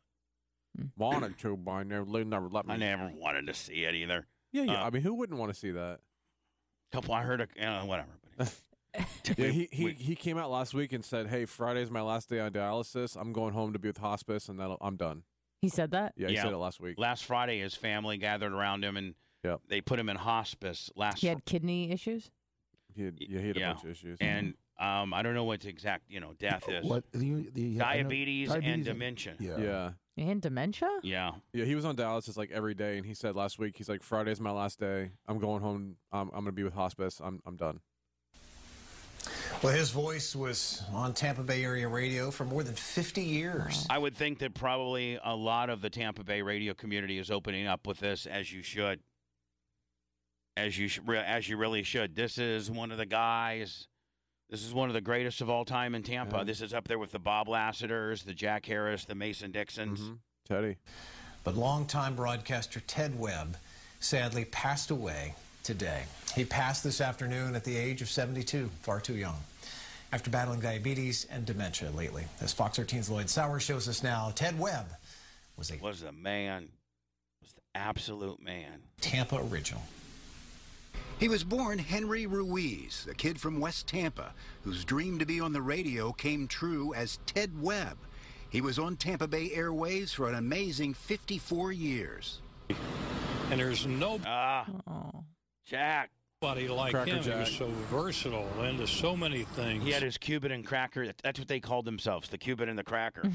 Speaker 14: Wanted to, but I never, they never let me.
Speaker 1: I never wanted to see it either
Speaker 14: Yeah, yeah.
Speaker 1: Uh,
Speaker 14: I mean, who wouldn't want to see that?
Speaker 1: couple I heard a, uh, whatever
Speaker 14: yeah, he, he, he came out last week and said, "Hey, Friday's my last day on dialysis. I'm going home to be with hospice, and that'll, I'm done."
Speaker 5: He said that?
Speaker 14: Yeah, he said it last week.
Speaker 1: last Friday his family gathered around him and they put him in hospice last
Speaker 5: He had kidney issues?
Speaker 14: He had, yeah, he had
Speaker 1: Yeah.
Speaker 14: a bunch of issues.
Speaker 1: and um, I don't know what the exact you know death is.
Speaker 9: What the, the, I know-
Speaker 1: Diabetes, and
Speaker 14: diabetes and-
Speaker 1: dementia.
Speaker 14: yeah. yeah,
Speaker 5: And dementia?
Speaker 1: yeah,
Speaker 14: yeah. He was on dialysis like every day, and he said last week, he's like, "Friday's my last day. I'm going home. I'm, I'm gonna be with hospice. I'm, I'm done."
Speaker 2: Well, his voice was on Tampa Bay area radio for more than 50 years.
Speaker 1: I would think that probably a lot of the Tampa Bay radio community is opening up with this, as you should, as you sh- re- as you really should. This is one of the guys. This is one of the greatest of all time in Tampa. This is up there with the Bob Lassiters, the Jack Harris, the Mason Dixons.
Speaker 14: Teddy.
Speaker 2: But longtime broadcaster Ted Webb sadly passed away today. He passed this afternoon at the age of 72, far too young, after battling diabetes and dementia lately. As Fox 13's Lloyd Sauer shows us now, Ted Webb was a
Speaker 1: Was the man, was the absolute man.
Speaker 2: Tampa original.
Speaker 18: He was born Henry Ruiz, a kid from West Tampa whose dream to be on the radio came true as Ted Webb. He was on Tampa Bay Airways for an amazing 54 years.
Speaker 19: And there's no
Speaker 1: Ah, Jack.
Speaker 19: Nobody like
Speaker 1: Cracker
Speaker 19: him. He
Speaker 1: Jack.
Speaker 19: was so versatile into so many things.
Speaker 1: He had his Cuban and cracker. That's what they called themselves, the Cuban and the cracker.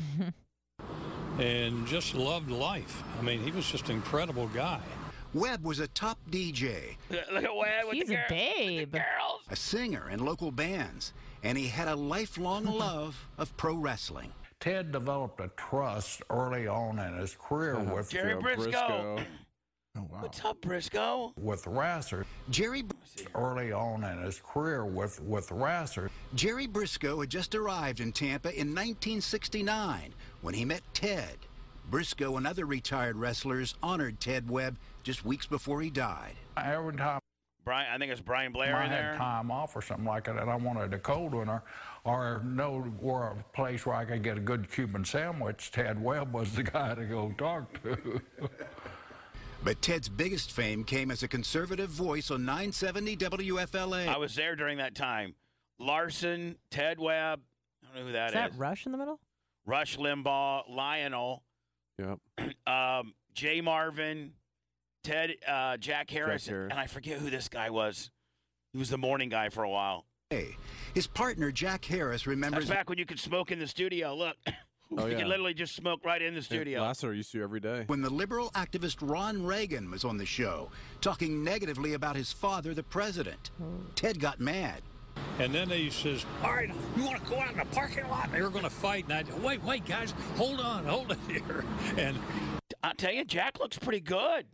Speaker 19: and just loved life. I mean, he was just an incredible guy.
Speaker 18: Webb was a top DJ,
Speaker 1: Look at Webb with the girl.
Speaker 5: babe.
Speaker 18: a singer in local bands, and he had a lifelong love of pro wrestling.
Speaker 20: Ted developed a trust early on in his career with Oh,
Speaker 1: Jerry Uh-huh. Joe Briscoe. Briscoe. What's up, Briscoe?
Speaker 20: With Rasser.
Speaker 18: Jerry
Speaker 20: early on in his career with with Rasser.
Speaker 18: Jerry Briscoe had just arrived in Tampa in 1969 when he met Ted. Briscoe and other retired wrestlers honored Ted Webb just weeks before he died.
Speaker 20: Every time
Speaker 1: Brian, I think it's Brian Blair
Speaker 20: I
Speaker 1: in
Speaker 20: had
Speaker 1: there.
Speaker 20: time off or something like that, and I wanted a cold winter or no or a place where I could get a good Cuban sandwich, Ted Webb was the guy to go talk to.
Speaker 18: But Ted's biggest fame came as a conservative voice on 970 WFLA.
Speaker 1: I was there during that time. Larson, Ted Webb. I don't know who
Speaker 5: Is that Rush in the middle?
Speaker 1: Rush Limbaugh, Lionel,
Speaker 6: Yep.
Speaker 1: um, Jay Marvin, Ted, uh, Jack Harris,
Speaker 18: Harris.
Speaker 1: and I forget who this guy was. He was the morning guy for a while.
Speaker 18: His partner Jack Harris
Speaker 1: That's
Speaker 18: remembers
Speaker 1: back when you could smoke in the studio. Look,
Speaker 18: Oh,
Speaker 1: you
Speaker 18: yeah.
Speaker 1: could literally just smoke right in the studio.
Speaker 18: Lasseter used to every day. When the liberal activist Ron Reagan was on the show, talking negatively about his father, the president,
Speaker 5: Oh.
Speaker 18: Ted got mad.
Speaker 19: And then he says, All right, you want to go out in the parking lot? And they were going to fight. And I wait, wait, guys, hold on, hold on here. And
Speaker 1: I tell you, Jack looks pretty good.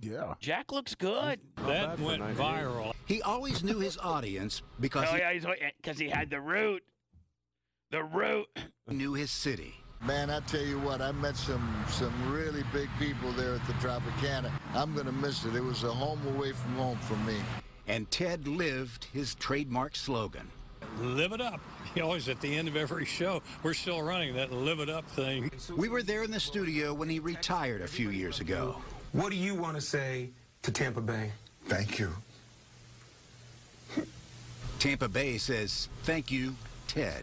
Speaker 18: Yeah.
Speaker 1: Jack looks good.
Speaker 19: that went viral.
Speaker 18: He always knew his audience because
Speaker 1: oh
Speaker 18: he
Speaker 1: yeah, he's because he had the root. The root.
Speaker 18: knew his city.
Speaker 21: Man, I tell you what, I met some some really big people there at the Tropicana. I'm gonna miss it. It was a home away from home for me.
Speaker 18: And Ted lived his trademark slogan.
Speaker 19: Live it up. He always, at the end of every show, we're still running that live it up thing.
Speaker 18: We were there in the studio when he retired a few years ago.
Speaker 22: What do you want to say to Tampa Bay?
Speaker 18: Thank you. Tampa Bay says, thank you, Ted.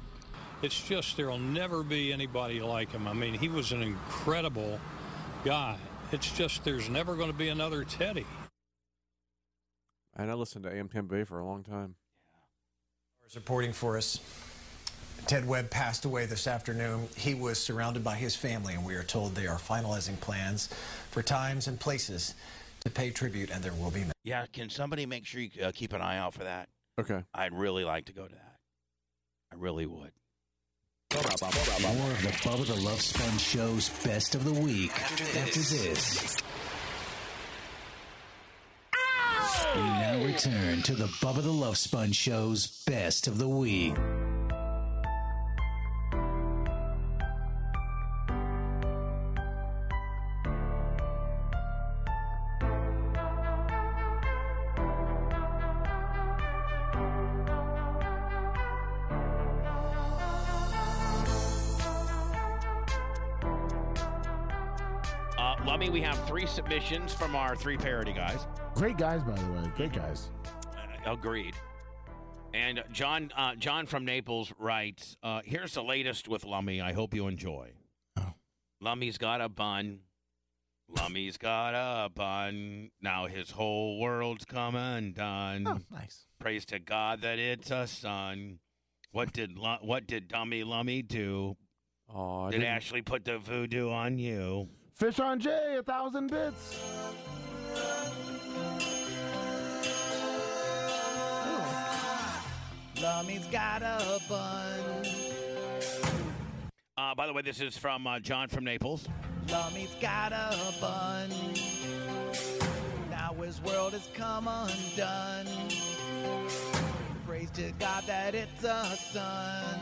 Speaker 19: It's just there'll never be anybody like him. I mean, he was an incredible guy. It's just there's never going to be another Teddy.
Speaker 6: And I listened to AM Tampa Bay for a long time.
Speaker 17: is reporting for us. Ted Webb passed away this afternoon. He was surrounded by his family, and we are told they are finalizing plans for times and places to pay tribute, and there will be.
Speaker 1: Yeah, can somebody make sure you uh, keep an eye out for that?
Speaker 6: Okay.
Speaker 1: I'd really like to go to that. I really would.
Speaker 2: More of the Bubba the Love Sponge Show's best of the week after this. We now return to the Bubba the Love Sponge Show's best of the week.
Speaker 1: Uh, Lummy, we have three submissions from our three parody guys.
Speaker 9: Great guys, by the way. Great guys.
Speaker 1: Agreed. And uh, John, uh, John from Naples writes, uh, "Here's the latest with Lummy. I hope you enjoy.
Speaker 9: Oh.
Speaker 1: Lummy's got a bun. Lummy's got a bun. Now his whole world's come undone.
Speaker 9: Oh, nice.
Speaker 1: Praise to God that it's a son. What did Lu- what did Dummy Lummy do?
Speaker 6: Oh,
Speaker 1: did Ashley put the voodoo on you?
Speaker 9: Fish on Jay, a thousand bits.
Speaker 23: Lummy's got a bun.
Speaker 1: Uh, by the way, this is from uh, John from Naples.
Speaker 23: Lummy's got a bun. Now his world has come undone. Praise to God that it's a son.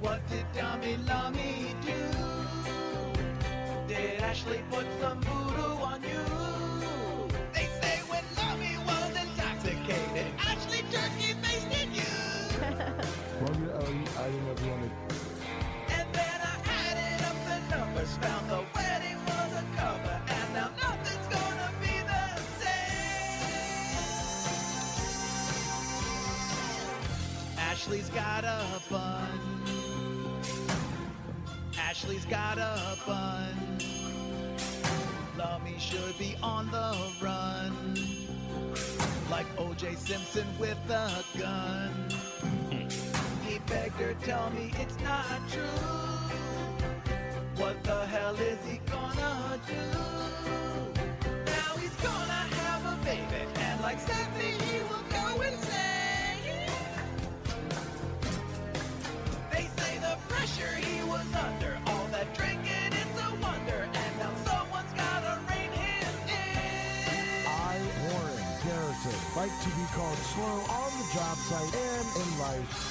Speaker 23: What did Dummy Lummy do? Did Ashley put some voodoo on you? They say when Lummy was intoxicated, Ashley turkey basted you.
Speaker 9: Want me to- oh, you- I didn't know if you wanted.
Speaker 23: And then I added up the numbers, found the wedding was a cover, and now nothing's gonna be the same.
Speaker 24: Ashley's got a bun. Ashley's got a bun. Lummy should be on the run. Like OJ Simpson with a gun. He begged her, tell me it's not true. What the hell is he gonna do? Now he's gonna have a baby, and like Stephanie, he will go insane. They say the pressure he was under, all that drinking, it's a wonder, and now someone's gotta rein him in.
Speaker 25: I, Warren Garrison, like to be called slow on the job site and in life.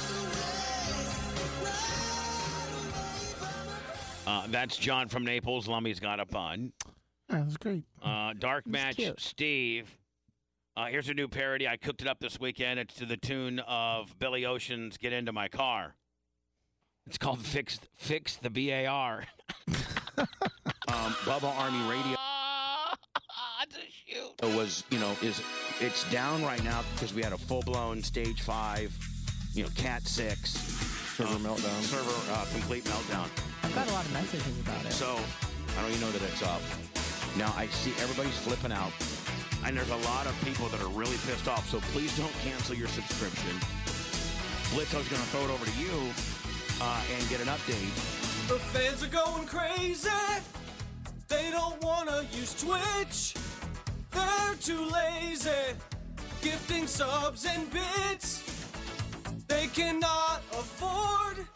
Speaker 1: Uh, that's John from Naples. Lummy's got a bun.
Speaker 9: Yeah, that's great.
Speaker 1: Uh, dark match, Steve. Uh, here's a new parody. I cooked it up this weekend. It's to the tune of Billy Ocean's "Get Into My Car." It's called "Fix Fix the BAR." um, Bubba Army Radio Ah, was, you know, is it's down right now because we had a full blown stage five, you know, cat six server meltdown, server uh, complete meltdown.
Speaker 5: I've got a lot of messages about it.
Speaker 1: So I don't even know that it's up. Now I see everybody's flipping out, and there's a lot of people that are really pissed off. So please don't cancel your subscription. Blitzo's going to throw it over to you uh, and get an update.
Speaker 23: The fans are going crazy. They don't wanna use Twitch. They're too lazy. Gifting subs and bits. They cannot afford.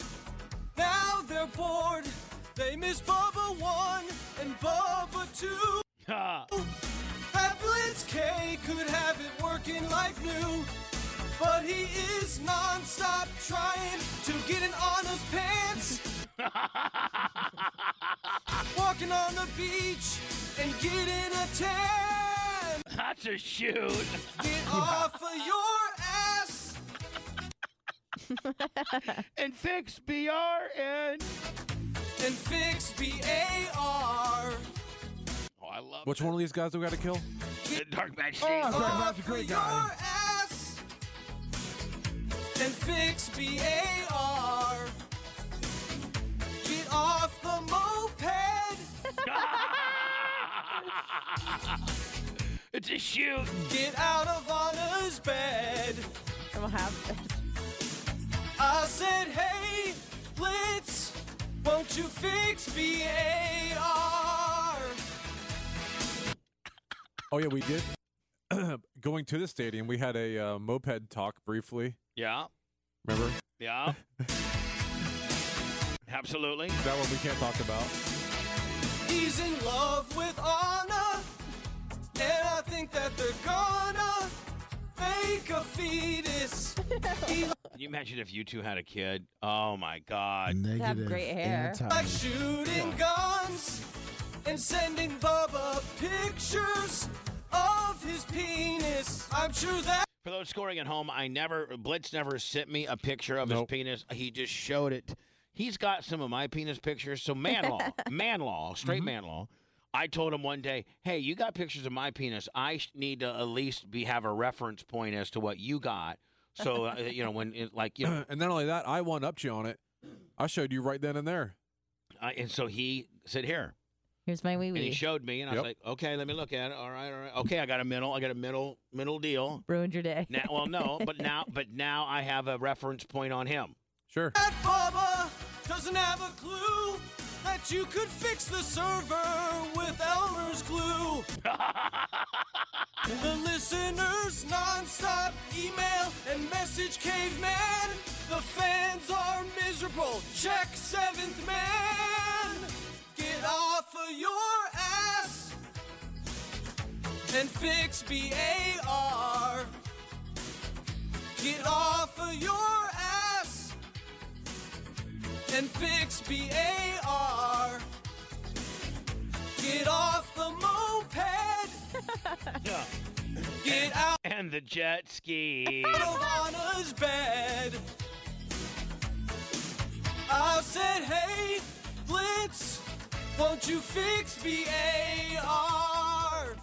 Speaker 23: Now they're bored. They miss Bubba 1 and Bubba 2. At Blitz K could have it working like new. But he is non-stop trying to get an honest pants. Walking on the beach and getting a tan.
Speaker 1: That's a shoot.
Speaker 23: Get off of your ass.
Speaker 1: and fix BRN.
Speaker 23: And fix BAR.
Speaker 1: Oh, I love
Speaker 14: Which one of these guys do we got to kill?
Speaker 1: Dark Match
Speaker 23: Get
Speaker 14: Oh, Dark
Speaker 23: off
Speaker 14: Match is a great
Speaker 23: of
Speaker 14: guy.
Speaker 23: your ass. And fix BAR. Get off the moped.
Speaker 1: it's a shoot.
Speaker 23: Get out of Anna's bed. I said, hey, Blitz, won't you fix BAR?
Speaker 14: Oh yeah, we did. Going to the stadium, we had a uh, moped talk briefly.
Speaker 1: Yeah,
Speaker 14: Remember
Speaker 1: yeah. Absolutely.
Speaker 14: that one we can't talk about.
Speaker 23: He's in love with Anna, and I think that they're gonna make a fetus. He
Speaker 1: Can you imagine if you two had a kid? Oh my God.
Speaker 23: Negative
Speaker 5: great
Speaker 23: hair. like shooting guns and sending Bubba pictures of his penis. I'm sure that.
Speaker 1: For those scoring at home, I never Blitz never sent me a picture of his penis. He just showed it. He's got some of my penis pictures. So man law, man law, straight man law. I told him one day, "Hey, you got pictures of my penis. I sh- need to at least be have a reference point as to what you got." So uh, you know when it, like you know,
Speaker 14: and not only that, I one upped you on it. I showed you right then and there.
Speaker 1: I, and so he said, "Here,"
Speaker 5: Here's my wee
Speaker 1: and he
Speaker 5: wee.
Speaker 1: showed me, and I was
Speaker 5: Yep.
Speaker 1: like, "Okay, let me look at it. All right, all right. Okay, I got a middle. I got a middle middle deal."
Speaker 5: Ruined your day.
Speaker 1: Now, well, no, but now, but now I have a reference point on him.
Speaker 14: Sure.
Speaker 23: That Bubba doesn't have a clue that you could fix the server with Elmer's glue. the listeners non-stop email and message caveman. The fans are miserable. Check seventh man. Get off of your ass and fix BAR. Get off of your ass and fix BAR. Get off the moped. Get out
Speaker 1: and the jet ski.
Speaker 23: of Anna's bed. I said, hey, Blitz, won't you fix BAR?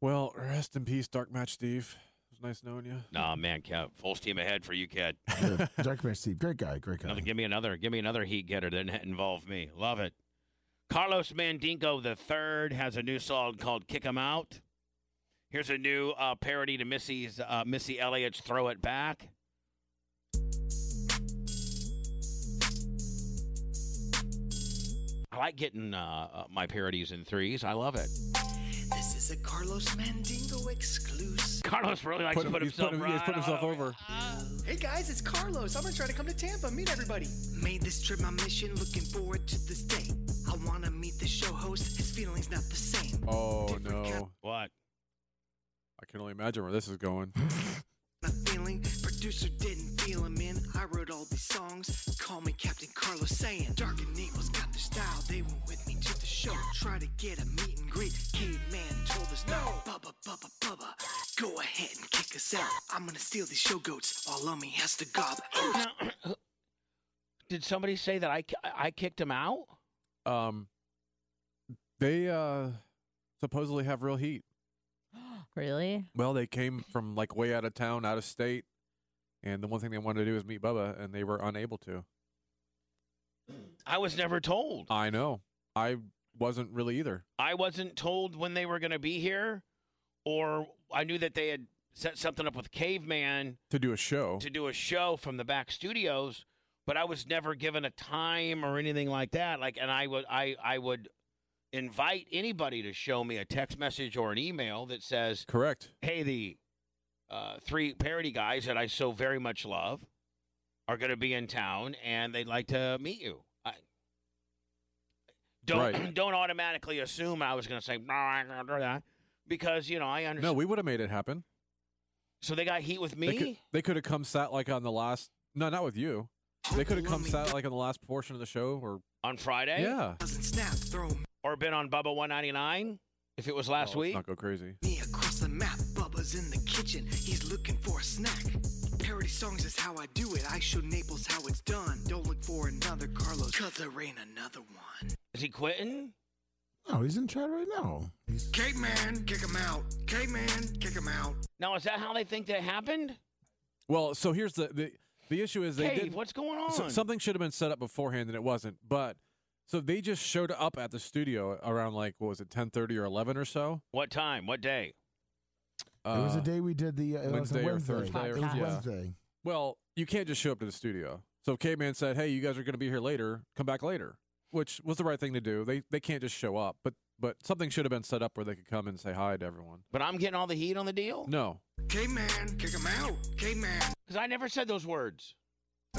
Speaker 6: Well, rest in peace, Dark Match Steve. It was nice knowing you.
Speaker 1: Nah, man, Kev, full steam ahead for you, kid.
Speaker 9: Dark Match Steve, great guy, great guy.
Speaker 1: Another, give me another. Give me another heat getter that didn't involve me. Love it. Carlos Mandingo the third has a new song called "Kick 'Em Out." Here's a new uh, parody to Missy's uh, Missy Elliott's "Throw It Back." I like getting uh, uh, my parodies in threes. I love it.
Speaker 24: This is a Carlos Mandingo exclusive.
Speaker 1: Carlos really likes to put himself right on-
Speaker 6: over.
Speaker 24: Hey guys, it's Carlos. I'm gonna try to come to Tampa, meet everybody. Made this trip my mission, looking forward to this day. I wanna meet the show host, his feelings not the same.
Speaker 6: Oh no!
Speaker 1: What?
Speaker 6: I can only imagine where this is going.
Speaker 24: My feeling, producer didn't feel him in. I wrote all these songs, call me Captain Carlos saying. Dark and Negro's got their style, they went with me to the show. Try to get a meet and greet, Caveman told us no. Bubba, bubba, bubba, go ahead and kick us out. I'm gonna steal these show goats, all on me has to gob.
Speaker 1: Did somebody say that I, I kicked him out?
Speaker 6: Um, they uh supposedly have real heat.
Speaker 5: Really?
Speaker 6: Well, they came from like way out of town, out of state, and the one thing they wanted to do is meet Bubba, and they were unable to.
Speaker 1: I was never told.
Speaker 6: I know. I wasn't really either.
Speaker 1: I wasn't told when they were going to be here, or I knew that they had set something up with Caveman
Speaker 6: To do a show.
Speaker 1: to do a show from the back studios, but I was never given a time or anything like that. Like, and I would, I, I would invite anybody to show me a text message or an email that says,
Speaker 6: "Correct,
Speaker 1: hey, the uh, three parody guys that I so very much love are going to be in town, and they'd like to meet you." I don't
Speaker 6: Right.
Speaker 1: don't automatically assume I was going to say "Nah, I can't do that," because you know I
Speaker 6: No,
Speaker 1: understand.
Speaker 6: we would have made it happen.
Speaker 1: so they got heat with me.
Speaker 6: They could, they could have come sat like on the last. No, not with you. They could have come sat like on the last portion of the show, or
Speaker 1: on Friday.
Speaker 6: Yeah.
Speaker 24: Doesn't snap, throw
Speaker 1: Or been on Bubba 199 if it was last
Speaker 6: Oh, let's
Speaker 1: week.
Speaker 6: Not go crazy.
Speaker 24: me across the map. Bubba's in the kitchen, he's looking for a snack. Parody songs is how I do it. I show Naples how it's done. Don't look for another Carlos, cause there ain't another one.
Speaker 1: Is he quitting?
Speaker 9: No, he's in chat right now.
Speaker 24: Caveman, kick him out. Caveman, kick him out.
Speaker 1: Now is that how they think that happened?
Speaker 6: Well, so here's the the, the issue is they
Speaker 1: Cave,
Speaker 6: did
Speaker 1: what's going on?
Speaker 6: something should have been set up beforehand and it wasn't. But so they just showed up at the studio around like what was it, ten thirty or eleven or so.
Speaker 1: What time? What day?
Speaker 9: it was
Speaker 6: Uh,
Speaker 9: the day we did the. Uh, it
Speaker 6: Wednesday,
Speaker 9: was a
Speaker 6: or
Speaker 9: Wednesday.
Speaker 6: Thursday or
Speaker 9: It was
Speaker 6: yeah.
Speaker 9: Wednesday.
Speaker 6: Well, you can't just show up to the studio. So if Caveman said, "Hey, you guys are going to be here later. Come back later," which was the right thing to do. They they can't just show up, but but something should have been set up where they could come and say hi to everyone.
Speaker 1: But I'm getting all the heat on the deal
Speaker 6: No,
Speaker 24: Caveman, kick him out. Caveman,
Speaker 1: because I never said those words.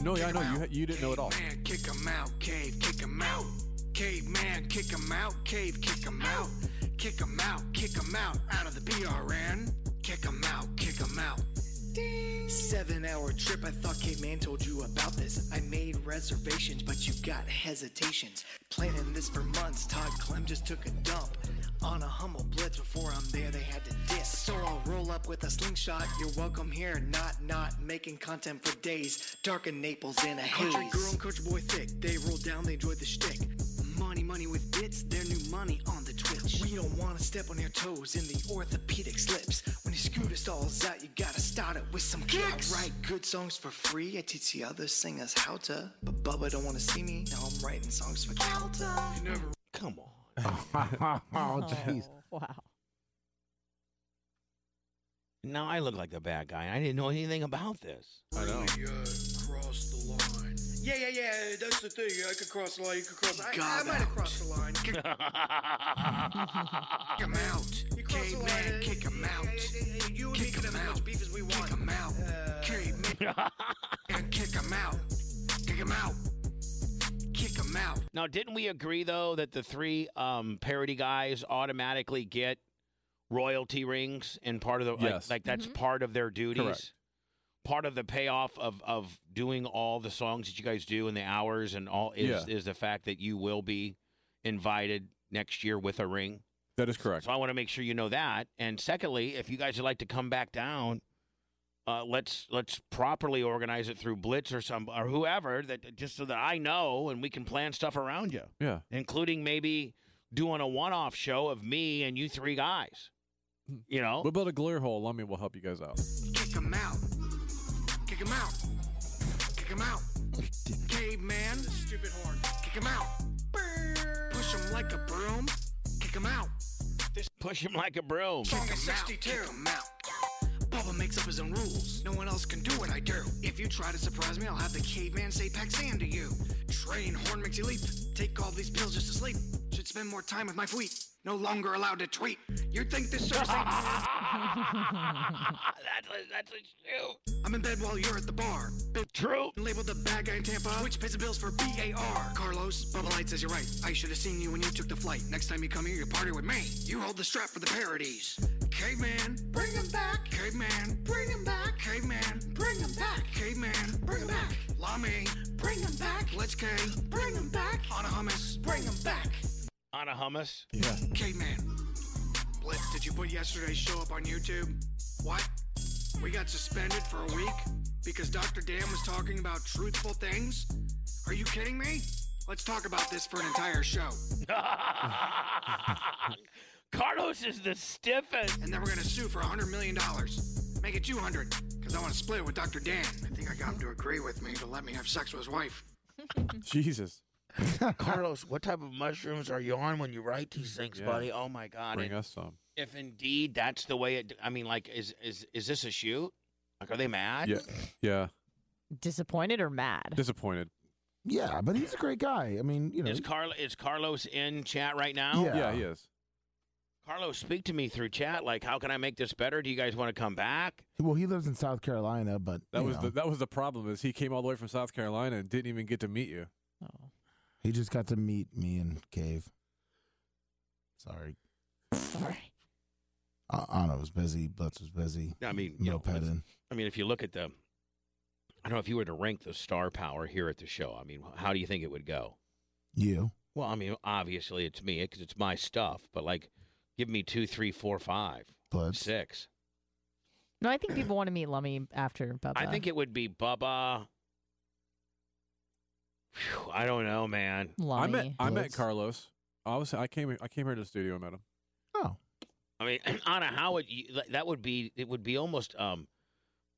Speaker 6: no, Oh, yeah, I know you you didn't know at all.
Speaker 24: man, kick him out. Cave, kick him out. Caveman, kick him out. Cave, kick him out. Kick him out, kick him out. Out of the BRN. Kick him out, kick him out. Seven hour trip, I thought Caveman told you about this. I made reservations, but you got hesitations. Planning this for months, Todd Clem just took a dump. On a Hummel Blitz, before I'm there, they had to diss. So I'll roll up with a slingshot, you're welcome here. Not, not making content for days. Dark and Naples in a haze. Country girl and country boy thick, they rolled down, they enjoyed the shtick. Money, money with bits, their new money on the Twitch. We don't wanna step on their toes in the orthopedic slips. When you scoot us all out, you gotta start it with some kicks. I write good songs for free, I teach the other singers how to. But Bubba don't wanna see me, now I'm writing songs for Calta. You never
Speaker 1: Come on.
Speaker 9: oh jeez.
Speaker 5: wow.
Speaker 1: Now I look like the bad guy. I didn't know anything about this.
Speaker 6: I know.
Speaker 24: uh,
Speaker 22: Cross the line.
Speaker 24: Yeah, yeah, yeah. That's the thing. I could cross the line. You could cross. I, I
Speaker 22: Gob
Speaker 24: might have crossed the line. Kick him out. Caveman, kick him out. You and me can have as much beef as we want. Uh. Kick him out. Caveman, kick him out. Kick him out. Kick him out.
Speaker 1: Now, didn't we agree though that the three um, parody guys automatically get royalty rings and part of the like-
Speaker 6: Yes.
Speaker 1: like, that's part of their duties,
Speaker 6: Correct.
Speaker 1: part of the payoff of of doing all the songs that you guys do and the hours and all is
Speaker 6: Yeah.
Speaker 1: is the fact that you will be invited next year with a ring.
Speaker 6: That is correct.
Speaker 1: So I want to make sure you know that. And secondly, if you guys would like to come back down, uh, let's let's properly organize it through Blitz or some or whoever that just so that I know and we can plan stuff around you,
Speaker 6: Yeah.
Speaker 1: including maybe doing a one-off show of me and you three guys.
Speaker 17: You know?
Speaker 14: We'll build a glare hole. Lummy will help you guys out.
Speaker 22: Kick him out. Kick him out. Kick him out. Caveman. Stupid horn. Kick him out. Push him like a broom. Kick him out.
Speaker 17: Push him like a broom.
Speaker 22: Song is 62. Kick him out. Bubba makes up his own rules. No one else can do what I do. If you try to surprise me, I'll have the caveman say Pac Sam to you. Train horn makes you leap. Take all these pills just to sleep. Should spend more time with my fleet. No longer allowed to tweet. You think this serves
Speaker 17: that's a, that's a
Speaker 22: I'm in bed while you're at the bar.
Speaker 17: True.
Speaker 22: Labeled the bad guy in Tampa, which pays the bills for BAR. Carlos, Bubba Light says you're right. I should have seen you when you took the flight. Next time you come here, you party with me. You hold the strap for the parodies. Caveman, bring him back. Caveman, bring him back. Caveman, bring him back. Caveman, bring him back. Lami, bring him back. Let's K, bring him back. On a hummus, bring him back.
Speaker 17: On a hummus.
Speaker 14: Yeah.
Speaker 22: Caveman, Blitz, did you put yesterday's show up on YouTube? What? We got suspended for a week because Dr. Dan was talking about truthful things? Are you kidding me? Let's talk about this for an entire show.
Speaker 17: Carlos is the stiffest.
Speaker 22: And then we're gonna sue for $100 million. Make it 200, because I want to split it with Dr. Dan. I think I got him to agree with me to let me have sex with his wife.
Speaker 14: Jesus.
Speaker 17: Carlos, what type of mushrooms are you on when you write these things,
Speaker 14: Yeah.
Speaker 17: buddy? Oh my God!
Speaker 14: Bring
Speaker 17: And
Speaker 14: us some.
Speaker 1: If indeed that's the way it, I mean, like, is is is this a shoot? Like, are they mad?
Speaker 14: Yeah. Yeah.
Speaker 5: Disappointed or mad?
Speaker 14: Disappointed.
Speaker 9: Yeah, but he's a great guy. I mean, you know,
Speaker 1: Is Carl is Carlos in chat right now?
Speaker 9: Yeah. Yeah, he
Speaker 14: is.
Speaker 1: Carlos, speak to me through chat. Like, how can I make this better? Do you guys want to come back?
Speaker 9: well, he lives in South Carolina, but
Speaker 14: That
Speaker 9: you
Speaker 14: was
Speaker 9: know,
Speaker 14: the that was the problem is he came all the way from South Carolina and didn't even get to meet you.
Speaker 9: he just got to meet me and Cave. Sorry.
Speaker 5: Sorry.
Speaker 9: Uh, Anna was busy. Blitz was busy.
Speaker 1: I mean, you
Speaker 9: no
Speaker 1: know, let's-
Speaker 9: petting.
Speaker 1: I mean, if you look at the, I don't know if you were to rank the star power here at the show. I mean, how do you think it would go?
Speaker 9: You.
Speaker 1: Well, I mean, obviously it's me because it's my stuff. But like, give me two, three, four, five,
Speaker 9: Blitz.
Speaker 1: six.
Speaker 5: No, I think people want to meet Lummy after Bubba.
Speaker 1: I think it would be Bubba. Phew, I don't know, Oh, man.
Speaker 14: I met
Speaker 5: Lummy.
Speaker 14: I met
Speaker 5: Blitz.
Speaker 14: Carlos. I was I came I came here to the studio and met him.
Speaker 1: I mean, Anna, how would you, that- that would be? It would be almost um,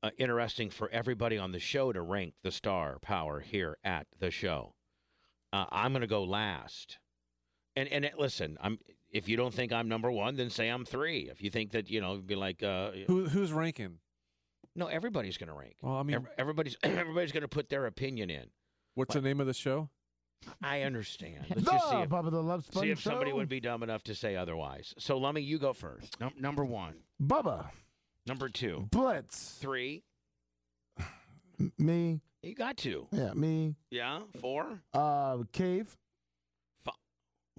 Speaker 1: uh, interesting for everybody on the show to rank the star power here at the show. Uh, I'm going to go last, and and it, listen, I'm if you don't think I'm number one, then say I'm three. If you think that you know, it'd be like uh,
Speaker 14: Who who's ranking?
Speaker 1: no, everybody's going to rank.
Speaker 14: Well, I mean,
Speaker 1: Ev- everybody's everybody's going to put their opinion in.
Speaker 14: what's the name of the show?
Speaker 1: I understand.
Speaker 9: The
Speaker 1: Let's just see if,
Speaker 9: Bubba the Love Sponge
Speaker 1: see if somebody
Speaker 9: Show.
Speaker 1: would be dumb enough to say otherwise. So, Lummy, you go first. Num- number one,
Speaker 9: Bubba,
Speaker 1: number two,
Speaker 9: Blitz,
Speaker 1: three.
Speaker 9: m- me.
Speaker 1: You got to.
Speaker 9: Yeah, me.
Speaker 1: Yeah, four.
Speaker 9: Uh, Cave.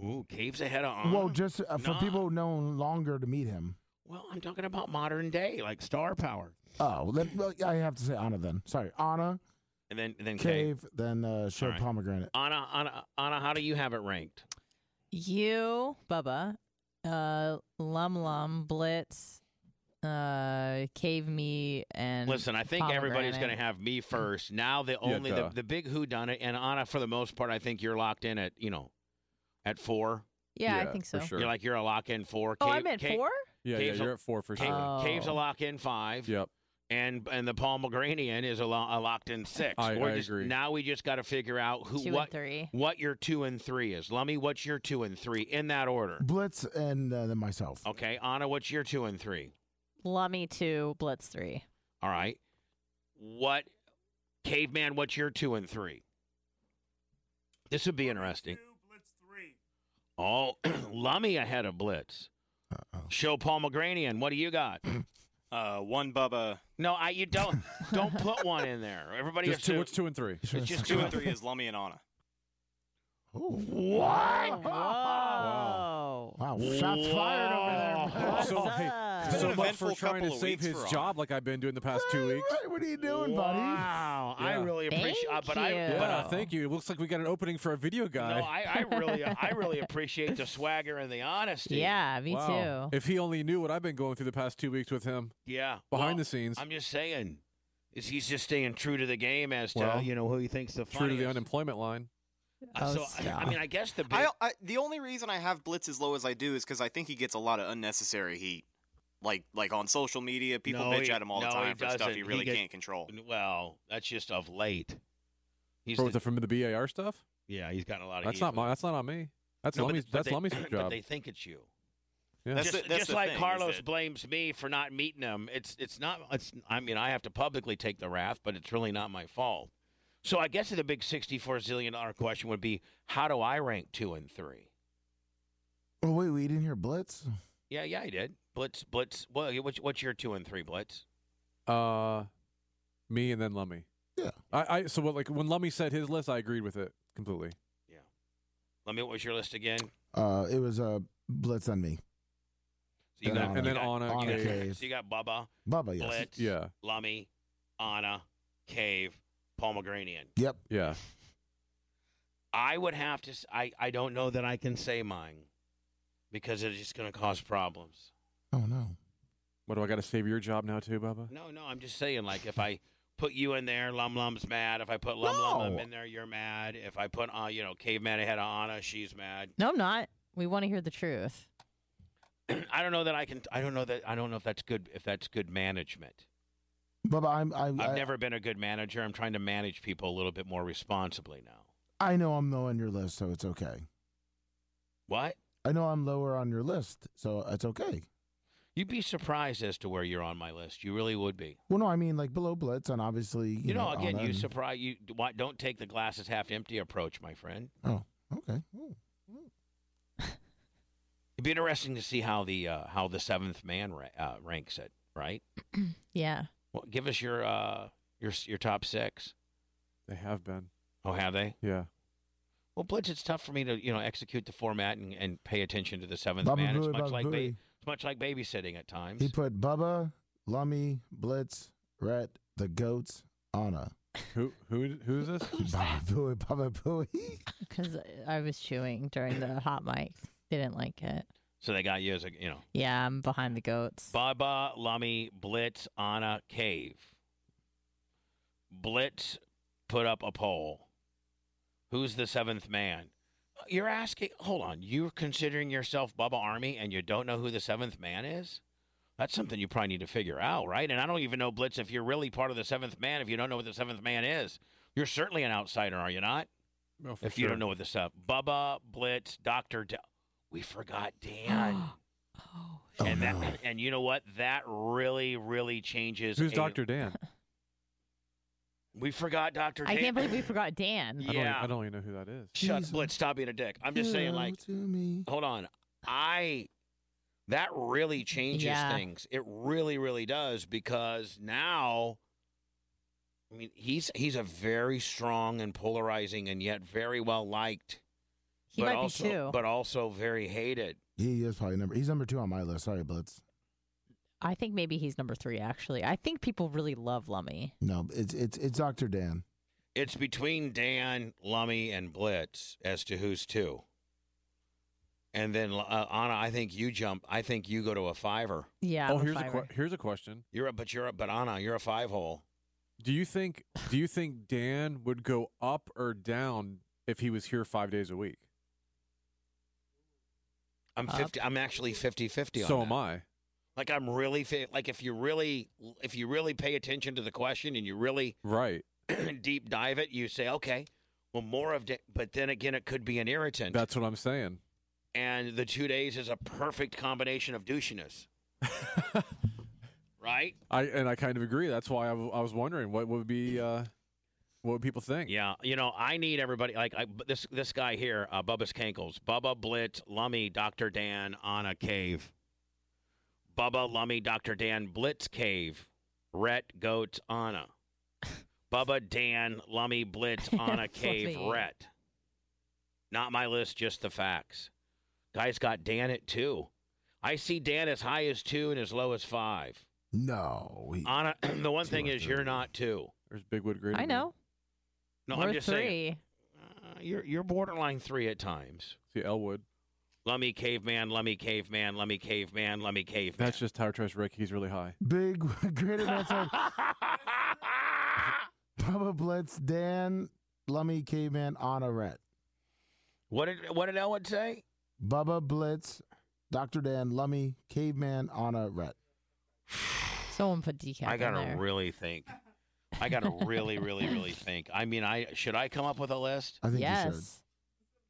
Speaker 1: Ooh, caves ahead of.
Speaker 9: well,
Speaker 1: Anna?
Speaker 9: just uh, for
Speaker 1: Nah.
Speaker 9: people known longer to meet him.
Speaker 1: Well, I'm talking about modern day, like star power,
Speaker 9: Oh, let, well, I have to say Anna then. Sorry, Anna,
Speaker 1: and then and then
Speaker 9: Cave, then uh, show
Speaker 1: All right.
Speaker 9: pomegranate.
Speaker 1: Anna, Anna, Anna, how do you have it ranked?
Speaker 5: You, Bubba, uh, Lum Lum, Blitz, uh, Cave Me, and.
Speaker 1: Listen, I think everybody's going to
Speaker 5: Pomegranate.
Speaker 1: have me first. Now the
Speaker 5: Yeah,
Speaker 1: only
Speaker 5: duh.
Speaker 1: the, the big who done it, and Anna, for the most part, I think you're locked in at you know, at four.
Speaker 5: Yeah, I Yeah, think for so. sure.
Speaker 1: You're like you're a lock in four.
Speaker 5: Oh, I'm at four? Oh.
Speaker 14: Yeah, yeah,
Speaker 1: Cave's a-
Speaker 14: you're at four for
Speaker 1: Cave-
Speaker 14: sure.
Speaker 1: Cave's a lock in five.
Speaker 14: Yep.
Speaker 1: And and the Palmagranian is a, lo- a locked in six.
Speaker 14: I-
Speaker 1: We're
Speaker 14: I
Speaker 1: just,
Speaker 14: agree.
Speaker 1: Now we just got to figure out who
Speaker 5: Two and
Speaker 1: what
Speaker 5: three.
Speaker 1: what your two and three is. Lummy, what's your two and three in that order?
Speaker 9: Blitz and uh, then myself.
Speaker 1: Okay, Anna, what's your two and three?
Speaker 5: Lummy 2, Blitz 3.
Speaker 1: All right. What, caveman? What's your two and three? This would be interesting. Oh, Lummy ahead of Blitz. Show Paul Magranian. What do you got?
Speaker 8: Uh, one Bubba.
Speaker 1: No, I you don't don't put one in there. Everybody
Speaker 14: Just
Speaker 1: has
Speaker 14: two,
Speaker 1: to-
Speaker 14: what's two and three?
Speaker 1: It's just
Speaker 8: Two and three is Lummy and Anna.
Speaker 1: What?
Speaker 5: Wow.
Speaker 9: Wow. Shots fired over there. man.
Speaker 14: So, hey,
Speaker 8: It's been
Speaker 14: so
Speaker 8: an
Speaker 14: much for
Speaker 8: eventful
Speaker 14: trying to
Speaker 8: couple of
Speaker 14: save
Speaker 8: weeks
Speaker 14: his
Speaker 8: for
Speaker 14: job like I've been doing the past two weeks.
Speaker 9: Hey, what are you doing, buddy?
Speaker 1: Wow, Oh, I really appreciate. Uh, but I,
Speaker 14: Yeah,
Speaker 1: but, uh,
Speaker 14: thank you. It looks like we got an opening for a video guy.
Speaker 1: no, I, I really, I really appreciate the swagger and the honesty.
Speaker 14: Wow. If he only knew what I've been going through the past two weeks with him.
Speaker 1: Yeah,
Speaker 14: Behind
Speaker 1: well,
Speaker 14: the scenes.
Speaker 1: I'm just saying, is he's just staying true to the game as to
Speaker 14: Well,
Speaker 1: you know who he thinks the
Speaker 14: True to the
Speaker 1: funniest.
Speaker 14: unemployment line.
Speaker 1: Uh, so I- I, mean, I guess the big.
Speaker 8: I, I, the only reason I have Blitz as low as I do is because I think he gets a lot of unnecessary heat. Like like on social media, people
Speaker 1: No,
Speaker 8: bitch
Speaker 1: he-
Speaker 8: at him all the
Speaker 1: no,
Speaker 8: time for stuff
Speaker 1: doesn't.
Speaker 8: he really
Speaker 1: gets-
Speaker 8: can't control.
Speaker 1: Well, that's just of late. He's
Speaker 14: Or
Speaker 1: the,
Speaker 14: was it from the BAR stuff?
Speaker 1: yeah, he's gotten a lot of.
Speaker 14: That's
Speaker 1: heat
Speaker 14: not
Speaker 1: for
Speaker 14: my.
Speaker 1: that.
Speaker 14: That's not on me. That's
Speaker 1: No, but
Speaker 14: Lummy's.
Speaker 1: th- but
Speaker 14: That's
Speaker 1: they-
Speaker 14: Lummy's
Speaker 1: But
Speaker 14: job.
Speaker 1: they think it's you.
Speaker 14: Yeah.
Speaker 1: Just, just like Carlos blames me for not meeting him. It's it's not. It's I mean I have to publicly take the wrath, but it's really not my fault. So I guess the big sixty-four zillion dollar question would be, how do I rank two and three?
Speaker 9: Oh wait, we didn't hear Blitz.
Speaker 1: Yeah, yeah, I did. Blitz, Blitz. Well, what's, what's your two and three, Blitz?
Speaker 14: Uh, me and then Lummy.
Speaker 9: Yeah.
Speaker 14: I, I so what, like when Lummy said his list, I agreed with it completely.
Speaker 1: Let me. What was your list again? So
Speaker 9: Uh, it was uh, Blitz on me.
Speaker 1: you
Speaker 9: Then
Speaker 1: got-
Speaker 9: Anna.
Speaker 1: you
Speaker 9: And then
Speaker 1: got-
Speaker 9: Anna,
Speaker 1: you got-
Speaker 9: Cave.
Speaker 1: So you got Bubba,
Speaker 9: Bubba, yes.
Speaker 1: Blitz,
Speaker 14: Yeah.
Speaker 1: Lummy, Anna, Cave, Pomegranate.
Speaker 9: Yep.
Speaker 14: Yeah.
Speaker 1: I would have to. s- I I don't know that I can say mine because it's just going to cause problems.
Speaker 9: Oh no.
Speaker 14: What do I got to save your job now too, Bubba?
Speaker 1: No, no, I'm just saying. Like if I put you in there, Lum Lum's mad. If I put Lum Lum
Speaker 14: No.
Speaker 1: in there, you're mad. If I put uh, you know, Caveman ahead of Anna, she's mad.
Speaker 5: No, I'm not. We want to hear the truth.
Speaker 1: I don't know that I can. I don't know that. I don't know if that's good. If that's good management.
Speaker 9: Bubba, I'm, I'm,
Speaker 1: I've
Speaker 9: I,
Speaker 1: never been a good manager. I'm trying to manage people a little bit more responsibly now.
Speaker 9: I know I'm low on your list, so it's okay.
Speaker 1: What?
Speaker 9: I know I'm lower on your list, so it's okay.
Speaker 1: You'd be surprised as to where you're on my list. You really would be.
Speaker 9: Well, no, I mean like below Blitz, and obviously you,
Speaker 1: You, know, again,
Speaker 9: Anna
Speaker 1: you
Speaker 9: and-
Speaker 1: surprise you. Why, don't take the glasses half empty approach, my friend.
Speaker 9: Oh, okay. Ooh.
Speaker 1: It'd be interesting to see how the uh, how the seventh man ra- uh, ranks it. Right.
Speaker 5: Yeah.
Speaker 1: Well, give us your uh, your s- your top six.
Speaker 14: They have been.
Speaker 1: Oh, have they?
Speaker 14: Yeah.
Speaker 1: Well, Blitz, it's tough for me to you know execute the format and, and pay attention to the seventh
Speaker 9: Baba
Speaker 1: man. It's
Speaker 9: Booey,
Speaker 1: much
Speaker 9: Baba
Speaker 1: like ba-
Speaker 9: Booey.
Speaker 1: it's much like babysitting at times.
Speaker 9: He put Bubba, Lummy, Blitz, Rhett, the goats, Anna.
Speaker 14: Who who who's this?
Speaker 9: Baba Booey, Baba Booey.
Speaker 5: Because I was chewing during the hot mic. They didn't like it.
Speaker 1: So they got you as a you know
Speaker 5: Yeah, I'm behind the goats.
Speaker 1: Baba, Lummy, Blitz, Anna, Cave. Blitz put up a poll. Who's the seventh man? You're asking. Hold on. You're considering yourself Bubba Army, and you don't know who the seventh man is. That's something you probably need to figure out, right? And I don't even know Blitz if you're really part of the seventh man. If you don't know what the seventh man is, you're certainly an outsider, are you not?
Speaker 14: Oh, for
Speaker 1: if you
Speaker 14: sure.
Speaker 1: don't know what this up, Bubba, Blitz, Doctor, Da- we forgot Dan. Oh,
Speaker 14: Oh,
Speaker 1: and that, and you know what? That really, really changes.
Speaker 14: Who's
Speaker 1: a-
Speaker 14: Doctor Dan?
Speaker 1: We forgot Doctor.
Speaker 5: I
Speaker 1: Dan.
Speaker 5: can't believe we forgot Dan.
Speaker 14: I don't, even-
Speaker 1: Yeah.
Speaker 14: I don't even know who that is.
Speaker 1: Shut Blitz. Stop being a dick. I'm just saying,
Speaker 14: Hello
Speaker 1: like, hold on. I that really changes
Speaker 5: Yeah.
Speaker 1: things. It really, really does because now, I mean, he's he's a very strong and polarizing and yet very well liked.
Speaker 5: He
Speaker 1: but
Speaker 5: might be
Speaker 1: also,
Speaker 5: too.
Speaker 1: but also very hated.
Speaker 9: He is probably number. He's number two on my list. Sorry, Blitz.
Speaker 5: I think maybe he's number three, actually. I think people really love Lummy.
Speaker 9: No, it's it's it's Doctor Dan.
Speaker 1: It's between Dan, Lummy, and Blitz as to who's two. And then uh, Anna, I think you jump. I think you go to a fiver.
Speaker 5: Yeah.
Speaker 14: oh, here's a que- here's a question.
Speaker 1: You're a but you're a but Anna, you're a five hole.
Speaker 14: Do you think do you think Dan would go up or down if he was here five days a week?
Speaker 1: I'm
Speaker 14: Up.
Speaker 1: fifty. I'm actually 50-50 on
Speaker 14: so
Speaker 1: that.
Speaker 14: am I.
Speaker 1: Like I'm really fi- like if you really if you really pay attention to the question and you really
Speaker 14: Right.
Speaker 1: deep dive it, you say okay, well more of da- but then again it could be an irritant.
Speaker 14: That's what I'm saying.
Speaker 1: and the two days is a perfect combination of douchiness. right?
Speaker 14: I and I kind of agree. That's why I, w- I was wondering what would be uh, what would people think?
Speaker 1: Yeah, you know, I need everybody. Like I, but this this guy here, uh, Bubba Skankles, Bubba Blitz, Lummy, Doctor Dan, Anna Cave, Bubba Lummy, Doctor Dan, Blitz Cave, Rhett Goats, Anna, Bubba Dan, Lummy Blitz, Anna Cave,
Speaker 5: Fluffy.
Speaker 1: Rhett. Not my list, just the facts. Guys got Dan at two. I see Dan as high as two and as low as five.
Speaker 9: No, he,
Speaker 1: Anna, the one thing is you're not two.
Speaker 14: There's Bigwood Greater.
Speaker 5: I know.
Speaker 1: No,
Speaker 5: We're
Speaker 1: I'm just
Speaker 5: three.
Speaker 1: saying. Uh, you're you're borderline three at times.
Speaker 14: See Elwood.
Speaker 1: Lummy caveman, Lummy caveman, Lummy caveman, Lummy caveman.
Speaker 14: That's just Tower Trash Rick. He's really high.
Speaker 9: Big greater than time. Bubba Blitz, Dan, Lummy, Caveman, Anna, Rhett.
Speaker 1: What did what did Elwood say?
Speaker 9: Bubba Blitz, Doctor Dan, Lummy, Caveman, Anna, Rhett.
Speaker 5: Someone put decaf.
Speaker 1: I
Speaker 5: in
Speaker 1: gotta
Speaker 5: there.
Speaker 1: really think. I gotta really, really, really think. I mean, I should I come up with a list?
Speaker 5: I think you should. Yes.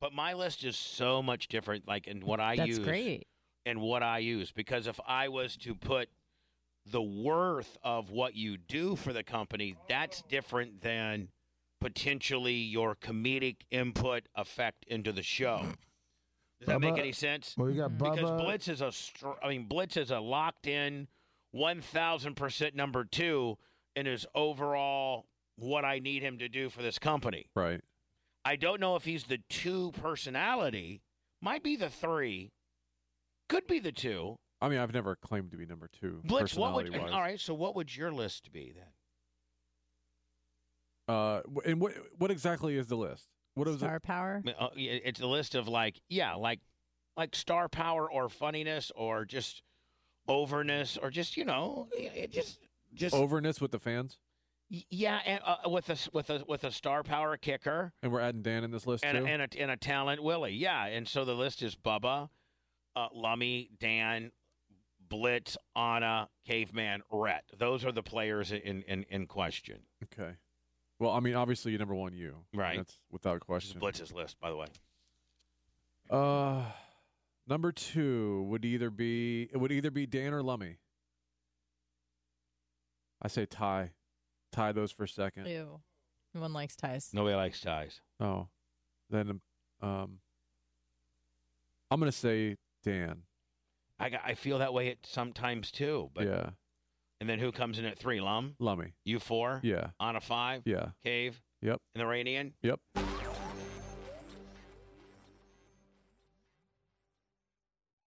Speaker 1: But my list is so much different, like in what I
Speaker 5: That's
Speaker 1: use.
Speaker 5: great.
Speaker 1: And what I use, because if I was to put the worth of what you do for the company, that's different than potentially your comedic input effect into the show. Does that make
Speaker 9: Bubba-
Speaker 1: any sense?
Speaker 9: well, you got
Speaker 1: because
Speaker 9: Bubba-
Speaker 1: Blitz is a str- I mean Blitz is a locked in 1000% number 2 in his overall what I need him to do for this company.
Speaker 6: Right.
Speaker 1: I don't know if he's the 2 personality, might be the 3, could be the 2.
Speaker 6: I mean, I've never claimed to be number two.
Speaker 1: Blitz, what would
Speaker 6: personality-wise.
Speaker 1: All right, so what would your list be then?
Speaker 6: Uh, wh- and what what exactly is the list? What is
Speaker 5: Star power?
Speaker 1: Uh, yeah, It's a list of like, yeah, like, like star power or funniness or just overness or just you know, it it just
Speaker 6: it?
Speaker 1: just
Speaker 6: Overness with the fans,
Speaker 1: y- yeah, and, uh, with a s- with a with a star power kicker
Speaker 6: and we're adding Dan in this list
Speaker 1: and a,
Speaker 6: too.
Speaker 1: and a and a talent Willie, yeah, and so the list is Bubba, uh, Lummy, Dan, Blitz, Anna, Caveman, Rhett. Those are the players in in, in question.
Speaker 6: okay. Well, I mean, obviously, number one, you.
Speaker 1: Right.
Speaker 6: That's without
Speaker 1: This is
Speaker 6: question.
Speaker 1: Blitz's list, by the way.
Speaker 6: Uh, number two would either be it would either be Dan or Lummy. I say tie, tie those for a second.
Speaker 5: Ew. No one likes ties.
Speaker 1: Nobody likes ties.
Speaker 6: Oh, then um, I'm gonna say Dan.
Speaker 1: I got, I feel that way at sometimes too, but
Speaker 6: yeah,
Speaker 1: And then who comes in at three? Lum?
Speaker 6: Lummy.
Speaker 1: You four?
Speaker 6: Yeah.
Speaker 1: On a five?
Speaker 6: Yeah.
Speaker 1: Cave?
Speaker 6: Yep.
Speaker 1: And the Rainian?
Speaker 6: Yep.